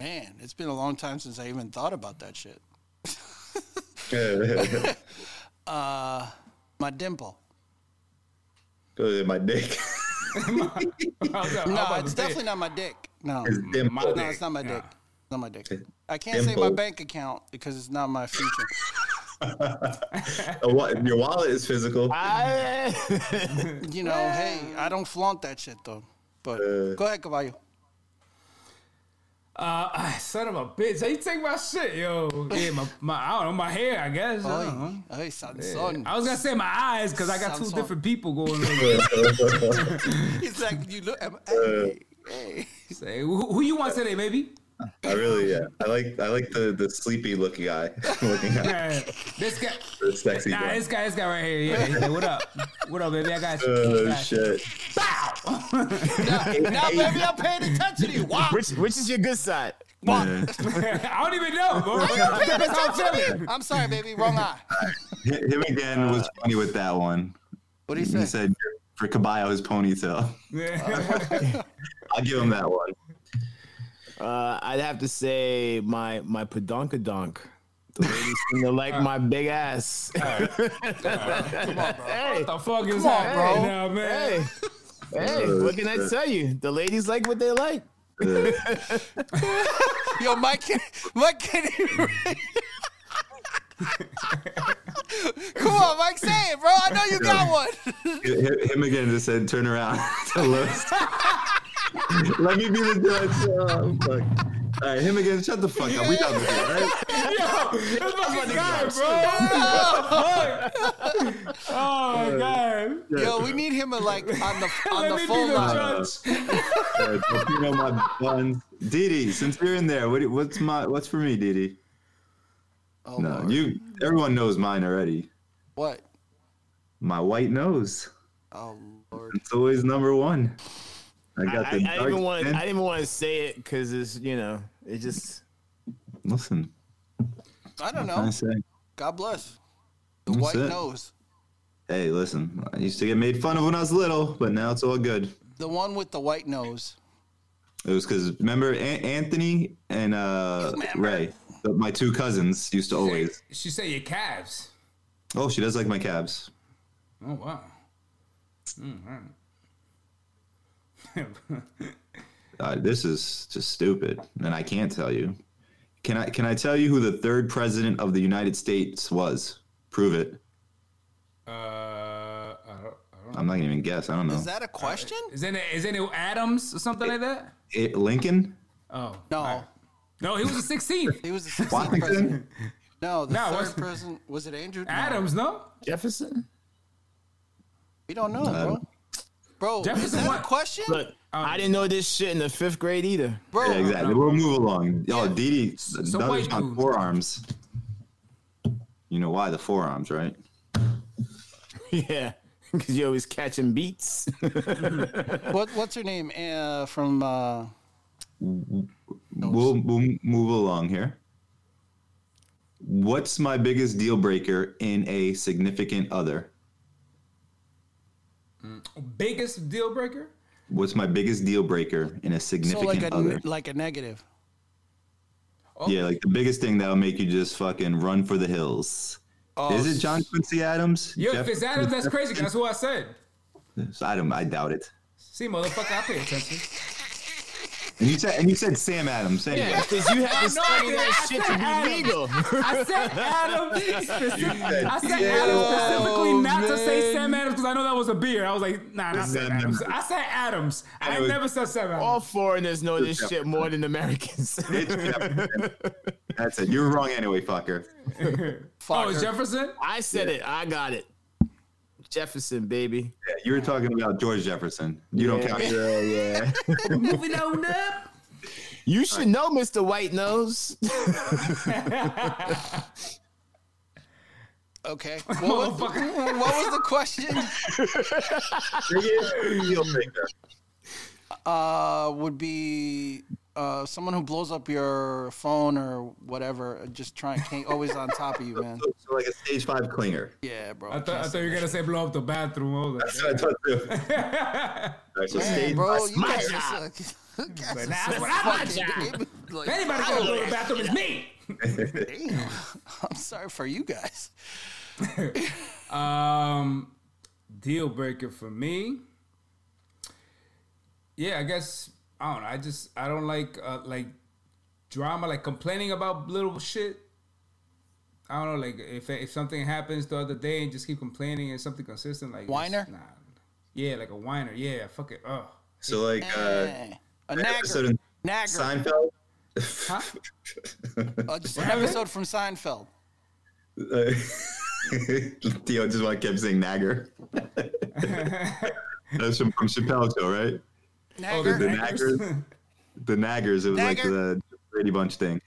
[SPEAKER 1] Man, it's been a long time since I even thought about that shit.
[SPEAKER 2] Go
[SPEAKER 1] My dimple.
[SPEAKER 2] to my dick.
[SPEAKER 1] (laughs)
[SPEAKER 4] I was- I was
[SPEAKER 1] No,
[SPEAKER 4] about to
[SPEAKER 1] it's
[SPEAKER 4] say,
[SPEAKER 1] definitely not my dick. No,
[SPEAKER 2] His dimple.
[SPEAKER 1] no, it's not my dick. Not my dick. I can't say my
[SPEAKER 2] Dimple.
[SPEAKER 1] bank account because it's not my future.
[SPEAKER 2] A wa- Your wallet
[SPEAKER 1] (laughs)
[SPEAKER 2] is physical.
[SPEAKER 3] I, (laughs)
[SPEAKER 1] You know, hey, I don't flaunt that shit though. But go ahead, Caballo.
[SPEAKER 4] ah, (sighs) son of a bitch. Hey, you take my shit, yo. Yeah, my, my I don't know my hair. I guess.
[SPEAKER 1] Oh,
[SPEAKER 4] I, don't know.
[SPEAKER 1] Hey, hey, son, son.
[SPEAKER 4] I was gonna say my eyes because I got two
[SPEAKER 1] Samsung.
[SPEAKER 4] different people going on.
[SPEAKER 1] (laughs) It's like you look. I'm- Hey, hey.
[SPEAKER 4] Say, who, who you want today, baby?
[SPEAKER 2] I really, yeah. I like, I like the the sleepy looking guy (laughs) looking
[SPEAKER 1] (laughs)
[SPEAKER 2] at
[SPEAKER 4] Yeah, this guy.
[SPEAKER 2] the sexy
[SPEAKER 4] Nah,
[SPEAKER 2] guy.
[SPEAKER 4] this guy, this guy right here. Yeah, yeah, what up? What up, baby? I got you.
[SPEAKER 2] Oh
[SPEAKER 4] I got you.
[SPEAKER 2] shit!
[SPEAKER 1] Now, now, baby, I'm paying attention to you. Wow.
[SPEAKER 3] which which is your good side?
[SPEAKER 2] Yeah.
[SPEAKER 4] (laughs) I don't even know, bro. That's how I'm feeling.
[SPEAKER 1] I'm sorry, baby. Wrong eye.
[SPEAKER 2] Him him again was funny with that one.
[SPEAKER 1] What do you
[SPEAKER 2] He
[SPEAKER 1] Uh, say?
[SPEAKER 2] said for Caballo his ponytail.
[SPEAKER 4] (laughs) Yeah.
[SPEAKER 2] I'll give him that one.
[SPEAKER 3] Uh, I'd have to say my my pedonkadonk. The ladies seem to like my big ass. (laughs) Hey,
[SPEAKER 4] What the fuck is
[SPEAKER 1] on, bro.
[SPEAKER 4] happening now, man?
[SPEAKER 3] hey, hey!
[SPEAKER 2] Oh,
[SPEAKER 3] What can I tell you? The ladies like what they like.
[SPEAKER 2] Uh,
[SPEAKER 1] Yo, Mike, (laughs) can, Mike, can you? (laughs) Come on, Mike, say it, bro. I know you got one.
[SPEAKER 2] Him him again just said, "Turn around (laughs) to Lewis." Let me be the judge. Oh, fuck. All right, him again. Shut the fuck up. We got this, all right?
[SPEAKER 1] (laughs)
[SPEAKER 4] Yo, this fucking guy,
[SPEAKER 2] (laughs)
[SPEAKER 4] bro. oh my god.
[SPEAKER 1] Yo, we need him uh, like on
[SPEAKER 4] (laughs)
[SPEAKER 1] the on
[SPEAKER 4] Let
[SPEAKER 1] the
[SPEAKER 4] me be
[SPEAKER 1] phone
[SPEAKER 4] the
[SPEAKER 1] line.
[SPEAKER 4] judge.
[SPEAKER 2] Uh, Yeah, so you know my buns. Didi, since you're in there, what, do- what's my what's for me, Didi?
[SPEAKER 1] Oh,
[SPEAKER 2] No,
[SPEAKER 1] Lord.
[SPEAKER 2] you. Everyone knows mine already.
[SPEAKER 1] what?
[SPEAKER 2] My white nose.
[SPEAKER 1] Oh lord.
[SPEAKER 2] It's always number one. I
[SPEAKER 3] I,
[SPEAKER 2] got
[SPEAKER 3] I,
[SPEAKER 2] the
[SPEAKER 3] I
[SPEAKER 2] dark
[SPEAKER 3] even want.
[SPEAKER 2] skin.
[SPEAKER 3] I didn't want to say it because it's you know it just.
[SPEAKER 2] Listen,
[SPEAKER 1] I don't
[SPEAKER 2] I
[SPEAKER 1] know.
[SPEAKER 2] say,
[SPEAKER 1] God bless. The
[SPEAKER 2] That's
[SPEAKER 1] white
[SPEAKER 2] it.
[SPEAKER 1] nose.
[SPEAKER 2] hey, listen. I used to get made fun of when I was little, but now it's all good.
[SPEAKER 1] The one with the white nose.
[SPEAKER 2] It was because remember An- Anthony and uh, Ray, the- my two cousins, used to always.
[SPEAKER 4] She said your calves.
[SPEAKER 2] Oh, she does like my cabs.
[SPEAKER 4] Oh wow. Hmm,
[SPEAKER 2] Uh, this is just stupid, and I can't tell you. Can I? Can I tell you who the third president of the United States was? Prove it.
[SPEAKER 4] (laughs) Uh, I don't, I don't know.
[SPEAKER 2] I'm not gonna even guess. I don't know.
[SPEAKER 1] Is that a question?
[SPEAKER 4] Isn't it, isn't it Adams or something like that?
[SPEAKER 2] It- Lincoln,
[SPEAKER 4] Oh
[SPEAKER 1] No.
[SPEAKER 4] all right. no, he was the 16th.
[SPEAKER 1] He was the 16th president.
[SPEAKER 2] (laughs) Washington.
[SPEAKER 1] No, the
[SPEAKER 4] No, it
[SPEAKER 1] third
[SPEAKER 4] wasn't.
[SPEAKER 1] president was it Andrew? No,
[SPEAKER 4] Adams, no.
[SPEAKER 3] Jefferson?
[SPEAKER 1] we don't know,
[SPEAKER 2] No.
[SPEAKER 1] bro. Bro, is
[SPEAKER 4] Jefferson
[SPEAKER 1] that a
[SPEAKER 4] what?
[SPEAKER 1] question?
[SPEAKER 3] Look, I didn't know this shit in the fifth grade either. (laughs)
[SPEAKER 1] Bro,
[SPEAKER 2] Yeah, exactly. We'll move along. Oh,
[SPEAKER 1] Yeah.
[SPEAKER 2] Didi, another
[SPEAKER 4] white
[SPEAKER 2] on
[SPEAKER 4] dude.
[SPEAKER 2] forearms. You know why the forearms, right?
[SPEAKER 3] Yeah, because you always catching beats. (laughs)
[SPEAKER 1] what what's her name? Uh, from uh,
[SPEAKER 2] We'll, we'll move along here. What's my biggest deal breaker in a significant other?
[SPEAKER 4] Biggest deal breaker.
[SPEAKER 2] What's my biggest deal breaker in a
[SPEAKER 1] so like
[SPEAKER 2] significant
[SPEAKER 1] a
[SPEAKER 2] other?
[SPEAKER 1] like a negative.
[SPEAKER 2] yeah, like the biggest thing that'll make you just fucking run for the hills.
[SPEAKER 1] Oh,
[SPEAKER 2] Is it John Quincy Adams?
[SPEAKER 4] Yo, if
[SPEAKER 2] Jeff-
[SPEAKER 4] it's Adams, that's crazy. 'cause That's what I said.
[SPEAKER 2] I don't. I doubt it.
[SPEAKER 4] See, motherfucker, I pay attention.
[SPEAKER 2] And you said and you said Sam Adams. Anyway.
[SPEAKER 3] Because you had to
[SPEAKER 4] No, I
[SPEAKER 3] study that shit
[SPEAKER 4] didn't.
[SPEAKER 3] to
[SPEAKER 4] I
[SPEAKER 3] be legal.
[SPEAKER 4] I said Adam specifically. I said
[SPEAKER 2] Yeah.
[SPEAKER 4] Adam specifically not to say
[SPEAKER 1] man.
[SPEAKER 4] Sam Adams because I know that was a beer. I was like, Oh, nah,
[SPEAKER 2] Sam
[SPEAKER 4] not Sam Adams.
[SPEAKER 2] Adams.
[SPEAKER 4] I said Adams. I
[SPEAKER 2] it was-
[SPEAKER 4] never said Sam Adams.
[SPEAKER 3] All foreigners know this shit more than Americans.
[SPEAKER 2] It's (laughs) Jefferson. That's it. You're wrong anyway, fucker.
[SPEAKER 4] Oh,
[SPEAKER 1] fucker.
[SPEAKER 4] (laughs) Jefferson.
[SPEAKER 3] I said it. I got it. Jefferson, baby.
[SPEAKER 2] Yeah, you were talking about George Jefferson. You don't count. (laughs)
[SPEAKER 3] Yeah, yeah.
[SPEAKER 4] Moving on up.
[SPEAKER 3] You should know, Mr. White
[SPEAKER 4] (laughs)
[SPEAKER 3] Nose. (laughs)
[SPEAKER 4] (laughs)
[SPEAKER 1] okay. What was, (laughs) what was the question?
[SPEAKER 2] Deal breaker.
[SPEAKER 1] Uh, would be uh, someone who blows up your phone or whatever. uh, Just trying, can't always on top of you,
[SPEAKER 2] (laughs)
[SPEAKER 1] man.
[SPEAKER 2] So, so like a stage five (laughs) clinger.
[SPEAKER 1] Yeah, bro.
[SPEAKER 4] I,
[SPEAKER 1] can't
[SPEAKER 4] thought I thought you were gonna say blow up the bathroom. I was like,
[SPEAKER 2] That's what I thought too. (laughs) Alright, so
[SPEAKER 1] Hey,
[SPEAKER 2] stage
[SPEAKER 1] bro,
[SPEAKER 2] five-
[SPEAKER 1] you
[SPEAKER 3] my
[SPEAKER 1] guys
[SPEAKER 3] job.
[SPEAKER 1] are so- (laughs) guys
[SPEAKER 4] But
[SPEAKER 1] are
[SPEAKER 4] that's
[SPEAKER 1] so
[SPEAKER 4] what I want,
[SPEAKER 1] fucking- like,
[SPEAKER 4] if anybody
[SPEAKER 1] I
[SPEAKER 4] gonna
[SPEAKER 1] don't-
[SPEAKER 4] blow the bathroom, it's me.
[SPEAKER 1] damn. (laughs) I'm sorry for you guys.
[SPEAKER 4] Um, deal breaker for me. Yeah, I guess I don't know. I just I don't like uh, like drama, like complaining about little shit. I don't know, like if if something happens the other day and just keep complaining and something consistent, like just-
[SPEAKER 1] Whiner?
[SPEAKER 4] Nah, yeah, like a whiner. Yeah, fuck it. (laughs) Oh,
[SPEAKER 2] So like uh,
[SPEAKER 1] Eh, a
[SPEAKER 2] that episode
[SPEAKER 1] nagger.
[SPEAKER 2] in
[SPEAKER 1] Nagger.
[SPEAKER 2] Seinfeld.
[SPEAKER 4] huh?
[SPEAKER 1] Uh, just an episode from Seinfeld.
[SPEAKER 4] Oh,
[SPEAKER 2] Uh, (laughs) Theo just want kept saying Nagger.
[SPEAKER 4] Oh,
[SPEAKER 2] That's from, from Chappelle Show, right?
[SPEAKER 1] Nagger.
[SPEAKER 2] The
[SPEAKER 4] Naggers.
[SPEAKER 2] Naggers. The Naggers. It was like
[SPEAKER 1] Nagger.
[SPEAKER 2] the Brady Bunch thing.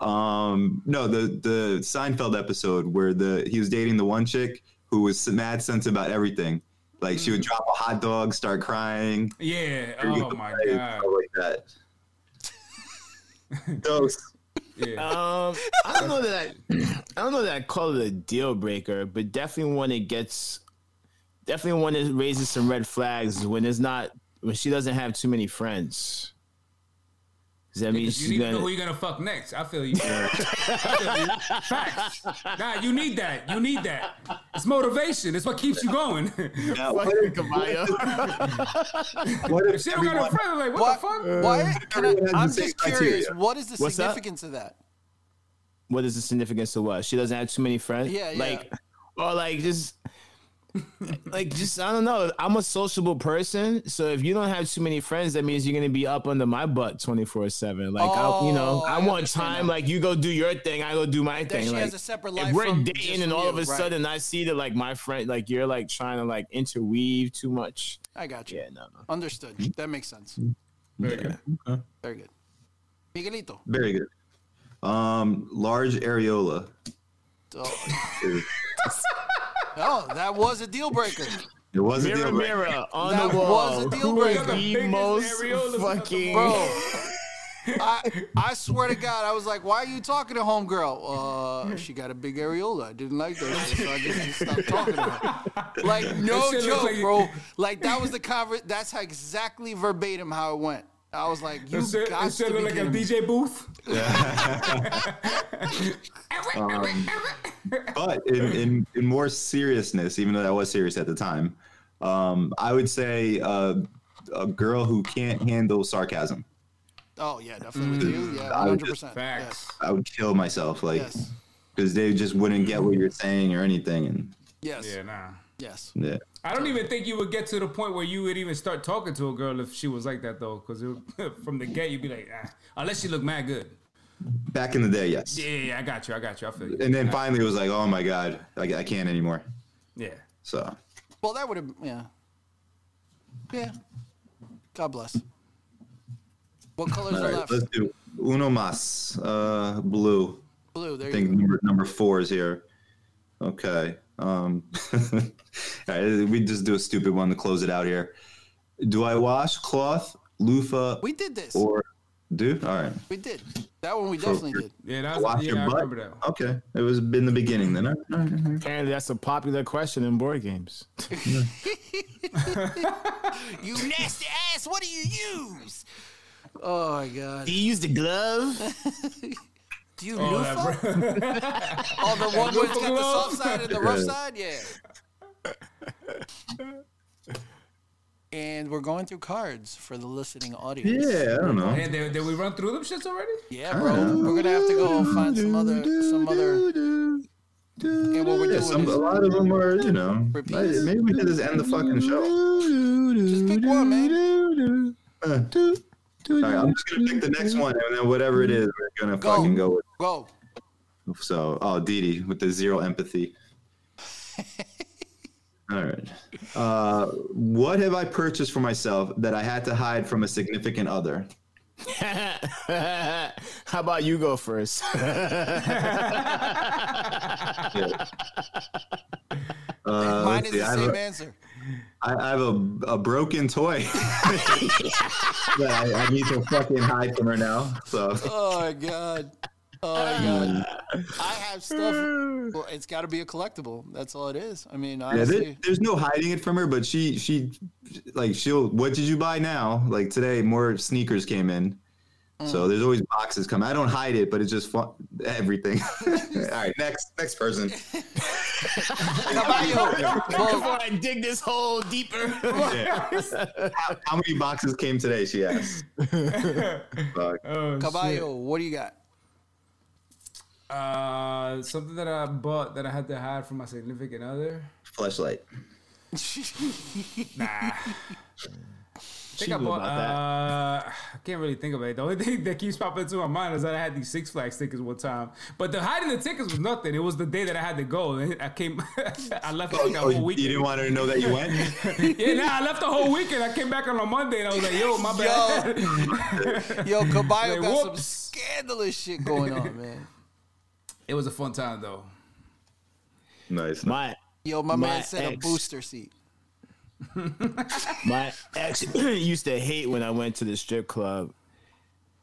[SPEAKER 2] Um, no, the the Seinfeld episode where the he was dating the one chick who was mad sense about everything. Like she would drop a hot dog, start crying.
[SPEAKER 4] (laughs) yeah. Mm. Oh my god.
[SPEAKER 2] stuff like that.
[SPEAKER 4] (laughs)
[SPEAKER 2] so
[SPEAKER 4] Yeah.
[SPEAKER 3] Um, I don't know that I, I don't know that I call it a deal breaker, but definitely when it gets, definitely when it raises some red flags when it's not when she doesn't have too many friends. Does that mean
[SPEAKER 4] You
[SPEAKER 3] she's
[SPEAKER 4] need to know who
[SPEAKER 3] gonna?
[SPEAKER 4] you're gonna fuck next. I feel you. I feel you. Facts. Nah, you need that. You need that. It's motivation. It's what keeps you going. (laughs) if
[SPEAKER 2] now, what,
[SPEAKER 3] Fucking Caballo.
[SPEAKER 2] what if
[SPEAKER 4] she don't got
[SPEAKER 2] everyone,
[SPEAKER 4] a friend,
[SPEAKER 1] What? Uh,
[SPEAKER 4] like what, the fuck?
[SPEAKER 1] What? Can I,
[SPEAKER 2] Everyone has the
[SPEAKER 1] I'm
[SPEAKER 2] same
[SPEAKER 1] just curious.
[SPEAKER 2] criteria.
[SPEAKER 1] What is the
[SPEAKER 3] What's that?
[SPEAKER 1] significance of that?
[SPEAKER 3] what is the significance of what? She doesn't have too many friends.
[SPEAKER 1] Yeah, yeah.
[SPEAKER 3] Like, or like just. (laughs) like just I don't know. I'm a sociable person, so if you don't have too many friends, that means you're gonna be up under my butt 24 seven. Like I, you know,
[SPEAKER 1] Oh,
[SPEAKER 3] I,
[SPEAKER 1] I
[SPEAKER 3] want
[SPEAKER 1] understand
[SPEAKER 3] time.
[SPEAKER 1] that.
[SPEAKER 3] Like you go do your thing, I go do my
[SPEAKER 1] That
[SPEAKER 3] thing.
[SPEAKER 1] she
[SPEAKER 3] like
[SPEAKER 1] has a separate
[SPEAKER 3] if
[SPEAKER 1] life.
[SPEAKER 3] we're
[SPEAKER 1] from
[SPEAKER 3] dating,
[SPEAKER 1] just
[SPEAKER 3] and all
[SPEAKER 1] you,
[SPEAKER 3] of a
[SPEAKER 1] right.
[SPEAKER 3] sudden I see that like my friend, like you're like trying to like interweave too much.
[SPEAKER 1] I got you.
[SPEAKER 3] Yeah, no, no.
[SPEAKER 1] Understood. That makes sense.
[SPEAKER 4] Very good.
[SPEAKER 1] Very good. Miguelito.
[SPEAKER 2] very good. Um, large areola.
[SPEAKER 1] Oh. No, that was a deal breaker.
[SPEAKER 2] It was a
[SPEAKER 3] Mirror,
[SPEAKER 2] deal
[SPEAKER 1] (laughs)
[SPEAKER 2] breaker.
[SPEAKER 3] mirror on
[SPEAKER 1] That
[SPEAKER 3] the wall.
[SPEAKER 1] was a deal
[SPEAKER 3] Who is
[SPEAKER 1] breaker.
[SPEAKER 4] The
[SPEAKER 3] the
[SPEAKER 4] biggest
[SPEAKER 3] most
[SPEAKER 4] areolas in the
[SPEAKER 3] fucking?
[SPEAKER 4] (laughs)
[SPEAKER 1] bro. I, I swear to God, I was like, "Why are you talking to homegirl? Uh, she got a big areola. I didn't like that, shit, so I just, just
[SPEAKER 4] (laughs)
[SPEAKER 1] stopped talking to her." Like no
[SPEAKER 4] That shit looks
[SPEAKER 1] joke,
[SPEAKER 4] like-
[SPEAKER 1] bro. Like that was the conver- That's how exactly verbatim how it went. I was like, "You
[SPEAKER 4] Instead
[SPEAKER 1] got to
[SPEAKER 4] instead
[SPEAKER 1] be
[SPEAKER 4] of like a
[SPEAKER 1] kidding me.
[SPEAKER 4] DJ booth.
[SPEAKER 2] but in, in, in more seriousness, even though that was serious at the time, um, I would say uh, a girl who can't handle sarcasm.
[SPEAKER 1] Oh yeah, definitely with
[SPEAKER 4] Mm.
[SPEAKER 1] you. Yeah,
[SPEAKER 2] I
[SPEAKER 1] one
[SPEAKER 2] would
[SPEAKER 1] hundred
[SPEAKER 2] just-
[SPEAKER 1] percent.
[SPEAKER 4] Facts.
[SPEAKER 2] I would kill myself, like,
[SPEAKER 1] Yes.
[SPEAKER 2] because they just wouldn't get what you're saying or anything. And
[SPEAKER 1] Yes.
[SPEAKER 4] Yeah, nah.
[SPEAKER 1] Yes.
[SPEAKER 2] yeah,
[SPEAKER 4] I don't even think you would get to the point where you would even start talking to a girl if she was like that though, because (laughs) from the get you'd be like, ah. unless she look mad good.
[SPEAKER 2] back in the day, yes.
[SPEAKER 4] Yeah, yeah, yeah, I got you, I got you, I feel you.
[SPEAKER 2] And then finally, it was like, oh my god, I, I can't anymore.
[SPEAKER 4] Yeah,
[SPEAKER 2] So
[SPEAKER 1] Well, that would have. Yeah. Yeah. God bless. What colors
[SPEAKER 2] all
[SPEAKER 1] are
[SPEAKER 2] right,
[SPEAKER 1] left?
[SPEAKER 2] let's do uno mas uh, blue.
[SPEAKER 1] Blue. There
[SPEAKER 2] I
[SPEAKER 1] you
[SPEAKER 2] think
[SPEAKER 1] go.
[SPEAKER 2] number number four is here. Okay. Um, (laughs) all right, we just do a stupid one to close it out here. Do I wash cloth, loofah,
[SPEAKER 1] We did this.
[SPEAKER 2] or do? All right.
[SPEAKER 1] We did. That one we definitely did.
[SPEAKER 4] yeah, that
[SPEAKER 2] Wash
[SPEAKER 4] was, yeah, I
[SPEAKER 2] your
[SPEAKER 4] remember that.
[SPEAKER 2] butt. Okay, it was in the beginning then. All right, all right, all right.
[SPEAKER 3] Apparently, that's a popular question in board games.
[SPEAKER 1] You nasty ass. What do you use? Oh my god.
[SPEAKER 3] Do you use the glove?
[SPEAKER 1] (laughs) Do you
[SPEAKER 4] Oh,
[SPEAKER 1] loofah?
[SPEAKER 4] that bro- (laughs)
[SPEAKER 1] Oh,
[SPEAKER 2] (laughs)
[SPEAKER 1] the one where it's got the
[SPEAKER 4] glove?
[SPEAKER 1] soft side and the rough
[SPEAKER 2] Yeah.
[SPEAKER 1] side. Yeah. And we're going through cards for the listening audience.
[SPEAKER 2] Yeah, I don't know.
[SPEAKER 4] Man, did, did we run through them shits already?
[SPEAKER 1] Yeah, bro. We're gonna have to go find some other, some other.
[SPEAKER 2] Yeah,
[SPEAKER 1] what we're doing
[SPEAKER 2] some,
[SPEAKER 1] is-
[SPEAKER 2] a lot of them are, you know.
[SPEAKER 1] Repeats.
[SPEAKER 2] Maybe we should just end the fucking show.
[SPEAKER 1] Just pick one,
[SPEAKER 2] man. All right, I'm just gonna pick the next one, and then whatever it is, we're gonna
[SPEAKER 1] Go.
[SPEAKER 2] fucking go with.
[SPEAKER 1] Go.
[SPEAKER 2] it. So, oh, Didi with the
[SPEAKER 1] (laughs)
[SPEAKER 2] zero empathy. All right. Uh, what have I purchased for myself that I had to hide from a significant other?
[SPEAKER 3] (laughs) How about you go first?
[SPEAKER 2] Yeah. Uh,
[SPEAKER 1] Mine
[SPEAKER 2] let's
[SPEAKER 1] is
[SPEAKER 2] see,
[SPEAKER 1] the
[SPEAKER 2] I have
[SPEAKER 1] same
[SPEAKER 2] a-
[SPEAKER 1] answer.
[SPEAKER 2] I, I have a, a broken toy (laughs) that I, I need to fucking hide from her now. So
[SPEAKER 1] Oh my god. Oh my god. I have stuff. Well, it's got to be a collectible. That's all it is. I mean,
[SPEAKER 2] yeah,
[SPEAKER 1] honestly.
[SPEAKER 2] there, there's no hiding it from her, but she she like she'll what did you buy now? Like today, more sneakers came in. So there's always boxes coming. I don't hide it, but it's just fun, everything. (laughs) All right, next next person.
[SPEAKER 1] Caballo.
[SPEAKER 3] (laughs) Before I dig this hole deeper.
[SPEAKER 2] How, how many boxes came today? She asked. (laughs) Fuck.
[SPEAKER 4] Oh,
[SPEAKER 1] Caballo, what do you got?
[SPEAKER 4] shit. Uh, something that I bought that I had to hide from my significant other.
[SPEAKER 2] Flashlight.
[SPEAKER 4] I think I
[SPEAKER 3] knew
[SPEAKER 4] bought.
[SPEAKER 3] about that.
[SPEAKER 4] Uh, (sighs) I can't really think of it. The only thing (laughs) that keeps popping into my mind is that I had these Six Flags tickets one time, but the hiding the tickets was nothing. It was the day that I had to go. I came, (laughs) I left like a
[SPEAKER 2] Oh,
[SPEAKER 4] whole
[SPEAKER 2] you
[SPEAKER 4] weekend.
[SPEAKER 2] didn't want her to know that you (laughs) went.
[SPEAKER 4] Yeah, nah, I left the whole weekend. I came back on a Monday and I was like, yo,
[SPEAKER 1] (laughs)
[SPEAKER 4] my bad.
[SPEAKER 1] Yo, Caballo
[SPEAKER 4] Like,
[SPEAKER 1] got some
[SPEAKER 4] whoops.
[SPEAKER 1] scandalous shit going on, man.
[SPEAKER 4] It was a fun time though.
[SPEAKER 2] nice.
[SPEAKER 3] My
[SPEAKER 1] Yo, my,
[SPEAKER 3] My
[SPEAKER 1] man said a
[SPEAKER 3] ex.
[SPEAKER 1] booster seat.
[SPEAKER 3] my ex (clears throat) used to hate when I went to the strip club,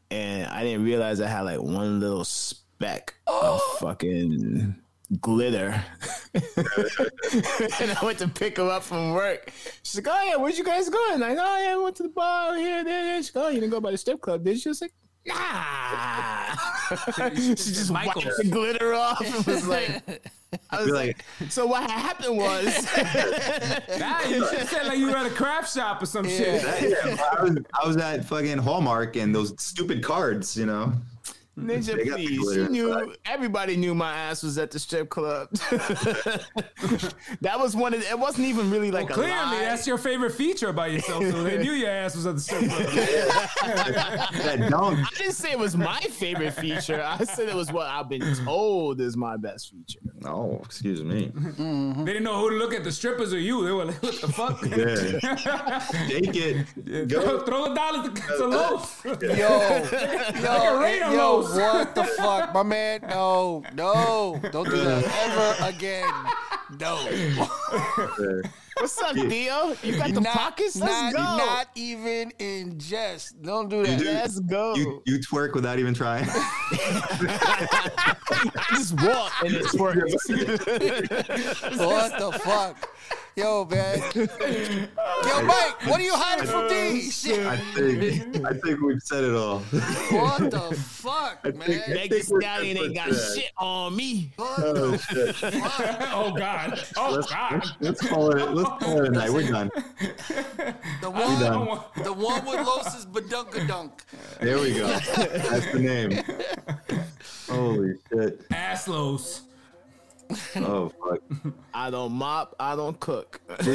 [SPEAKER 3] and I didn't realize I had like one little speck of fucking glitter. (laughs) and I went to pick her up from work. She's like, "Oh yeah, where'd you guys going?" Like, "Oh yeah, I went to the bar here, there, there." She's like, "Oh, you didn't go by the strip club, did you?" I was like, "Nah." (laughs) she just wiped
[SPEAKER 4] Michael's.
[SPEAKER 3] the glitter off and was (laughs) like. I was
[SPEAKER 2] Be
[SPEAKER 3] like,
[SPEAKER 2] like,
[SPEAKER 3] so what happened (laughs) was
[SPEAKER 4] Nah, you should said like you were at a craft shop or some shit.
[SPEAKER 1] Yeah.
[SPEAKER 2] Yeah, I was, I was at fucking Hallmark and those stupid cards, you know.
[SPEAKER 3] Ninja,
[SPEAKER 2] They got
[SPEAKER 3] please.
[SPEAKER 2] people
[SPEAKER 3] You
[SPEAKER 2] there.
[SPEAKER 3] knew everybody knew my ass was at the strip club. (laughs) that was one of the, it wasn't even really like
[SPEAKER 4] Clearly,
[SPEAKER 3] a lie.
[SPEAKER 4] that's your favorite feature about yourself. So they knew your ass was at the strip club.
[SPEAKER 2] That dunk.
[SPEAKER 3] I didn't say it was my favorite feature. I said it was what I've been told is my best feature.
[SPEAKER 2] (laughs) Oh, excuse me.
[SPEAKER 4] They didn't know who to look at, the strippers or you. They were like, what the fuck?
[SPEAKER 2] (laughs) Yeah. Take it.
[SPEAKER 4] Throw,
[SPEAKER 2] Go.
[SPEAKER 4] throw a dollar to, to loaf. (laughs)
[SPEAKER 1] Yo, yo,
[SPEAKER 4] radar
[SPEAKER 1] yo,
[SPEAKER 4] hose.
[SPEAKER 1] what the fuck, my man? No, no, don't do that ever again. No.
[SPEAKER 3] What's up, Dio? You got the pockets?
[SPEAKER 1] not,
[SPEAKER 3] Let's go.
[SPEAKER 1] not even in jest. Don't do that.
[SPEAKER 2] do.
[SPEAKER 3] Let's go.
[SPEAKER 2] You, you twerk without even trying.
[SPEAKER 3] just walk and it's working.
[SPEAKER 1] What the fuck? Yo, man. Yo, Mike, what are you hiding from D? Shit.
[SPEAKER 2] I think I think we've said it all.
[SPEAKER 1] What the fuck, man?
[SPEAKER 3] Meg Thee Stallion ain't got shit on me.
[SPEAKER 1] What the fuck?
[SPEAKER 4] oh God. Oh
[SPEAKER 2] Let's,
[SPEAKER 4] God.
[SPEAKER 2] let's, let's call it. Let's call it a night. We're done.
[SPEAKER 1] The
[SPEAKER 4] I
[SPEAKER 1] one,
[SPEAKER 4] (laughs) don't want-
[SPEAKER 1] the one with Los's badunkadunk.
[SPEAKER 2] There we go. That's the name. Holy shit!
[SPEAKER 4] Aslos.
[SPEAKER 2] Oh fuck.
[SPEAKER 3] I don't mop. I don't cook.
[SPEAKER 2] Yo.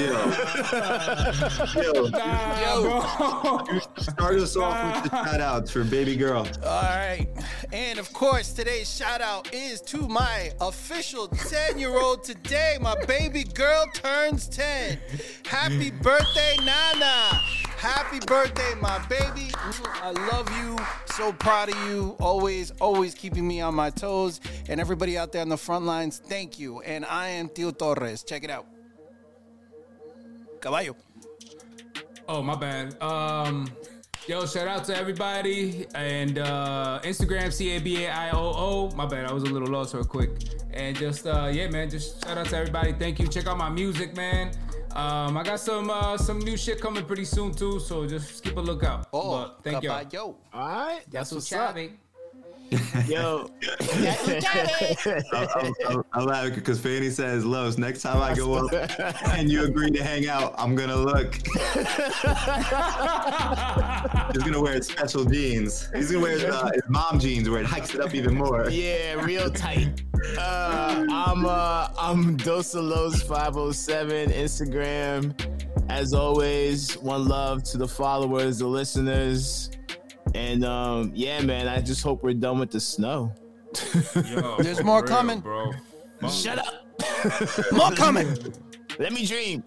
[SPEAKER 2] Yo.
[SPEAKER 1] Yo.
[SPEAKER 2] Start us off with the shout outs for baby girl.
[SPEAKER 1] All right. And of course, today's shout out is to my official 10 year old today. My baby girl turns 10. Happy birthday, Nana. Happy birthday, my baby. I love you. So proud of you. Always, always keeping me on my toes. And everybody out there on the front lines, thank you. And I am Tio Torres. Check it out. Caballo.
[SPEAKER 4] Oh my bad. Um, yo, shout out to everybody and uh, Instagram C A B A I O O. My bad, I was a little lost real quick. And just uh, yeah, man, just shout out to everybody. Thank you. Check out my music, man. Um, I got some uh, some new shit coming pretty soon too, so just keep a lookout.
[SPEAKER 1] Oh,
[SPEAKER 4] But thank you.
[SPEAKER 1] caballo.
[SPEAKER 3] All right, that's what's up,
[SPEAKER 2] (laughs)
[SPEAKER 3] yo.
[SPEAKER 2] I'll, I'll, I'll, I'll laugh because Fanny says, Loves, next time I go up (laughs) and you agree to hang out, I'm going to look. He's going to wear special jeans. He's going to wear his, uh, his mom jeans where it hikes it up even more.
[SPEAKER 3] Yeah, real (laughs) tight. Uh, I'm uh, I'm Dosalos five oh seven Instagram. As always, one love to the followers, the listeners, and um, yeah, man. I just hope we're done with the snow.
[SPEAKER 4] Yo,
[SPEAKER 1] (laughs) There's
[SPEAKER 4] for
[SPEAKER 1] more coming.
[SPEAKER 4] bro.
[SPEAKER 3] Shut up.
[SPEAKER 1] More coming.
[SPEAKER 3] Let me dream.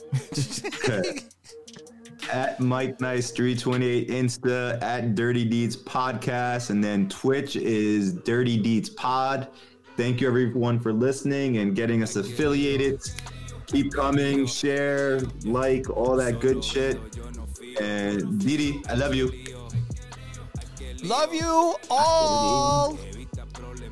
[SPEAKER 2] (laughs) At Mike Nice 328 Insta, at Dirty Deeds Podcast, and then Twitch is Dirty Deeds Pod. Thank you everyone for listening and getting us affiliated. Keep coming, share, like, all that good shit. And Didi, I love you.
[SPEAKER 1] Love you all.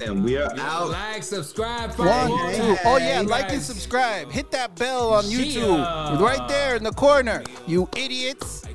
[SPEAKER 2] And we are out.
[SPEAKER 4] Like, subscribe,
[SPEAKER 1] One,
[SPEAKER 4] follow. all
[SPEAKER 1] two.
[SPEAKER 4] that.
[SPEAKER 1] Oh yeah,
[SPEAKER 4] You
[SPEAKER 1] like and
[SPEAKER 4] guys-
[SPEAKER 1] subscribe. Hit that bell on
[SPEAKER 4] See
[SPEAKER 1] YouTube.
[SPEAKER 4] ya.
[SPEAKER 1] Right there in the corner. You idiots.